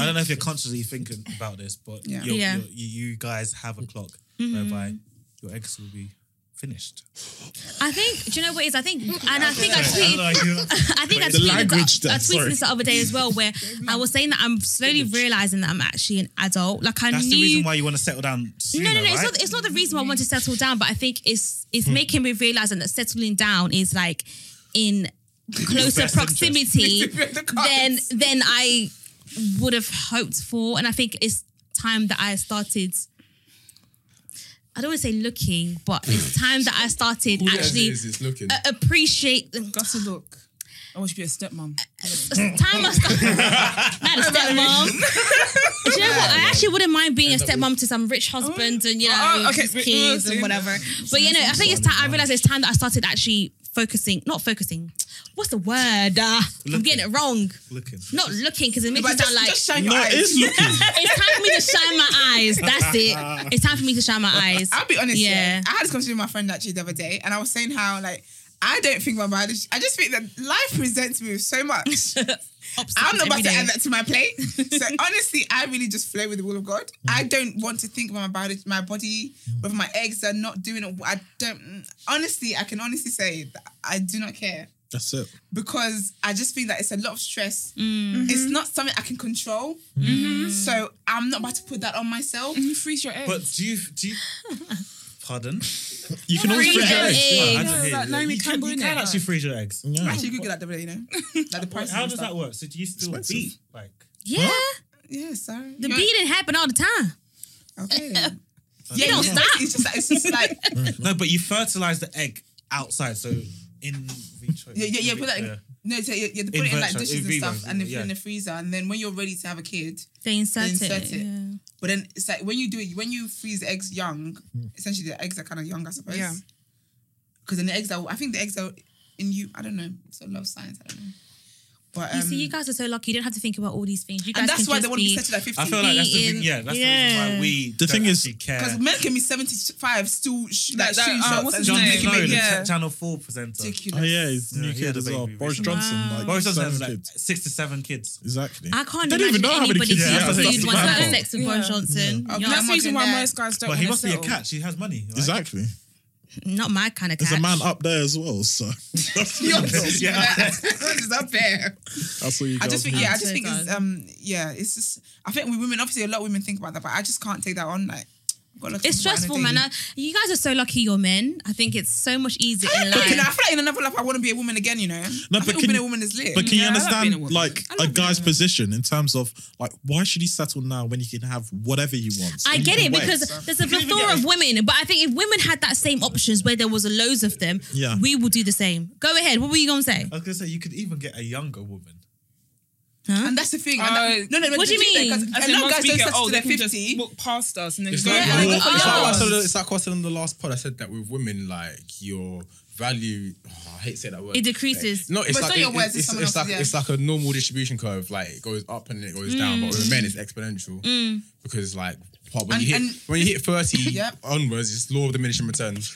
I don't know if you're consciously thinking about this, but Yeah. you're- Yeah. Mm-hmm. you're- you you guys have a clock Mhm. whereby your eggs will be finished. I think. Do you know what it is? I think, and I think I Sorry, tweeted. I don't know, I think I The tweeted, language that, there, I tweeted sorry. this the other day as well, where I was saying that I'm slowly realizing that I'm actually an adult. Like I That's knew. the reason why you want to settle down sooner, no, no, no. It's, right? not, it's not the reason why I want to settle down, but I think it's it's Hmm. making me realizing that settling down is like in closer best proximity interest. than than I would have hoped for, and I think it's time that I started. I don't want to say looking, but it's time that I started actually uh, it's looking. a- appreciate them. Got to look. I want you to be a stepmom. Time I start. Not a stepmom. Do you know what? I actually wouldn't mind being a stepmom to some rich husband and you know Oh, okay. his Mm, Wait, kids oh, and so- whatever. But you know, I think it's time. I realized it's time that I started actually focusing. Not focusing. What's the word? Uh, I'm getting it wrong. Looking. Not looking because it makes But me just- sound like just shine your No, it eyes. is looking. it's time for me to shine my eyes. That's it. It's time for me to shine my eyes. I'll be honest. Yeah. Yeah. I had this conversation with my friend actually the other day, and I was saying how like I don't think my biology. I just think that life presents me with so much. I'm not about every to day. add that to my plate. so honestly, I really just flow with the will of God. I don't want to think about my biology, my body, whether my eggs are not doing it. I don't. Honestly, I can honestly say that I do not care That's it. because I just feel that it's a lot of stress. Mm-hmm. Mhm. It's not something I can control. Mhm. So I'm not about to put that on myself. Mm-hmm. You freeze your eggs. But do you do you? Pardon. You can always Freeze freeze your your eggs. eggs. Oh, I didn't hear Like you. Naomi you can, Campbell, you innit? can actually freeze your eggs. Actually, Google that the you know. Like the prices How and does stuff. that work? So do you still beat? Like Yeah. Yeah, sorry. The You're- beating happen all the time. Okay. They don't Yeah. stop. It's just like, it's just like no, but you fertilize the egg outside, so in vitro. yeah, yeah, yeah. Put that in, Yeah. no, so you, you put it in like Inverter, dishes and in stuff, vivo, and then put it yeah. in the freezer, and then when you're ready to have a kid, They insert, insert it. it. yeah. But then it's like when you do it, when you freeze eggs Hmm. young, essentially the eggs are kind of young, I suppose. Yeah. Because then the eggs are, I think the eggs are in you. I don't know. So love science. I don't know. But um, you see, you guys are so lucky. You don't have to think about all these things. You guys and that's can why just they want to be be settled at 50. I feel like that's the thing. Yeah, that's the reason why we. The thing is, Because men can be 75 still sh- like, Like that, shoe uh, shots what's and his still name? making No, babies. the Yeah. Ch- Channel Four presenter. Ridiculous. Oh, yeah, he's new Yeah, he kid had a as well. baby Boris recently. Johnson. Like, Boris Johnson seven has like kids. six to seven kids. Exactly. I can't They don't even imagine know how many anybody kids who he has. who's That's dude the wants to problem. have sex with Boris Johnson. "Mm, Yeah. You know, That's I'm the watching reason why that. most guys don't But he wanna must be a settle. cat. She has money. Right? Exactly. Not my kind of cat. There's a man up there as well, so yeah. Is that fair? that's all you I girls just think, need. yeah, I just think it's, um, yeah, it's just, I think we women, obviously a lot of women think about that, but I just can't take that on. Like, I've got a lot of It's people that stressful, are man. dating. I, you guys are so lucky you're men. I think it's so much easier in You know, I life. feel like in another life I want to be a woman again. You know, No, I but think can being you- a woman is lit. But can you Yeah, I love being a understand, woman. like, a guy's position in terms of, like, why should he settle now when he can have whatever he wants? I and he get it can wait? because there's a plethora of women, but I think if women had that same options where there was a loads of them, Yeah. we would do the same. Go ahead. What were you gonna say? I was gonna say you could even get a younger woman. And that's the thing. and that- Uh, no, no, no. what do you the thing is, mean? because A As in, lot of once guys we don't get settle old, till they they're can 50. just walk past us and then It's just like, go. Yeah, it's yeah, like yeah. what I said- it's like what I said on the last pod. I said that with women, like your value. oh, I hate to say that word. It decreases. No, it's But like it's not your it- words, it's it's, it's, someone like else's, yeah. it's like a normal distribution curve. Like it goes up and then it goes down. But with men, it's exponential because like what, Mm. when And- you hit and- when you hit thirty Yep. Mm. onwards, it's law of diminishing returns.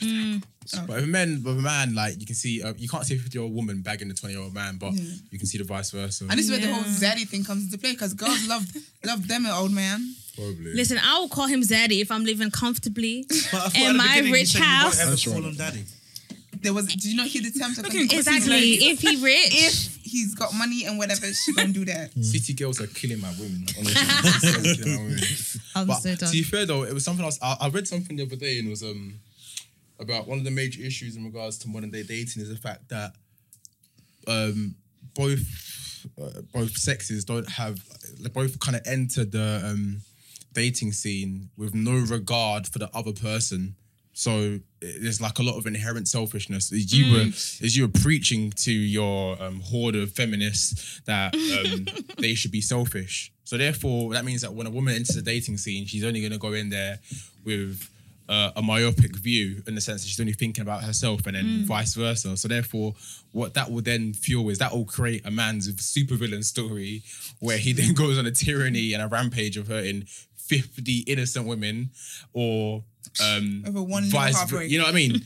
But if a man, with a man, like you can see, uh, you can't see a fifty-year-old woman bagging a twenty-year-old man, but you can see the vice versa. And this is where the whole zaddy thing comes into play because girls love love them an old man. probably. Listen, I will call him Zaddy if I'm living comfortably But I thought at in the my beginning you rich said you won't house. ever call him daddy. There was. Did you not hear the terms? Of Exactly. If he rich, If he's got money and whatever, she gonna do that. City girls are killing my women. Honestly, They're killing my women. I'm But so to done. be fair though, it was something else. I, I read something the other day and it was um about one of the major issues in regards to modern day dating is the fact that um both uh, both sexes don't have they both kind of enter the um dating scene with no regard for the other person. So it- there's like a lot of inherent selfishness. As you were as you were preaching to your um, horde of feminists that um, they should be selfish. So therefore, that means that when a woman enters the dating scene, she's only going to go in there with uh, a myopic view in the sense that she's only thinking about herself, and then Mm. vice versa. So therefore, what that will then fuel is that will create a man's supervillain story where he then goes on a tyranny and a rampage of hurting 50 innocent women or um Over one little vice heartbreak. you know what I mean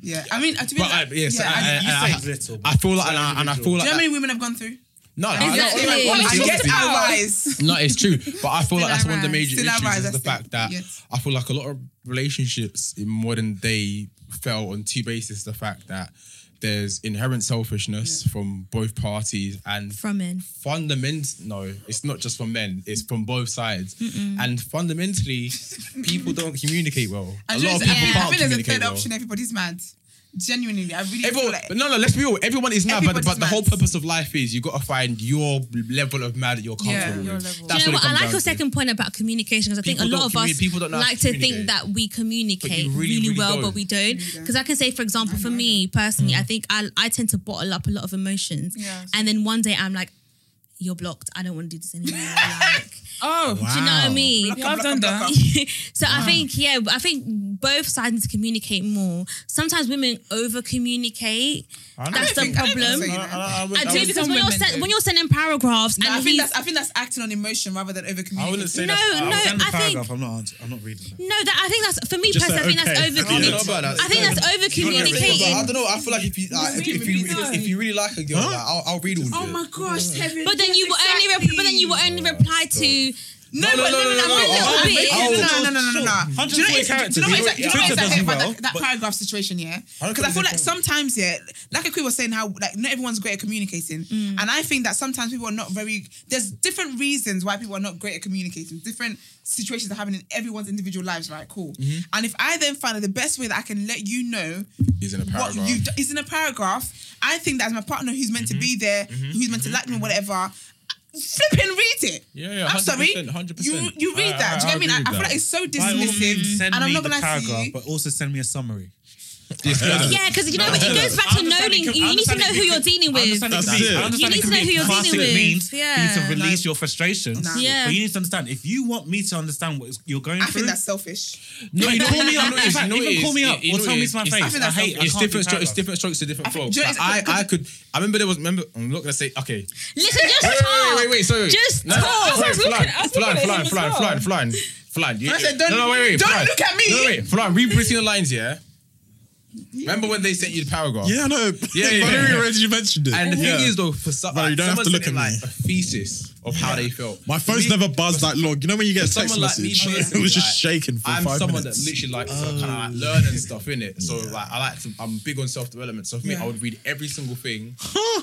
Yeah. I mean, uh, to be but I, honest, yes yeah, I, I- I, I, You say little. I feel like and I, and I feel do you like know how that- many women have gone through? no no, Exactly. no, no, Well, I honestly, get honestly. our eyes. No, it's true. But I feel like that's one of the major Still issues alright, is the that's fact it. that Yes. I feel like a lot of relationships in modern day fell on two bases: the fact that there's inherent selfishness from both parties and from in. fundament no it's not just from men it's from both sides and fundamentally people don't communicate well And a you lot know, of people I can't feel there's a communicate third well option. Everybody's mad. Genuinely, I really feel Everyone, like. no, no. Let's be real. Everyone is mad, but, Everybody's but the mad. whole purpose of life is you got to find your level of mad that you're Yeah, comfortable your with. level. That's you know what, what? it comes I like down your to. second point about communication because I think a People lot don't of commu- us people don't know how to like to think communicate. that we communicate But you really, really, really well, don't. but we don't. don't. Because I can say, for example, for me personally, I think I, I tend to bottle up a lot of emotions, Yeah. and then one day I'm like, "You're blocked. I don't want to do this anymore." like, Oh, do you know what I mean? yeah, I've done that. so I think yeah, I think both sides need to communicate more. Sometimes women over communicate. That's the think- I don't problem. think so, you know. I do because some when you're women sen- do. when you're sending paragraphs No, and I think he's- that's I think that's acting on emotion rather than over I communicating. wouldn't say No, that's. no, I'll send the I think- paragraph. I'm not. ans- I'm not reading that. No, that I think that's for me Just personally. say, I think that's "Okay." I don't I don't over know know communicating. about that. I think that's over I communicating. don't know. I feel like if you like, if, you- if you really, if you really like a girl, like, I'll, I'll read all of Oh it. gosh, Kevin. But then you will only rep- but then you will only reply to No, no, no, no, Oh, no, no, no, no, no, no, no, no, no, no. Do you know what it's- do you know what it's- do you know what Twitter it's I hate does about well, that- that paragraph situation? Yeah, because I feel like sometimes, yeah, like Akui was saying, how like not everyone's great at communicating, and I think that sometimes people are not very. There's different reasons why people are not great at communicating. Different situations are happening in everyone's individual lives, right? Cool. Mm-hmm. And if I then find that the best way that I can let you know He's in a what paragraph. you is in a paragraph. I think that as my partner who's meant Mm-hmm. to be there, who's meant to like me, whatever. Flipping read it. Yeah, yeah, I'm sorry. 100%, You you read I- that. Do you know what I I mean? I, agree I feel with like it's so By all means, dismissive, send and I'm me not the gonna lie to paragraph, you. but also send me a summary. Yeah, because you know it goes back to knowing. You need to know who you're dealing with. You need to know who you're dealing with. You need to Yeah. release your frustrations. Nah. Yeah. But you need to understand if you want me to understand what you're going I think through. that's selfish. No, you call me up. You know it In is, fact, you know it even is, call me up you or know tell it me is. to my It's- face. I hate. I can't It's different do strokes. paragraphs. Different strokes to different think- folks. do you know Like, I, it's- I could. I remember there was. Remember, I'm not gonna say. Okay. Listen, just wait, talk. Wait, wait, wait. Sorry. Just No, Sorry, talk. I was Flan, looking- I was looking Flan, at Flan, him as Flan, well. Flan, Flan, Flan. You- I said, don't- no, no, wait, wait. don't Flan. look at me. No, no, wait, Flan. Read between the lines, yeah. Remember when they sent you the paragraph? Yeah, I know. Yeah, yeah. Valerie already mentioned it. And the thing Yeah. is, though, for some, Valerie, you don't have to look at me. like, a thesis of how they felt. My phone's never buzzed that long. You know when you get a text someone like me message, it personally, was just like, shaking for I'm five someone minutes. that literally Oh, likes to kind of like learn and stuff in it. So like I like to, I'm big on self development. So for me, Yeah. I would read every single thing.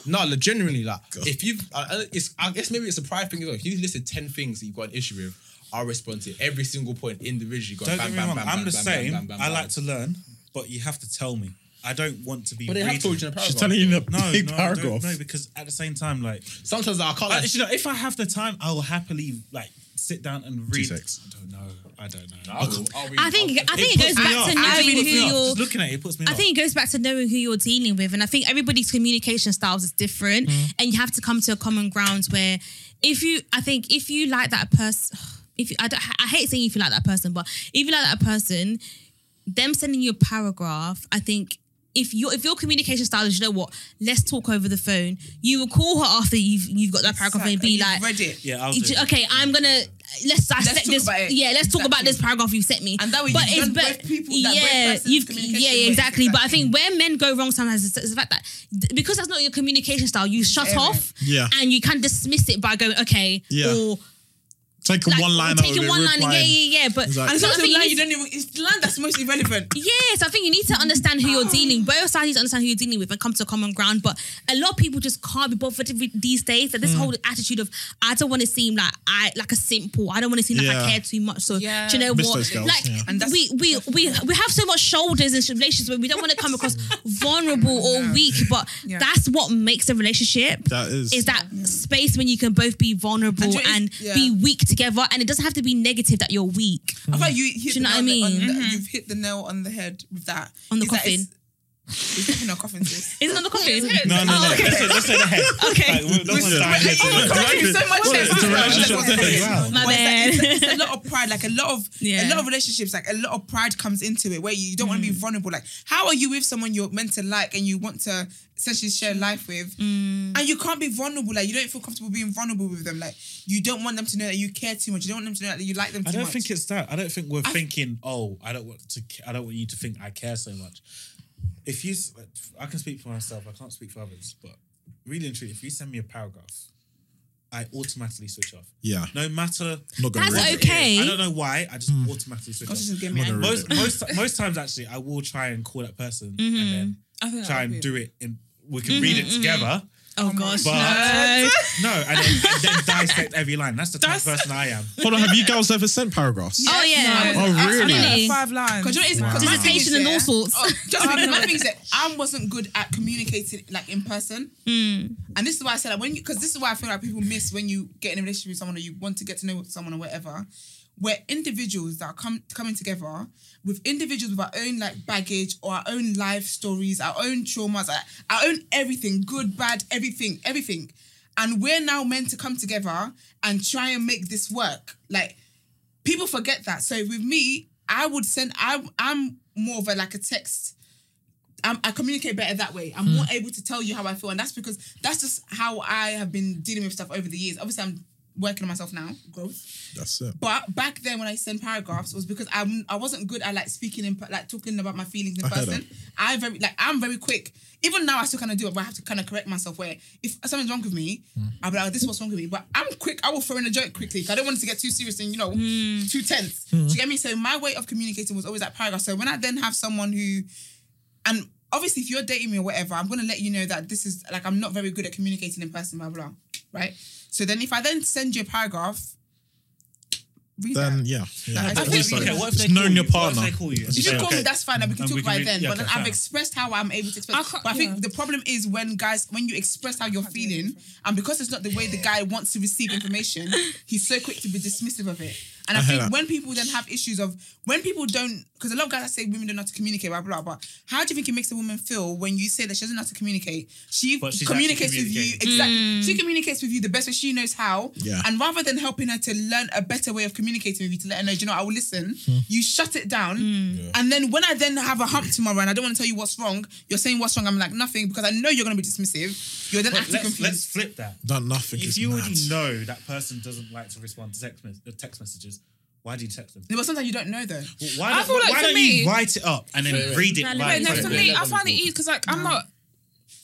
no, like, genuinely, like if you, uh, it's I guess maybe it's a pride thing as well. If you listed ten things that you've got an issue with, I'll respond to every single point individually. Go Don't bam, get me bam, wrong. bam, I'm bam, the bam, same. bam, bam, I bam, like to learn, but you have to tell me. I don't want to be. But they have reading. told you in a She's telling you in a no, big no, I don't- paragraph. No, because at the same time, like sometimes I can't. I, like- you know, if I have the time, I will happily like sit down and read. I don't know. I don't know. I will- I'll I think I think it goes puts me back off. to It knowing really who puts me off. you're. Just looking at it, it puts me I off. think it goes back to knowing who you're dealing with, and I think everybody's communication styles is different, and you have to come to a common ground where, if you, I think if you like that person, if you, I, don't, I hate saying if you like that person, but if you like that person, them sending you a paragraph, I think. If your if your communication style is you know what, let's talk over the phone. You will call her after you've you've got that paragraph and be like, read it. Yeah, I'll you do ju- it. okay, I'm gonna let's dissect talk this. about it. Yeah, let's talk about this paragraph you sent me. And that way but you've it's done be- both people- that both yeah, person's you've communication yeah, yeah ways, exactly. But I think where men go wrong sometimes is, is the fact that th- because that's not your communication style, you shut Yeah. off Yeah. and you can dismiss it by going okay Yeah. or Take like, one line or out of taking it, one line. Yeah, replying. yeah, yeah. But Exactly. And so I sometimes think the you line need- you don't even, it's the line that's most irrelevant. Yes, I think you need to understand who you're dealing. Both sides need to understand who you're dealing with and come to a common ground. But a lot of people just can't be bothered with these days. That this Mm. whole attitude of I don't want to seem like I like a simple. I don't want to seem like I Yeah. care too much. So Yeah. do you know Miss what? those girls, like yeah. And that's we we we we have so much shoulders in relationships, but we don't want to come across vulnerable or weak. But Yeah. that's what makes a relationship. That is- is that space when you can both be vulnerable And and, you- be weak together. And it doesn't have to be negative that you're weak. Mm. I thought you Um, do hit you the know nail what I on the- mean? on the- You've hit the nail on the head with that. On the Is that coffin. it's- It's definitely not a coffin, sis. Is it on the coffin? Oh, No, no, no. Let's say- let's say the head. Okay. Like, we- don't wanna die here Oh my today. God, thank you so much. Well, it's a relationship thing. Well, it's like- It's, a- it's a lot of pride. Like a lot of Yeah. Mm. a lot of relationships. Like a lot of pride comes into it where you don't want to be vulnerable. Like how are you with someone you're meant to like and you want to essentially share life with, Mm. and you can't be vulnerable. Like you don't feel comfortable being vulnerable with them. Like you don't want them to know that you care too much. You don't want them to know that you like them too I don't much. think it's that. I don't think we're thinking. Oh, I don't want to. ca- I don't want you to think I care so much. If you, s- I can speak for myself. I can't speak for others. But really and truly, if you send me a paragraph, I automatically switch off. Yeah. No matter. Not gonna what read it it. is. I don't know why. I just Hmm. automatically switch off. Conscious is getting me angry. most most most times actually, I will try and call that person Mhm. and I then think try that'd and be- do it. In we can Mhm, read it mhm. together. Oh gosh, But no, no. and then, and then dissect every line. That's the type of person I am. Hold on, have you girls ever sent paragraphs? Oh yeah. No. Oh, really? Five lines. Because you know, it's- 'cause my thing is, Dissertation and yeah, all sorts. Oh, just because my thing is that I wasn't good at communicating like in person, and this is why I said that when you because this is why I feel like people miss when you get in a relationship with someone or you want to get to know someone or whatever. We're individuals that are come coming together with individuals with our own like baggage or our own life stories, our own traumas, our, our own everything, good, bad, everything, everything, and we're now meant to come together and try and make this work. Like people forget that. So with me, I would send. I I'm more of a like a text. I'm, I communicate better that way. Hmm. I'm more able to tell you how I feel, and that's because that's just how I have been dealing with stuff over the years. Obviously, I'm working on myself now, growth. That's it. But back then, when I send paragraphs, was because I'm I wasn't good at like speaking in like talking about my feelings in I heard person. I very like I'm very quick. Even now, I still kind of do it, but I have to kind of correct myself. Where if something's wrong with me, Hmm. I'll be like, "This is what's wrong with me." But I'm quick. I will throw in a joke quickly. 'cause I don't want it to get too serious and you know too tense. Hmm. Do you get me? So my way of communicating was always that paragraph. So when I then have someone who and obviously if you're dating me or whatever, I'm gonna let you know that this is like I'm not very good at communicating in person, blah blah, blah right? So then if I then send you a paragraph, read Then that. yeah, yeah. I think- It's like- okay, what if it's they knowing your call you? What if partner. they call you? You should call me, that's fine, and we can And talk we can about it read- then. yeah, but then okay, I've fair. expressed how I'm able to express. but I think the problem is when guys, when you express how you're feeling, and because it's not the way the guy wants to receive information, he's so quick to be dismissive of it. And I, I hear think that. when people then have issues of when people don't, because a lot of guys say women don't know how to communicate, blah blah. blah. But how do you think it makes a woman feel when you say that she doesn't know how to communicate? She But she's communicates actually with you communicating. exactly. Mm. She communicates with you the best way she knows how. Yeah. And rather than helping her to learn a better way of communicating with you, to let her know, "Do you know, what? I will listen. Hmm. You shut it down. And then when I then have a hump tomorrow and I don't want to tell you what's wrong, you're saying what's wrong. I'm like nothing because I know you're going to be dismissive. You're then But acting let's, confused. let's flip that. Done nothing. If is you mad. already know that person doesn't like to respond to text, mes- uh, text messages, why do you text them? No, But sometimes you don't know though. Well, Why, I don't- feel like why for don't me- you write it up and then Yeah. read it? Valid- like- no, for me, I Yeah. find it easy because like I'm not.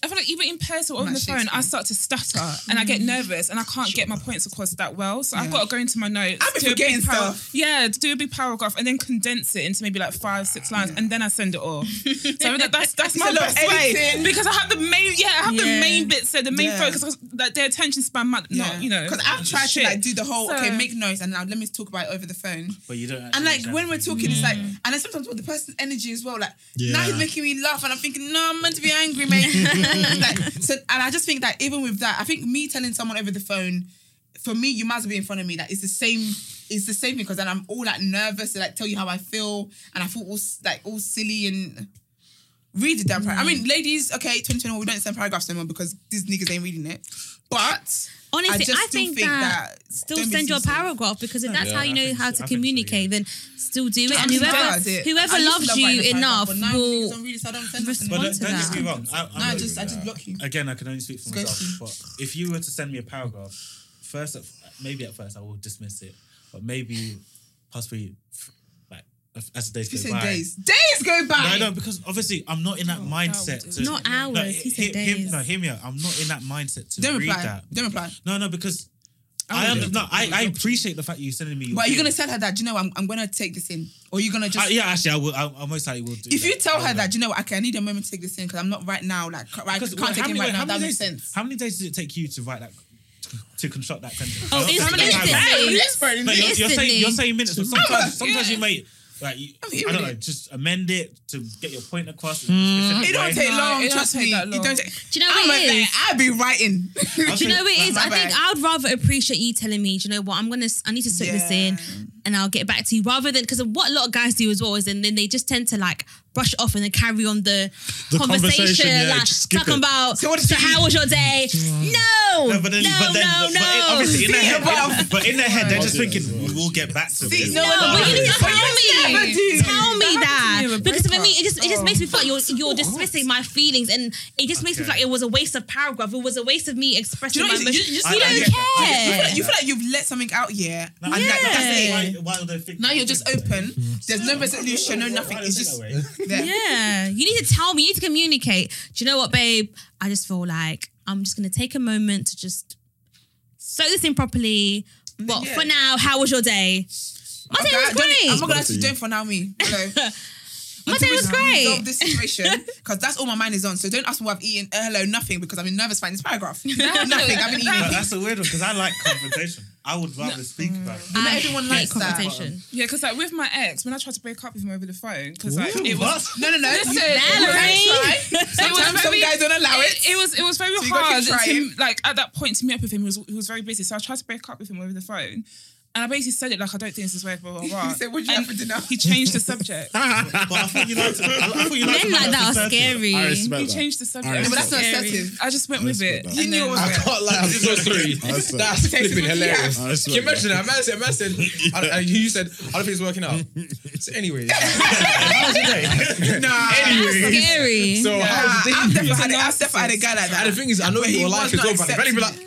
I feel like even in person or on the phone, I start to stutter and I get nervous and I can't get my points across that well. So I've Mm. Yeah. got to go into my notes. I've been do a big forgetting para- stuff. Yeah, do a big paragraph and then condense it into maybe like five, six lines, and then I send it off. so that, that's that's It's my a lot of best way editing. because I have the main yeah I have Yeah. the main bits there, the main Yeah. focus 'cause, like their attention span might not you know Because I've tried shit. to like do the whole So- okay, make noise and now let me talk about it over the phone. But you don't. And actually like understand when we're it. talking, it's like, and then sometimes with the person's energy as well. Like now Yeah. he's making me laugh, and I'm thinking, no, I'm meant to be angry, mate. like, so, and I just think that even with that, I think me telling someone over the phone, for me, you might as well be in front of me. Like it's the same, it's the same thing because then I'm all like nervous to like tell you how I feel, and I feel all s- like all silly and. Read the damn paragraph. I Mm. mean, ladies, okay, 2021, we don't send paragraphs anymore because these niggas ain't reading it. But Honestly, I, just still think, that, still don't be send your sensitive. paragraph because if Yeah, that's how you I know think how so. to I think so, communicate, then still do it. I And think whoever that's it. I used whoever to loves love you writing a paragraph, enough but now will don't read it, so I don't send nothing. respond But don't, to don't get that. me wrong. I, I'm No, I not just- I with just that. block you. Again, I can only speak for It's myself. ghosting. But if you were to send me a paragraph, first, at, maybe at first I will dismiss it, but maybe possibly like as the days You go said by. days. Days go by. No, no, because obviously I'm not in Oh, that mindset. To, Not hours, No, he he- said him- days. no, hear me out. I'm not in that mindset to Don't read reply. that. Don't reply. No, no, because I I, would. under, no, I, I appreciate the fact that you're sending me. Your But are you gonna feelings. tell her that? Do you know what, I'm, I'm gonna take this in, or are you gonna just? Uh, yeah, actually, I will. I, I most likely will do. If that. you tell I her will. that, do you know what? Okay, I need a moment to take this in because I'm not right now. Like, I can't Because take how it in many- right now. how many That makes days- sense. How many days did it take you to write that? To construct that sentence. Oh, How many instantly. times? Hey, you're expert in No, you're, you're instantly. saying you're saying minutes, but Hours, sometimes sometimes yeah. you may like you, hearing I don't know, it. Hmm. just amend it to get your point across. It don't take long. trust me. It don't take. Do you know I'm what it a- is? I'd be writing. Do you know what it is? My I think bad. I'd rather appreciate you telling me, do you know what, I'm gonna I need to soak this in and I'll get back to you rather than because what a lot of guys do as well is and then they just tend to like brush it off and then carry on the, The conversation, conversation, yeah, like just skip talking it. about so, how was your day? no, no, but then, no, but then, no, but it- obviously in their head, above. but in their head, they're just thinking we will get back to this. no, but you need to tell never me. do. Tell me that. me with because for me, it just it just makes me feel like you're you're dismissing my feelings and it just makes me feel like it was a waste of paragraph. It was a waste of me Do expressing you know my what it is? emotions. You, You just don't feel like- You feel care. like- you feel like you've let something out, yeah. And like, Yeah. that's it. Why would they think? Now you're just open. There's no resolution, no nothing. It's just there. Yeah, you need to tell me. You need to communicate. Do you know what, babe? I just feel like I'm just gonna take a moment to just soak this in properly. But Mm, yeah. for now, how was your day? My Okay, day was I don't- great. I'm not gonna actually do it for now, me. Hello. My Until day we was Resolve great. this situation because that's all my mind is on. So don't ask me what I've eaten. Uh, hello, nothing because I'm in nervous fighting this paragraph. nothing. I've been eating. But that's a weird one because I like confrontation. I would rather speak about it. But not everyone likes that. Yeah, because like with my ex, when I tried to break up with him over the phone, because like Ooh, it was what? No, no, no. Listen, You- Valerie. It was Sometimes some guys don't allow it. It, was it was very So you gotta hard. keep To, trying. like at that point, to meet up with him, he was he was very busy. So I tried to break up with him over the phone. And I basically said it like I don't think this is working, blah blah blah. He said, "What do you have And for dinner?" He changed the subject. But I thought you liked it. I, I thought you liked it. Men like that are scary. I respect he that. changed the subject. I It was respect scary. that. Sensitive. I just went with it. You knew it was I real. can't lie, I'm so sorry. That's- That's flipping hilarious. Yeah. That's Can you imagine that? Man said, man said, I- I- you said, I don't think it's working out. So, anyways, how was your day? Nah. anyways. That's scary. So, Nah, how was the day? I've definitely had, a- I've definitely had a guy like that. And the thing is, I know Where he you were was like as not well, but Benny be like,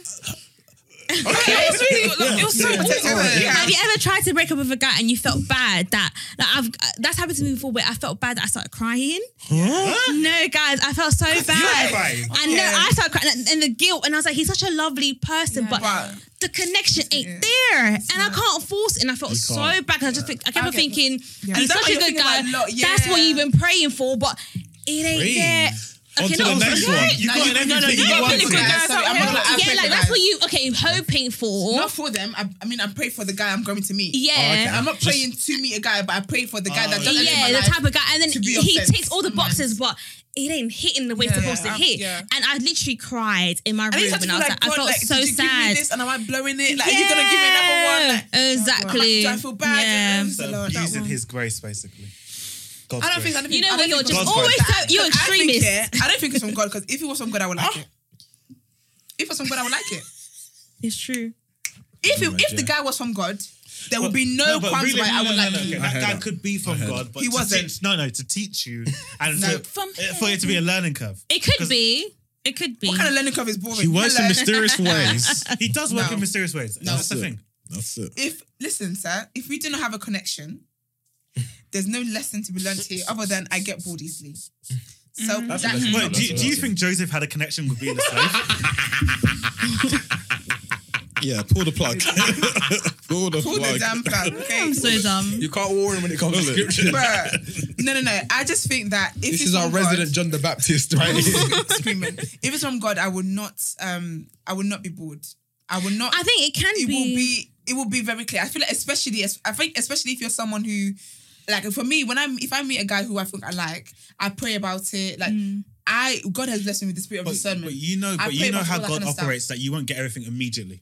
It was really- like, it was so awkward. Have you ever tried to break up with a guy and you felt bad that like I've that's happened to me before where I felt bad that I started crying? No, guys, I felt so bad. crying? I know I started crying and, and the guilt, and I was like, he's such a lovely person, but. But- the connection ain't there, and I can't force it. And I felt so bad. 'cause I just, think, I kept I get- thinking, Yeah. he's That's such what a you're good thinking guy. about a lot, That's what yeah. you've been praying for, but it ain't there. On Okay, to the no, next one. right? No, you- got no, no, everything you you got wanted. political guys out here. Yeah, like, that's what you- okay, hoping for. Not for them. I, I mean, I pray for the guy I'm going to meet. Yeah. Oh, okay. I'm not Just- praying to meet a guy, but I pray for Oh, the guy that doesn't. live my yeah, the life type of guy, and then to be of he sense. takes all the boxes, but it ain't hitting the way it's Yeah. supposed to Yeah. hit. Yeah. And I literally cried in my And then you room, start to and I feel was like, like, I God, felt like, so did you give me sad. this and am I blowing it? Like, are you gonna give me another one? Like, Yeah, exactly. Do I feel bad? Yeah. So abusing his grace, basically. God's I don't grace. think. I don't You think, know I when don't you're think just it's- always Because so- you're I think extremist. Ah. it- I don't think it's from God because if it was from God, I would like it. If it was from God, I would like it. It's true. If Oh it, my if the dear. guy was from God, there would be no but qualms why I would like no. it. That guy could be from God, but He to wasn't. teach- no, no, to teach you and No. for, uh, for it to be a learning curve. It could be. It could be. What kind of learning curve is boring? He works in mysterious ways. He does work in mysterious ways. That's the thing. That's it. If listen, sir, if we do not have a connection, there's no lesson to be learned here other than I get bored easily. So Mm-hmm. That's that- Wait, do, you- do you think Joseph had a connection with being a slave? Yeah, pull the plug. pull the Pull plug. the damn plug, okay? I'm so dumb. You can't warn him when it comes to scripture. Bruh. Uh, No, no, no. I just think that if this it's is our from God- resident John the Baptist, right? here. screaming. If it's from God, I would not. Um, I would not be bored. I would not. I think it can it be- Will be. It will be very clear. I feel like, especially, I think, especially if you're someone who, like, for me, when I'm, if I meet a guy who I think I like, I pray about it. Like, I God has blessed me with the spirit of discernment. but you know, I but pray you know about how all that God kind of stuff. operates that you won't get everything immediately. Mm.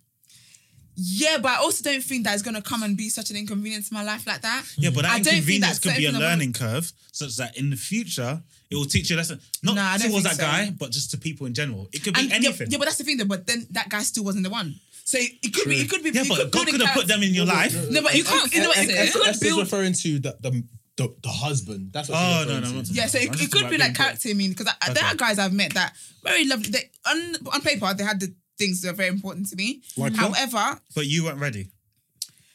Yeah, but I also don't think that it's gonna come and be such an inconvenience to my life like that. Yeah, but that I don't think inconvenience that's could be a certain things I learning curve, such that in the future it will teach you a lesson. Not Nah, I don't towards that think so. guy, but just to people in general. It could be And yeah, anything. Yeah, but that's the thing. Though, but then that guy still wasn't the one. So it, it could be. It could be. Yeah, it but could, God could could have put them in your life. No, but you can't. You know, what, it, it could Esther's build referring to the the, the, the husband. That's what Oh, she's no, referring no, I'm not to. Yeah, so it, it could be like character. I mean, because there are guys I've met that very lovely. They, on on paper, they had the things that are very important to me. Like what? However, But you weren't ready.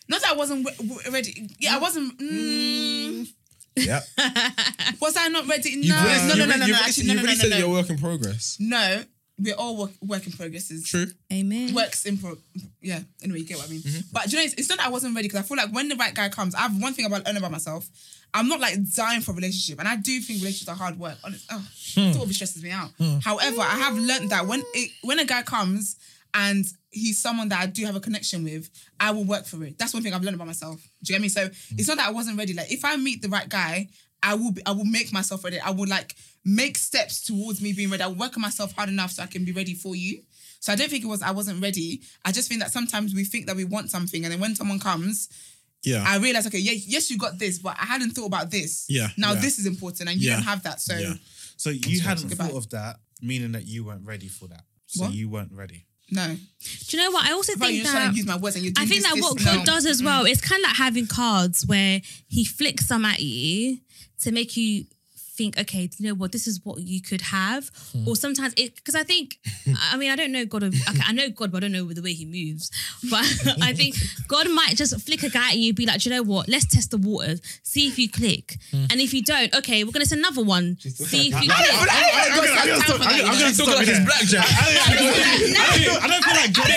not that I wasn't w- w- ready. Yeah, I wasn't. Mm, Yeah. was I not ready? No, You've no, really- no, no, you've no, really- no. Actually, you've no, no, really no, said no, you're a no. work in progress. No, we're all work, work in progresses. True. Amen. Works in pro. Yeah. Anyway, you get what I mean. But do you know, it's, it's not that I wasn't ready because I feel like when the right guy comes, I have one thing about learning about myself. I'm not like dying for a relationship, and I do think relationships are hard work. Honest, oh, it always stresses me out. However, I have learned that when it, when a guy comes and he's someone that I do have a connection with, I will work for it. That's one thing I've learned about myself. Do you get me? So it's not that I wasn't ready. Like if I meet the right guy, I will be, I will make myself ready. I will like make steps towards me being ready. I'll work on myself hard enough so I can be ready for you. So I don't think it was I wasn't ready. I just think that sometimes we think that we want something, and then when someone comes, Yeah. I realize okay, yeah, yes, you got this, but I hadn't thought about this. Yeah, Now yeah. this is important, and you Yeah. don't have that. So So you hadn't Goodbye. thought of that, meaning that you weren't ready for that. So What? you weren't ready. no. Do you know what? I also If I- think you're just trying that to use my words and you're I doing think this, that this, what no. God does as well Mm. is kind of like having cards where He flicks some at you to make you think, okay, you know what, this is what you could have. Or sometimes it, because I think, I mean, I don't know God, of, okay, I know God, but I don't know the way He moves. But I think God might just flick a guy at you, be like, do you know what, let's test the waters, see if you click. Mm. And if you don't, okay, we're going to send another one, see if you I- click. I- I'm gonna- I'm gonna talk- I'm gonna- I'm gonna talk about his blackjack. I don't feel like God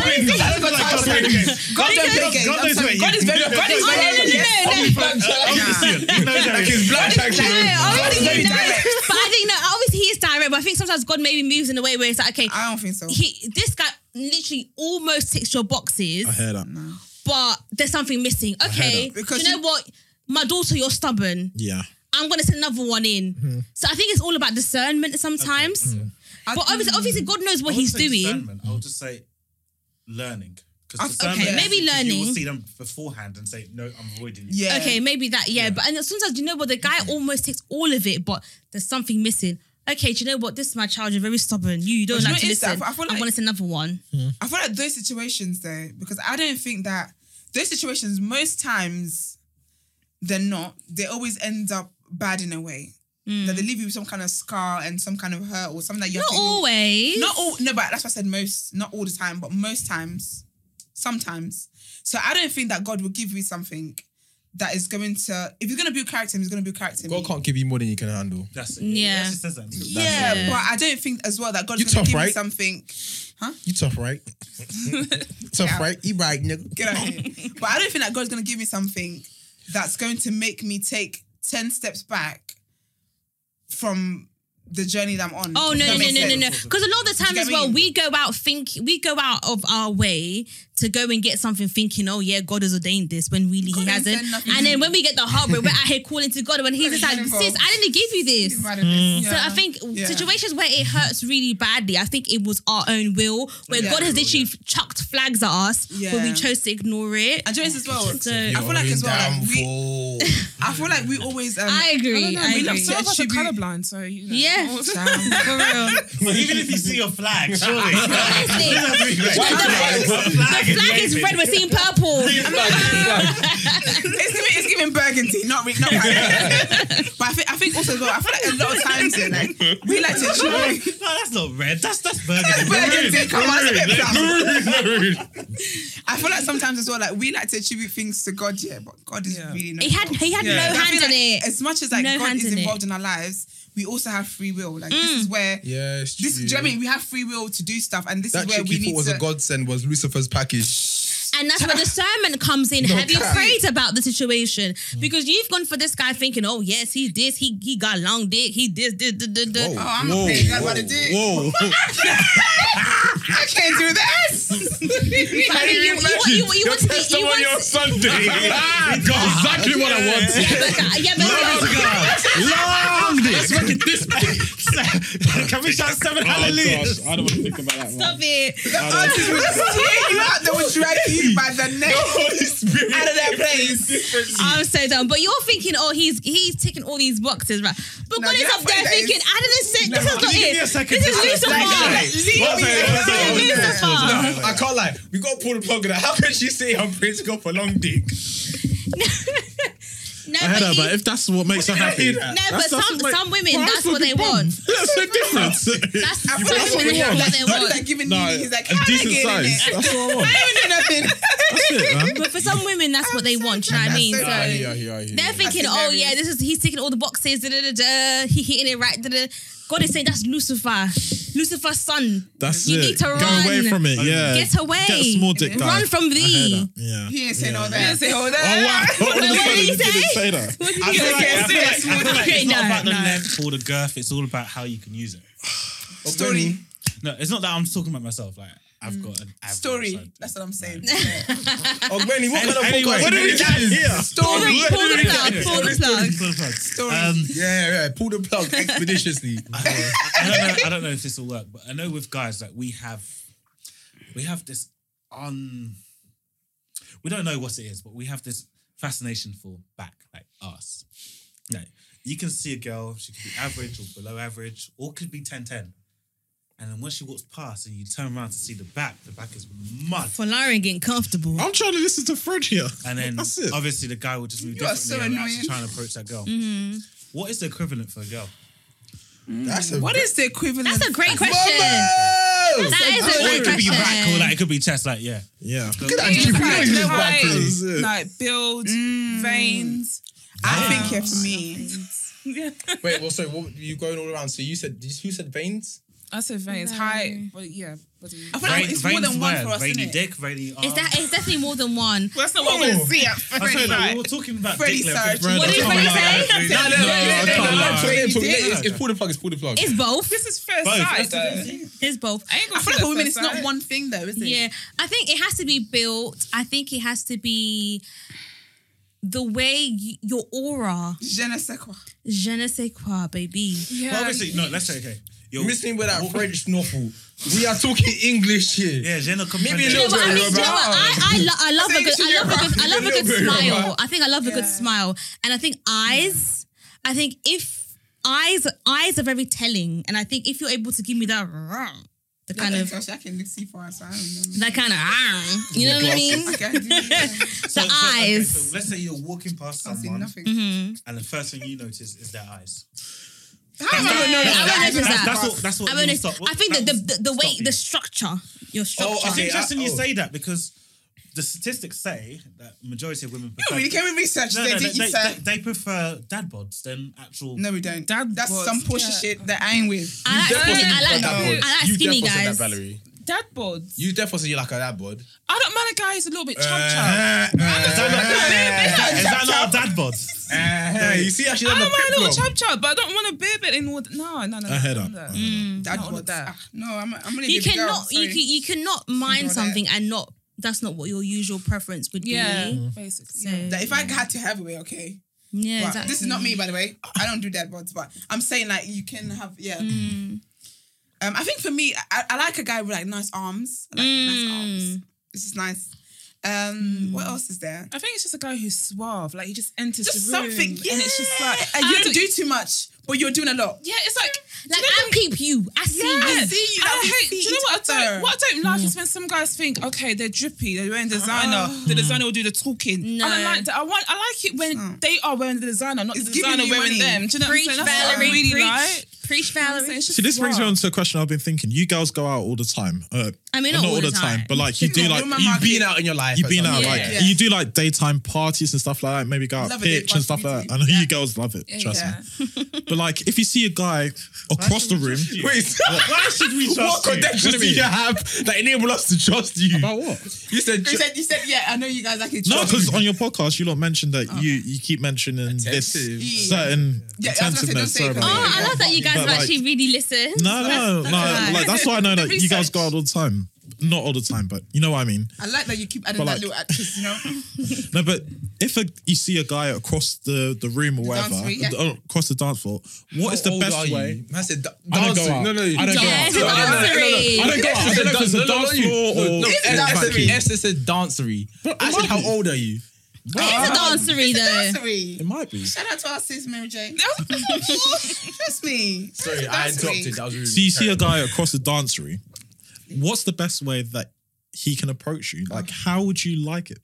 playing a game. I don't feel like God playing a game. God don't play games. God knows where you- God is very. Oh, God is very. Yes. He knows Like his blackjack. No, obviously Very he knows. direct. But I think no, obviously he is direct. But I think sometimes God maybe moves in a way where it's like, okay, I don't think so. He, this guy literally almost ticks your boxes, I heard that. but there's something missing. I heard Okay, that. do you know what? My daughter, you're stubborn. Yeah. I'm gonna send another one in. Mhm. So I think it's all about discernment sometimes. But obviously, obviously, God knows what I He's wouldn't say doing. discernment, I would just say learning. Okay, Because discernment, maybe is because You learning. will see them beforehand and say, no, I'm avoiding you. Okay, maybe that. Yeah, but and sometimes you know what the guy almost takes all of it, but there's something missing. Okay, do you know what? This is my child. You're very stubborn. You, you don't But you know like to what it is, listen. though? I feel I like- want to send another one. I feel like those situations though, because I don't think that those situations most times they're not. They always end up bad in a way. That they leave you with some kind of scar and some kind of hurt or something that you. Not have to ignore. always. Not all. No, but that's what I said. Most, not all the time, but most times, sometimes. So I don't think that God will give you something that is going to. If He's going to build character, in me, He's going to build character. in me. God can't give you more than you can handle. That's it. Yeah. That's just- that's it. Yeah, That's it. but I don't think as well that God's You going to tough, give you right? something. You tough, right? tough, right? You right, nigga. Get out of here. But I don't think that God's going to give me something that's going to make me take 10 steps back from the journey that I'm on. Oh If no that no no makes no no sense. no! Because a lot of the time Do you as get what I well, mean? we go out think we go out of our way to go and get something, thinking, "Oh yeah, God has ordained this," when really He hasn't hasn't. said nothing. And then when we get the heartbreak, we're out here calling to God, when He's just like, He's "Sis, I didn't give you this." provided Hmm. this. So Yeah. I think Yeah. situations where it hurts really badly, I think it was our own will, where Yeah. God has literally chucked flags at us, but we Yeah. chose to ignore it. And Joyce as well. So, I feel like as well, like, we, I feel like we always. Um, I agree, don't know, I we love agree. to Some of us are attribute- Blind, so you know. Yeah. Even if you see your flag, surely. Honestly. The flag is red, we're seeing purple. it's, giving, it's giving burgundy, not re- not. but I think I think also as well. I feel like a lot of times here, like we like to attribute. No, that's not red. That's that's burgundy. Burgundy, Maroon, come on, maroon, let's get like, some. maroon, I feel like sometimes as well, like we like to attribute things to God, yeah, but God is really not. He had- he had no But I feel hand in like it. As much as like No God hand is in it. involved in our lives, we also have free will. Like this is where Yes, this. Do you know what I mean? We have free will to do stuff, and this is That where chick we he need thought was to. a godsend was Lucifer's package. And that's where discernment comes in. No Have you cap. prayed about the situation? Because you've gone for this guy thinking, oh, yes, he this, he he got long dick, he this, this, this, this, this. Oh, I'm not saying that's what it did. I can't do this. But I mean, you- you want- you- you want to be- you want to- got exactly what I wanted. Yeah, but Glory to God. Long this. Look at this. Can we shout Oh, seven hallelujahs? I don't want to think about that. Stop it. The aunties would tear you out. They would drag you by the neck out of that place. I'm so dumb. But you're thinking, oh, he's he's ticking all these boxes, right? But No, God is that- up there that is- thinking, I didn't say No, this is not give it. me a second, This is just- Lucifer. like, leave me alone. This is Lucifer. No, I can't lie. We got to pull the plug on that. How can she say I'm praying to God for long dick? No, I heard but her, he- but if that's what makes her happy. No, but some some women, that's what they want. That's the difference. That's I You feel press like what when you they have like, want. That's that giving No, me, he's like, a "How did I decent get in size. there?" That's what I want. I didn't do nothing. That's it, man. But for some women, that's what they want. Do you know what I mean? So Yeah, yeah, yeah, yeah. they're thinking, That's oh hilarious. yeah, this is he's taking all the boxes. Da, da, da, da, he hitting it right. Da, da. God is saying that's Lucifer, Lucifer's son. That's you it. need to Go run away from it. Yeah. Get away. Get small dick. Run guy. from I heard thee. that. Yeah. He didn't say no that. He didn't say all Oh wow! that. All of a What sudden did he you didn't say? say that. What did I you feel like, I feel like, I feel like Okay, it's not no, about the no. length or the girth. It's all about how you can use it. Story. No, it's not that I'm talking about myself. Like I've got an average Story. side. That's what I'm saying. Oh, Granny, what Any- kind of anyway, podcast? what do we got here? Story. Pull the plug. Pull the plug. Story. Um, Yeah, yeah, pull the plug expeditiously. I don't know. I don't know if this will work, but I know with guys that we have, we have this un. We don't know what it is, but we have this fascination for back, like us. Like you can see a girl, she could be average or below average, or could be 10 10. And then when she walks past and you turn around to see the back, the back is mud. For Lauren getting comfortable. I'm trying to listen to Fred here. And then That's it. obviously the guy will just move You are differently so and actually annoying. Mm-hmm. trying to approach that girl. Mhm. What is the equivalent for a girl? That's a What is the equivalent? That's a great question. Mama! That is a Or it great could be back, or question. like it could be chest, like yeah. Yeah. It's Keep like it in his back, height, please. Yeah. Mm. Like build, veins. Mm. I think yeah, for me. Wait, well, sorry, what, you going all around? So you said, who said veins? I said veins, height, but yeah. But I feel like it's more Veins than one where? for us, Veiny isn't it? dick, veiny arm. It's, that, it's definitely more than one. That's not what we're gonna see at I said, first. like, Like, we were talking about Freddy dick Sarge. length. What did No, Freddy say? no, I no, can't no, lie. no, Pull no. it, pull it, Veiny dick. it's, it's pull the plug, it's pull the plug. It's both. this is first Both. side That's the though. It's both. I ain't I gonna feel like for women, it's first not side. one thing though, is it? Yeah, I think it has to be built. I think it has to be the way you, your aura, Je ne sais quoi. je ne sais quoi, baby. Yeah. Well, obviously, no, let's say, okay. You're, You're missing with that French novel. We are talking English here. yeah, Jenna Maybe a You know little what, I bit mean, you know what, I, I, lo- I love a think good, she I love a did good, I love a right. good She did right. smile. I think I love a good Yeah. smile, and I think eyes. I think if eyes, eyes are very telling, and I think if you're able to give me that, rah, the kind of, Gosh, I can see for us. I don't know. that kind of, rah, you know what I mean? I can do that. so, so, The okay, eyes. so let's say you're walking past I see someone, nothing. and the first thing you notice is their eyes. How am I gonna know Yeah, I that? won't notice That's, that. that's what. That's what. I mean, you it's- stop- I think the that the, will the, the way, stop you. the structure, your structure. I It's Okay, interesting you oh. say that because the statistics say that majority of women You prefer. really came with research no, there, no, they, didn't you, they, sir? they prefer dad bods than actual. No, we don't. Dad That's bods. some pushy Yeah. shit that I ain't with. I like, Defo skinny, said I you like, got that I bod. like You skinny defo said that, guys. Valerie. Dad bods. You definitely said you like that bod. I don't mind other guy is a little bit chub chub. Uh-huh. Uh, I'm just like, that- "Babe, is babe, that not a chub chub." dad bod? Uh, you see, actually, I done the don't mind a flip little flop. chub chub, but I don't want a beer bit in water. No, no, no. I heard no, that. no. Dad Not all bods. of that. Ah, no, I'm, I'm gonna you be a girl, cannot you sorry. can, you cannot mind something and not that's not what your usual preference would be. Yeah, basically. That if I had to have a way, okay. Yeah, But exactly. This is not me, by the way. I don't do dead bods, but I'm saying like you can have, yeah. Mm. Um, I think for me, I, I like a guy with like nice arms. I like nice Mm. arms. This is nice. Um, what else is there? I think it's just a guy who's suave. Like he just enters Just the room something, yeah. and it's just like And you I don't do too much, but you're doing a lot. Yeah, it's like like I peep you. I see Yeah, you. I see you. I hate. Do you know what I don't? What I don't Mm. like is when some guys think, okay, they're drippy, they're wearing designer, the designer will do the talking. No. I don't like that. I want. I like it when they are wearing the designer, not the giving designer you wearing money. them. Do you know Preach, what I'm saying? That's what I Valerie, really preach. like. Preach Valerie. See, this brings me on to a question I've been thinking. You girls go out all the time. Uh, I mean, well, not all the time. but like you do Come on, like woman you market. been out in your life. You or been out something. like Yeah. you do like daytime parties and stuff like that. Maybe go out Love a pitch day and stuff like that. I know you girls love it. Trust me. But like, if you see a guy across the room, Wait, why should we What trust you? connections What do you did you mean? have that enable us to trust you? About what? You said, You said, you said, yeah, I know you guys like it. No, Trust because me. on your podcast, you lot mentioned that you you keep mentioning this Oh. Yeah. certain Yeah, I was gonna say, don't attentiveness. say it, certain- Oh, I love that you guys But, have like, actually really listen. No, no, no. Like that's why I know that you guys go out all the time. Not all the time, but you know what I mean. I like that you keep adding But that like- little actress, you know? No, but if a, you see a guy across the, the room or whatever, dance floor, yeah. uh, across the dance floor, what is How the old are best you? way? Man said, da- I don't dance go out. No, no, you- I don't go Yeah, out. it's a No, no, no, no, no, no. dancery. I don't go out. I don't know if it's a No, no, no, dance you- floor no, or no, it's Esther- dancery. Esther said dancery. I said, how old are you? It's a dancery though. Sorry. It might be. Shout out to our sis, Mary Jane. Trust me. Sorry, I That's me. interrupted. That was really So you see a guy across the dancery, what's the best way that he can approach you? Like, how would you like it?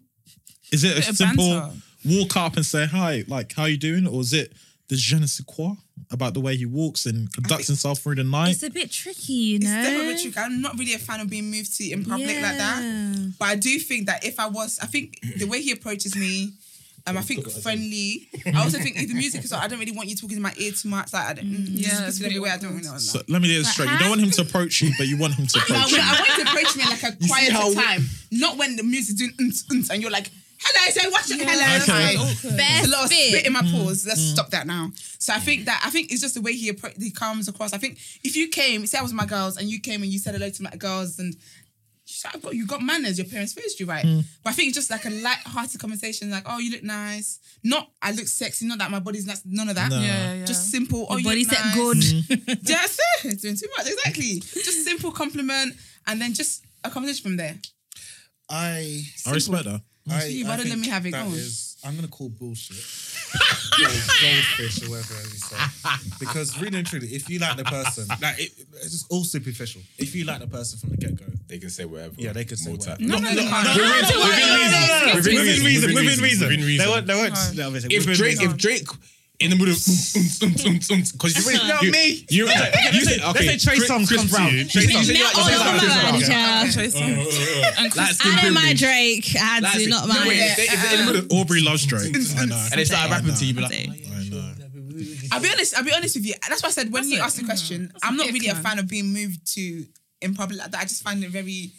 Is it a, Bit of simple banter. walk up and say hi, like how you doing, or is it the je ne sais quoi about the way he walks and conducts himself through the night? It's a bit tricky, you It's know. definitely a trick. I'm not really a fan of being moved to in public like that. Yeah. But I do think that if I was, I think the way he approaches me, um, I think friendly. I also think the music is. I don't really want you talking in my ear too much. Like, I don't, Yeah, yeah, it's the pretty way I don't really know. So let me get this straight. You don't want him to approach you, but you want him to No, I approach want, you. I want you to approach me in like a see quieter how- time, not when the music's doing mm, mm, and you're like, "Hello, so what's your hello?" Okay. Like, There's a lot of bit. spit in my pores. Let's Mm-hmm. stop that now. So I think that I think it's just the way he appro- he comes across. I think if you came, say I was my girls, and you came and you said hello to my girls, and she's like, I've got you got manners. Your parents raised you right. Mm. But I think it's just like a light-hearted conversation, like, "Oh, you look nice." Not, "I look sexy." Not that my body's nice. None of that. No. Yeah, yeah. Just simple. oh, Your you body look said nice. good. Yeah, that's it. It's doing too much. Exactly. Just simple compliment and then just a conversation from there. I I respect that. I, See, I why don't let think me have it? that Go on. is- I'm gonna call bullshit. Or goldfish or whatever you say. Because really and truly, if you like the person, like it, it's just all superficial. If you like the person from the get go, They can say whatever. yeah, they can say More whatever. time. No, no, no, no, no, Within- no, within no, reason. no, no, no. Within Within reason. Within reason. Within reason. They won't. They won't. No. obviously, If within Drake, reason. if Drake in the middle of because you're Not you, me. You, Okay, okay, you let's said say- "Oh, okay. let's say Trey Chris- Songz Chris comes to Brown. you. You said- you Now said you like- all you of said you like them Chris Brown. are Choice on- Uh-huh. and Light Chris- skin I don't period. mind Drake. I Light do skin- not No, mind. if they- if they're in the middle of- Aubrey loves Drake. I know. And they start rapping to you, be I like, do. I know. I'll be honest, I'll be honest with you. That's why I said when you asked the question, I'm not really a fan of being moved to in public like that. I just find it very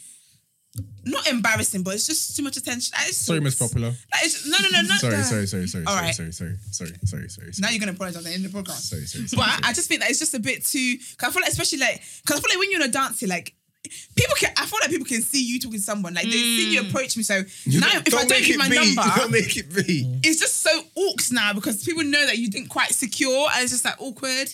not embarrassing, but it's just too much attention. Like, it's- sorry, Miss Popular. Like, it's- no, no, no, no. Sorry, no. sorry, sorry, sorry, All sorry, right. sorry, sorry, sorry, sorry, sorry, Now sorry. you're gonna apologize in the program. Sorry, sorry, sorry, But sorry. I just think that it's just a bit too. Cause I feel like, especially like, cause I feel like when you're in a dance, you're like people can. I feel like people can see you talking to someone. Like they see you approach me. So now, if I don't make give it my me. Don't number, make it me. it's just so awks now because people know that you didn't quite secure, and it's just like awkward.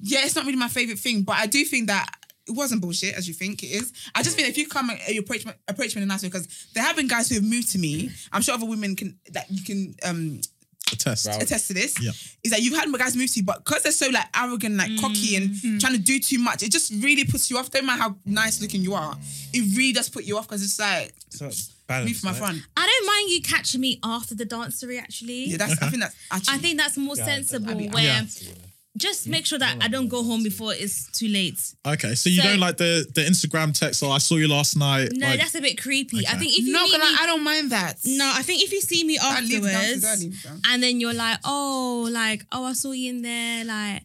Yeah, it's not really my favorite thing, but I do think that. It wasn't bullshit as you think it is. I just think if you come and you approach me, approach me in a nice way, because there have been guys who have moved to me. I'm sure other women can that you can um A test. Oh. attest to this Yeah. is that you've had my guys move to you, but because they're so like arrogant, like cocky, and trying to do too much, it just really puts you off. Don't matter how nice looking you are, it really does put you off because it's like So, me balance, for my right? friend. I don't mind you catching me after the dancery. Actually, Yeah, that's I think that's actually I think that's more sensible. that'd be- Where just make sure that I don't go home before it's too late. Okay, so you So- don't like the the Instagram text? Oh, I saw you last night. No, like, that's a bit creepy. I think if you no, meet but me, I don't mind that. no, I think if you see me I leave the dances afterwards early, so. and then you're like, oh, like oh, I saw you in there, like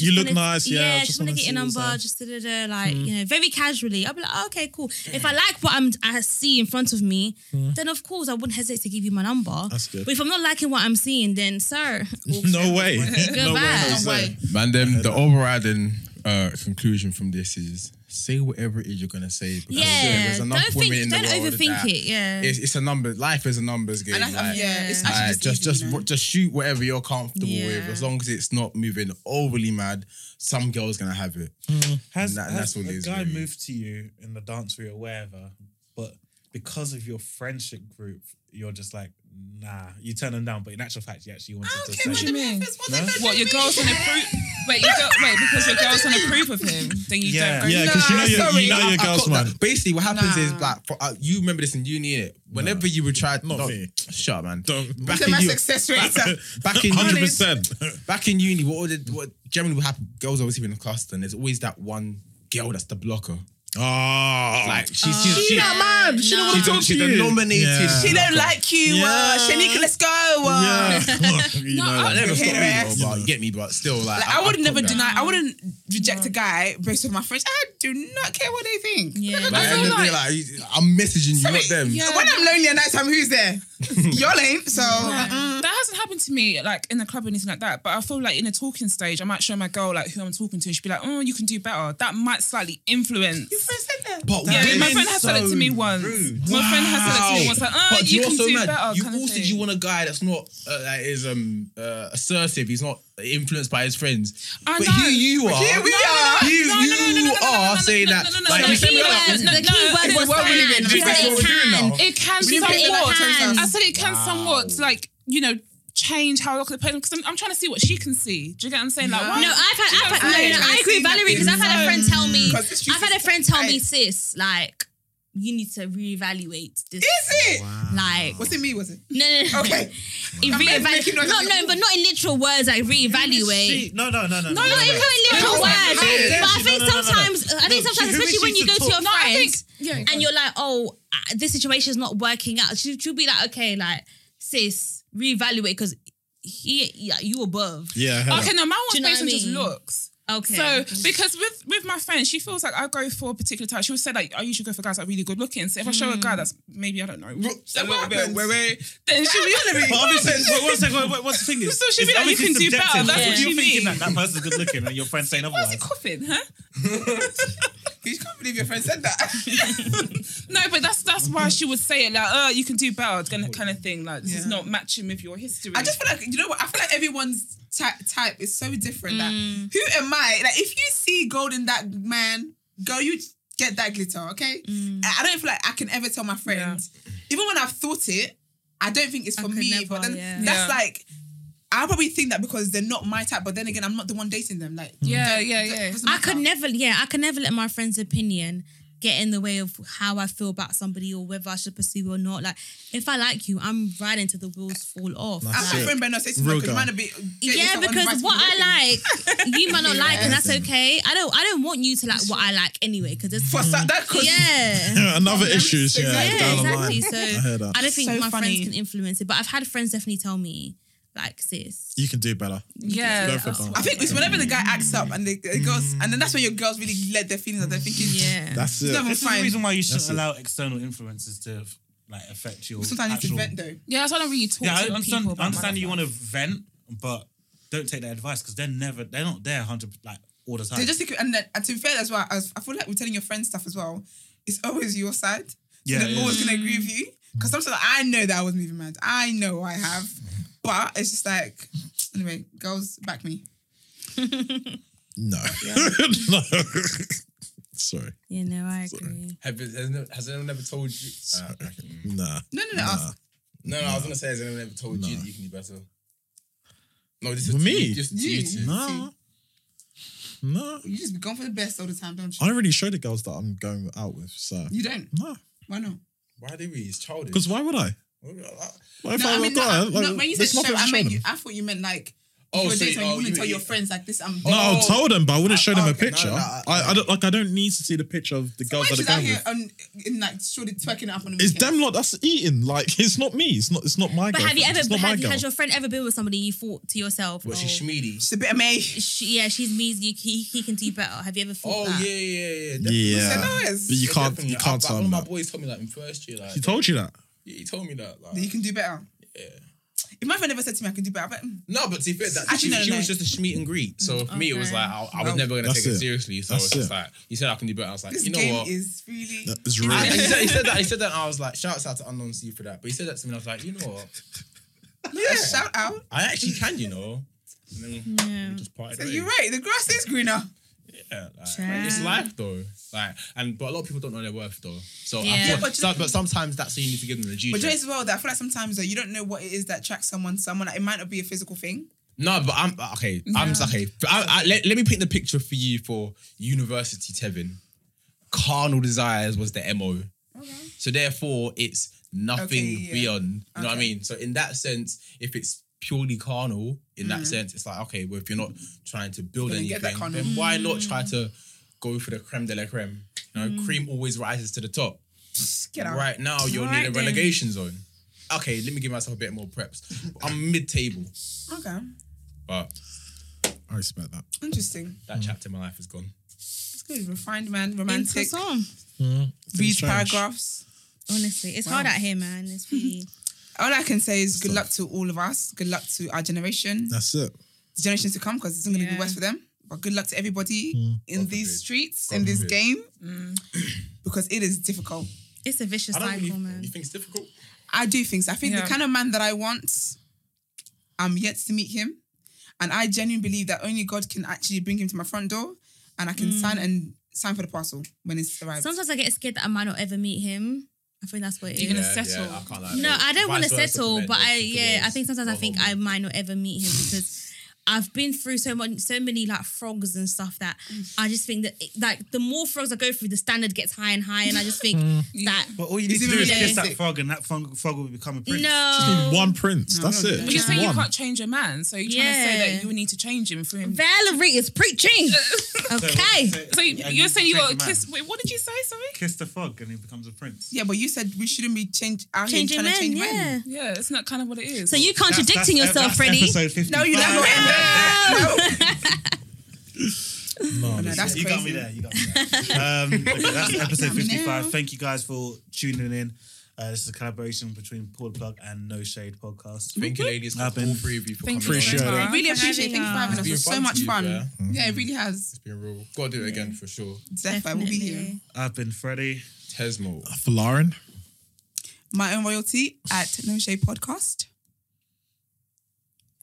You look wanna- nice, yeah, I Yeah, just just want wanna to get see your what's number, up. just da da da, like Mm. you know, very casually. I'll be like, oh, okay, cool. If I like what I'm I see in front of me, Mm. then of course I wouldn't hesitate to give you my number. That's good. But if I'm not liking what I'm seeing, then sir, No way. No way. Goodbye. no No way. say. Man, then the overriding uh, conclusion from this is say whatever it is you're gonna say. Because Yeah, there's enough don't women think- in the don't world overthink that- it, yeah. it's, it's a number. Life is a numbers game. And that's- like, yeah, it's like, actually just just just, shoot whatever you're comfortable with, Yeah. as long as it's not moving overly mad. Some girl's gonna have it. Has, And that- has that's all it a is, guy really. moved to you in the dance room or wherever, but because of your friendship group, you're just like, nah, you turn them down, but in actual fact, you actually wanted to say What do you mean? No? What your girls don't approve? Wait, your girl, wait, because your girls don't approve of him, then you Yeah. don't. Go Yeah, 'cause you know your- you know your I- I girls, caught that. man. Basically, what happens is like for, uh, you remember this in uni. Innit? Whenever you would try, not me. Shut up, man. Don't. Back Look at in my uni- success back- rate. Back in 100%. uni, back in uni, what would- what generally would happen? Girls always even in the class, and there's always that one girl that's the blocker. Oh, like she's Oh, she's she she's- that man. She don't wanna she's the- talk to she's the you. nominated. She don't blocker. like you. Uh, Shanika, let's go. Uh. No, I I'll never hit stop her ass. you, but you get me, but still, like, Like, I, would I've never got that. deny. I wouldn't reject a guy based on my friends. I do not care what they think. Yeah, But at the end of the day, like, I'm messaging you, not them. when I'm lonely at night time, who's there? Y'all ain't. So Mm-hmm. uh-uh. Mm-hmm. that hasn't happened to me like in the club or anything like that. But I feel like in a talking stage, I might show my girl like who I'm talking to, and she'd be like, "Oh, you can do better." That might slightly influence. Your friend said that. But yeah, my women friend has said it to so me once. My friend has said it to me once. Like, "Oh, But you you're can so do mad. better." You kind of also thing. you want a guy that's not uh, that is um uh, assertive. He's not uh, influenced by his friends. I but know. here you But are. here we No, are. no, no, You, no, no, no, no, you no, no, no, are no, saying no, that. no, no, no, like no, you said, no, like, no, no, this no, is no, what we're doing. can. This is what we're doing now. It can We put in somewhat. hands. I said it can somewhat, like, you know, change how I look at the person. Because I'm, I'm trying to see what she can see. Do you get what I'm saying? Like, No. why? No, I've had- do you I've get what had- I'm no, saying? no, no, I Like, agree, see Valerie, 'cause I've had a that friend tell me- because it's I've had a friend tell me, sis, like you need to reevaluate this. Is it? Like, was it me? Was it? No, no, no. Okay. It I'm making reevaluate. noises. No, no, but not in literal words. Like reevaluate. No, no, no, no. No, no, it's not in literal No, words. no, no, But I no, think no, no, no, no. sometimes, I think Look, sometimes, she- who is especially when she you to go to your talk- No, I think- friends and you're like, oh, uh, this situation is not working out. She, she'll be like, okay, like sis, reevaluate because he, yeah, you above. Yeah, I heard Okay, that. no, mine was Do you know based on what I just mean? looks. Okay. So because with with my friend, she feels like I go for a particular type. She would say like I usually go for guys that are really good looking. So if I show a Hmm. guy that's maybe I don't know a little bit, wait, wait, then she'll be But obviously, wait, one second, wait, wait, what's the thing is? So she'd it's be like, you obviously can do better. subjective. That's what You're you thinking mean. that that person's good looking and your friend's saying Why is he otherwise. coughing, huh? you can't believe your friend said that. no, but that's that's why she would say it like, "Oh, you can do better," kind of kind of thing. Like this is Yeah. not matching with your history. I just feel like you know what I feel like everyone's ty- type is so different. Like, Mm. who am I? Like, if you see gold in that man, girl, you get that glitter, okay? Mm. I I don't feel like I can ever tell my friends, even when I've thought it, I don't think it's for me. but then yeah. that's Yeah. like. I probably think that because they're not my type, but then again, I'm not the one dating them. Like, Yeah, don't- yeah, don't- yeah. doesn't I matter. could never, yeah, I could never let my friend's opinion get in the way of how I feel about somebody or whether I should pursue or not. Like, if I like you, I'm riding till the wheels fall off. I'm my friend better not say Real something because guy. mine will be. yeah, because what I like, you might not Yeah. like, and that's okay. I don't, I don't want you to like what I like anyway, because it's for that could- Mm. yeah, Another issues, yeah, yeah, down the line. exactly. So I heard that. I don't think So my funny. friends can influence it, but I've had friends definitely tell me like, sis, You can do better. Yeah. Go for it, I think it's whenever the guy acts up and the, the girls, and then that's when your girls really let their feelings out. They're thinking, yeah, That's it. It's never This is fine. the reason why you shouldn't That's it. allow external influences to like affect your. Sometimes you actual... can vent though. yeah, that's why I don't really talk Yeah, I to understand. people. I about my understand life. you want to vent, but don't take their advice because they're never. They're not there hundred like all the time. They just think, and, then, and to be fair as well, as I feel like we're telling your friends stuff as well. It's always your side. So Yeah, they're yeah. always gonna agree Mm. with you. Because sometimes I know that I was moving mad. I know I have, but it's just like anyway, girls back me. No. no. Sorry. you know, I agree. Have, has, no- has anyone ever told you? Uh, Nah. No, no, no. ask. no, no. I was gonna say, has anyone ever told you that you can do better? No, this is For me? Just you two. No. No. You just be going for the best all the time, don't you? I don't really show the girls that I'm going out with, so. You don't. No. Why not? Why do we? It's childish. Because why would I? What if no, I, I mean, got no, her? Like, no, when you said there's show, nothing to I show meant them. you, I thought you meant like Oh, you were so- dating, oh, you wouldn't you- tell your friends like this. I'm. No, I Oh. told them, but I wouldn't show them a okay, no, picture. no, I, I don't like. I don't need to see the picture of the girls Why that are she's out going here with. and in like surely twerking up on the It's weekend? damn lot. That's eating. Like it's not me. It's not. It's not my. But have you girlfriend. ever It's not my have, you- girl. has your friend ever been with somebody you thought to yourself? What, Oh. she's schmeedy? She's a bit of me. She, yeah, she's me. He, he, he can do better. Have you ever thought Oh that? yeah, yeah, yeah. Yeah. But you can't- you can't But tell one them of my that. boys told me that in first year. Like He told you that. Yeah, he told me that. Like, That you can do better. Yeah. If my friend never said to me I can do better, but no, but to be fair, that, Actually, she, no, no, she no. was just a schmeet and greet. So for me, it was Okay. like I, I was No. never gonna That's take it, it. seriously. So That's it's just it. like you said I can do better. I was like, this you know game what? is really. It's I- he, said, he said that. He said that. And I was like, shouts out to Unknown Steve for that. But he said that to me. And I was like, you know what? Yeah, shout out. I actually can. You know. And then we Yeah. just parted Hmm. So ways. you're right. The grass is greener. Yeah, like, like, it's Child. life though. Like, and but a lot of people don't know their worth though. So, Yeah. I Yeah, but thought, but, you- so, but sometimes that's what you need to give them the due. But you to. know as well that I feel like sometimes though you don't know what it is that attracts someone. to Someone like, it might not be a physical thing. No, but I'm okay. I'm No. okay. I, I, let, let me paint the picture for you for University Tevin. Carnal desires was the mo. So therefore, it's nothing Okay, yeah. beyond. You know what I Okay. mean? So in that sense, if it's purely carnal, in Mhm. that sense, it's like okay, well, if you're not trying to build Gonna anything, get that carnal. then why not try to go for the creme de la creme? You know, Mm. cream always rises to the top. Get out. Right now, you're Right near the then. relegation zone. Okay, let me give myself a bit more preps. I'm mid-table, Okay. but I respect that. Interesting. That chapter in my life is gone. It's good. Refined man, romantic. Things Reads change. paragraphs. Honestly, it's Wow. hard out here, man. It's really. All I can say is good luck to all of us. Good luck to our generation, That's it. the generations to come, because it's not going to Yeah. be worse for them. But good luck to everybody in these streets, God in this forbid. game, because it is difficult. It's a vicious I don't cycle, really- man. You think it's difficult? I do think so. I think Yeah. the kind of man that I want, I'm yet to meet him. And I genuinely believe that only God can actually bring him to my front door and I can Mm. sign and sign for the parcel when it's arrived. Sometimes I get scared that I might not ever meet him. I think that's what it is. You're gonna Yeah, settle. yeah, I can't lie. no, I Vice don't want to versa for settle, men, but like, I you yeah, I think sometimes I think I might not ever meet him because I've been through so much, so many like frogs and stuff that I just think that it- like the more frogs I go through, the standard gets higher and higher, and I just think that. But all you need to do is kiss that frog, and that frog, frog will become a prince. No. Just need one prince. That's it. But you're Just saying you one. can't change a man, so you're trying to say Yeah. that you need to change him for him. Valerie is preaching. okay. So you- Yeah, you're you saying you change got the to man. kiss. Wait, what did you say? Sorry. Kiss the frog, and he becomes a prince. yeah, but you said we shouldn't be change, out here Changing trying to men, change men. Yeah, it's not kind of what it is. So you That's- contradicting that's- yourself, that's Freddie. episode 55. No, you're not going No, no, that's you got crazy. me there. You got me there. Um, okay, that's episode 55. Thank you guys for tuning in. Uh, this is a collaboration between Paul Plug and No Shade Podcast. Thank you, ladies, for I've been- all three of you for Thank coming you so on. much. I really Thanks for appreciate it. having Thank you for us. having us. It's It been was so fun much to fun. you, yeah. Yeah, it really has. It's been real. Gotta do it again for sure. Zephyr will be here. I've been Freddie. Tesmo. For Lauren. My own royalty at No Shade Podcast.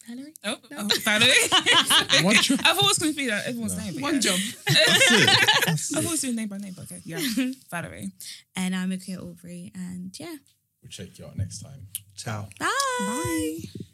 Valerie. Oh, oh, Valerie. One job. I've always confused that everyone's name. One job. I've always doing name by name. but Okay. Yeah. Valerie. And I'm Akia Aubrey, and yeah, We'll check you out next time. Ciao. bye. Bye.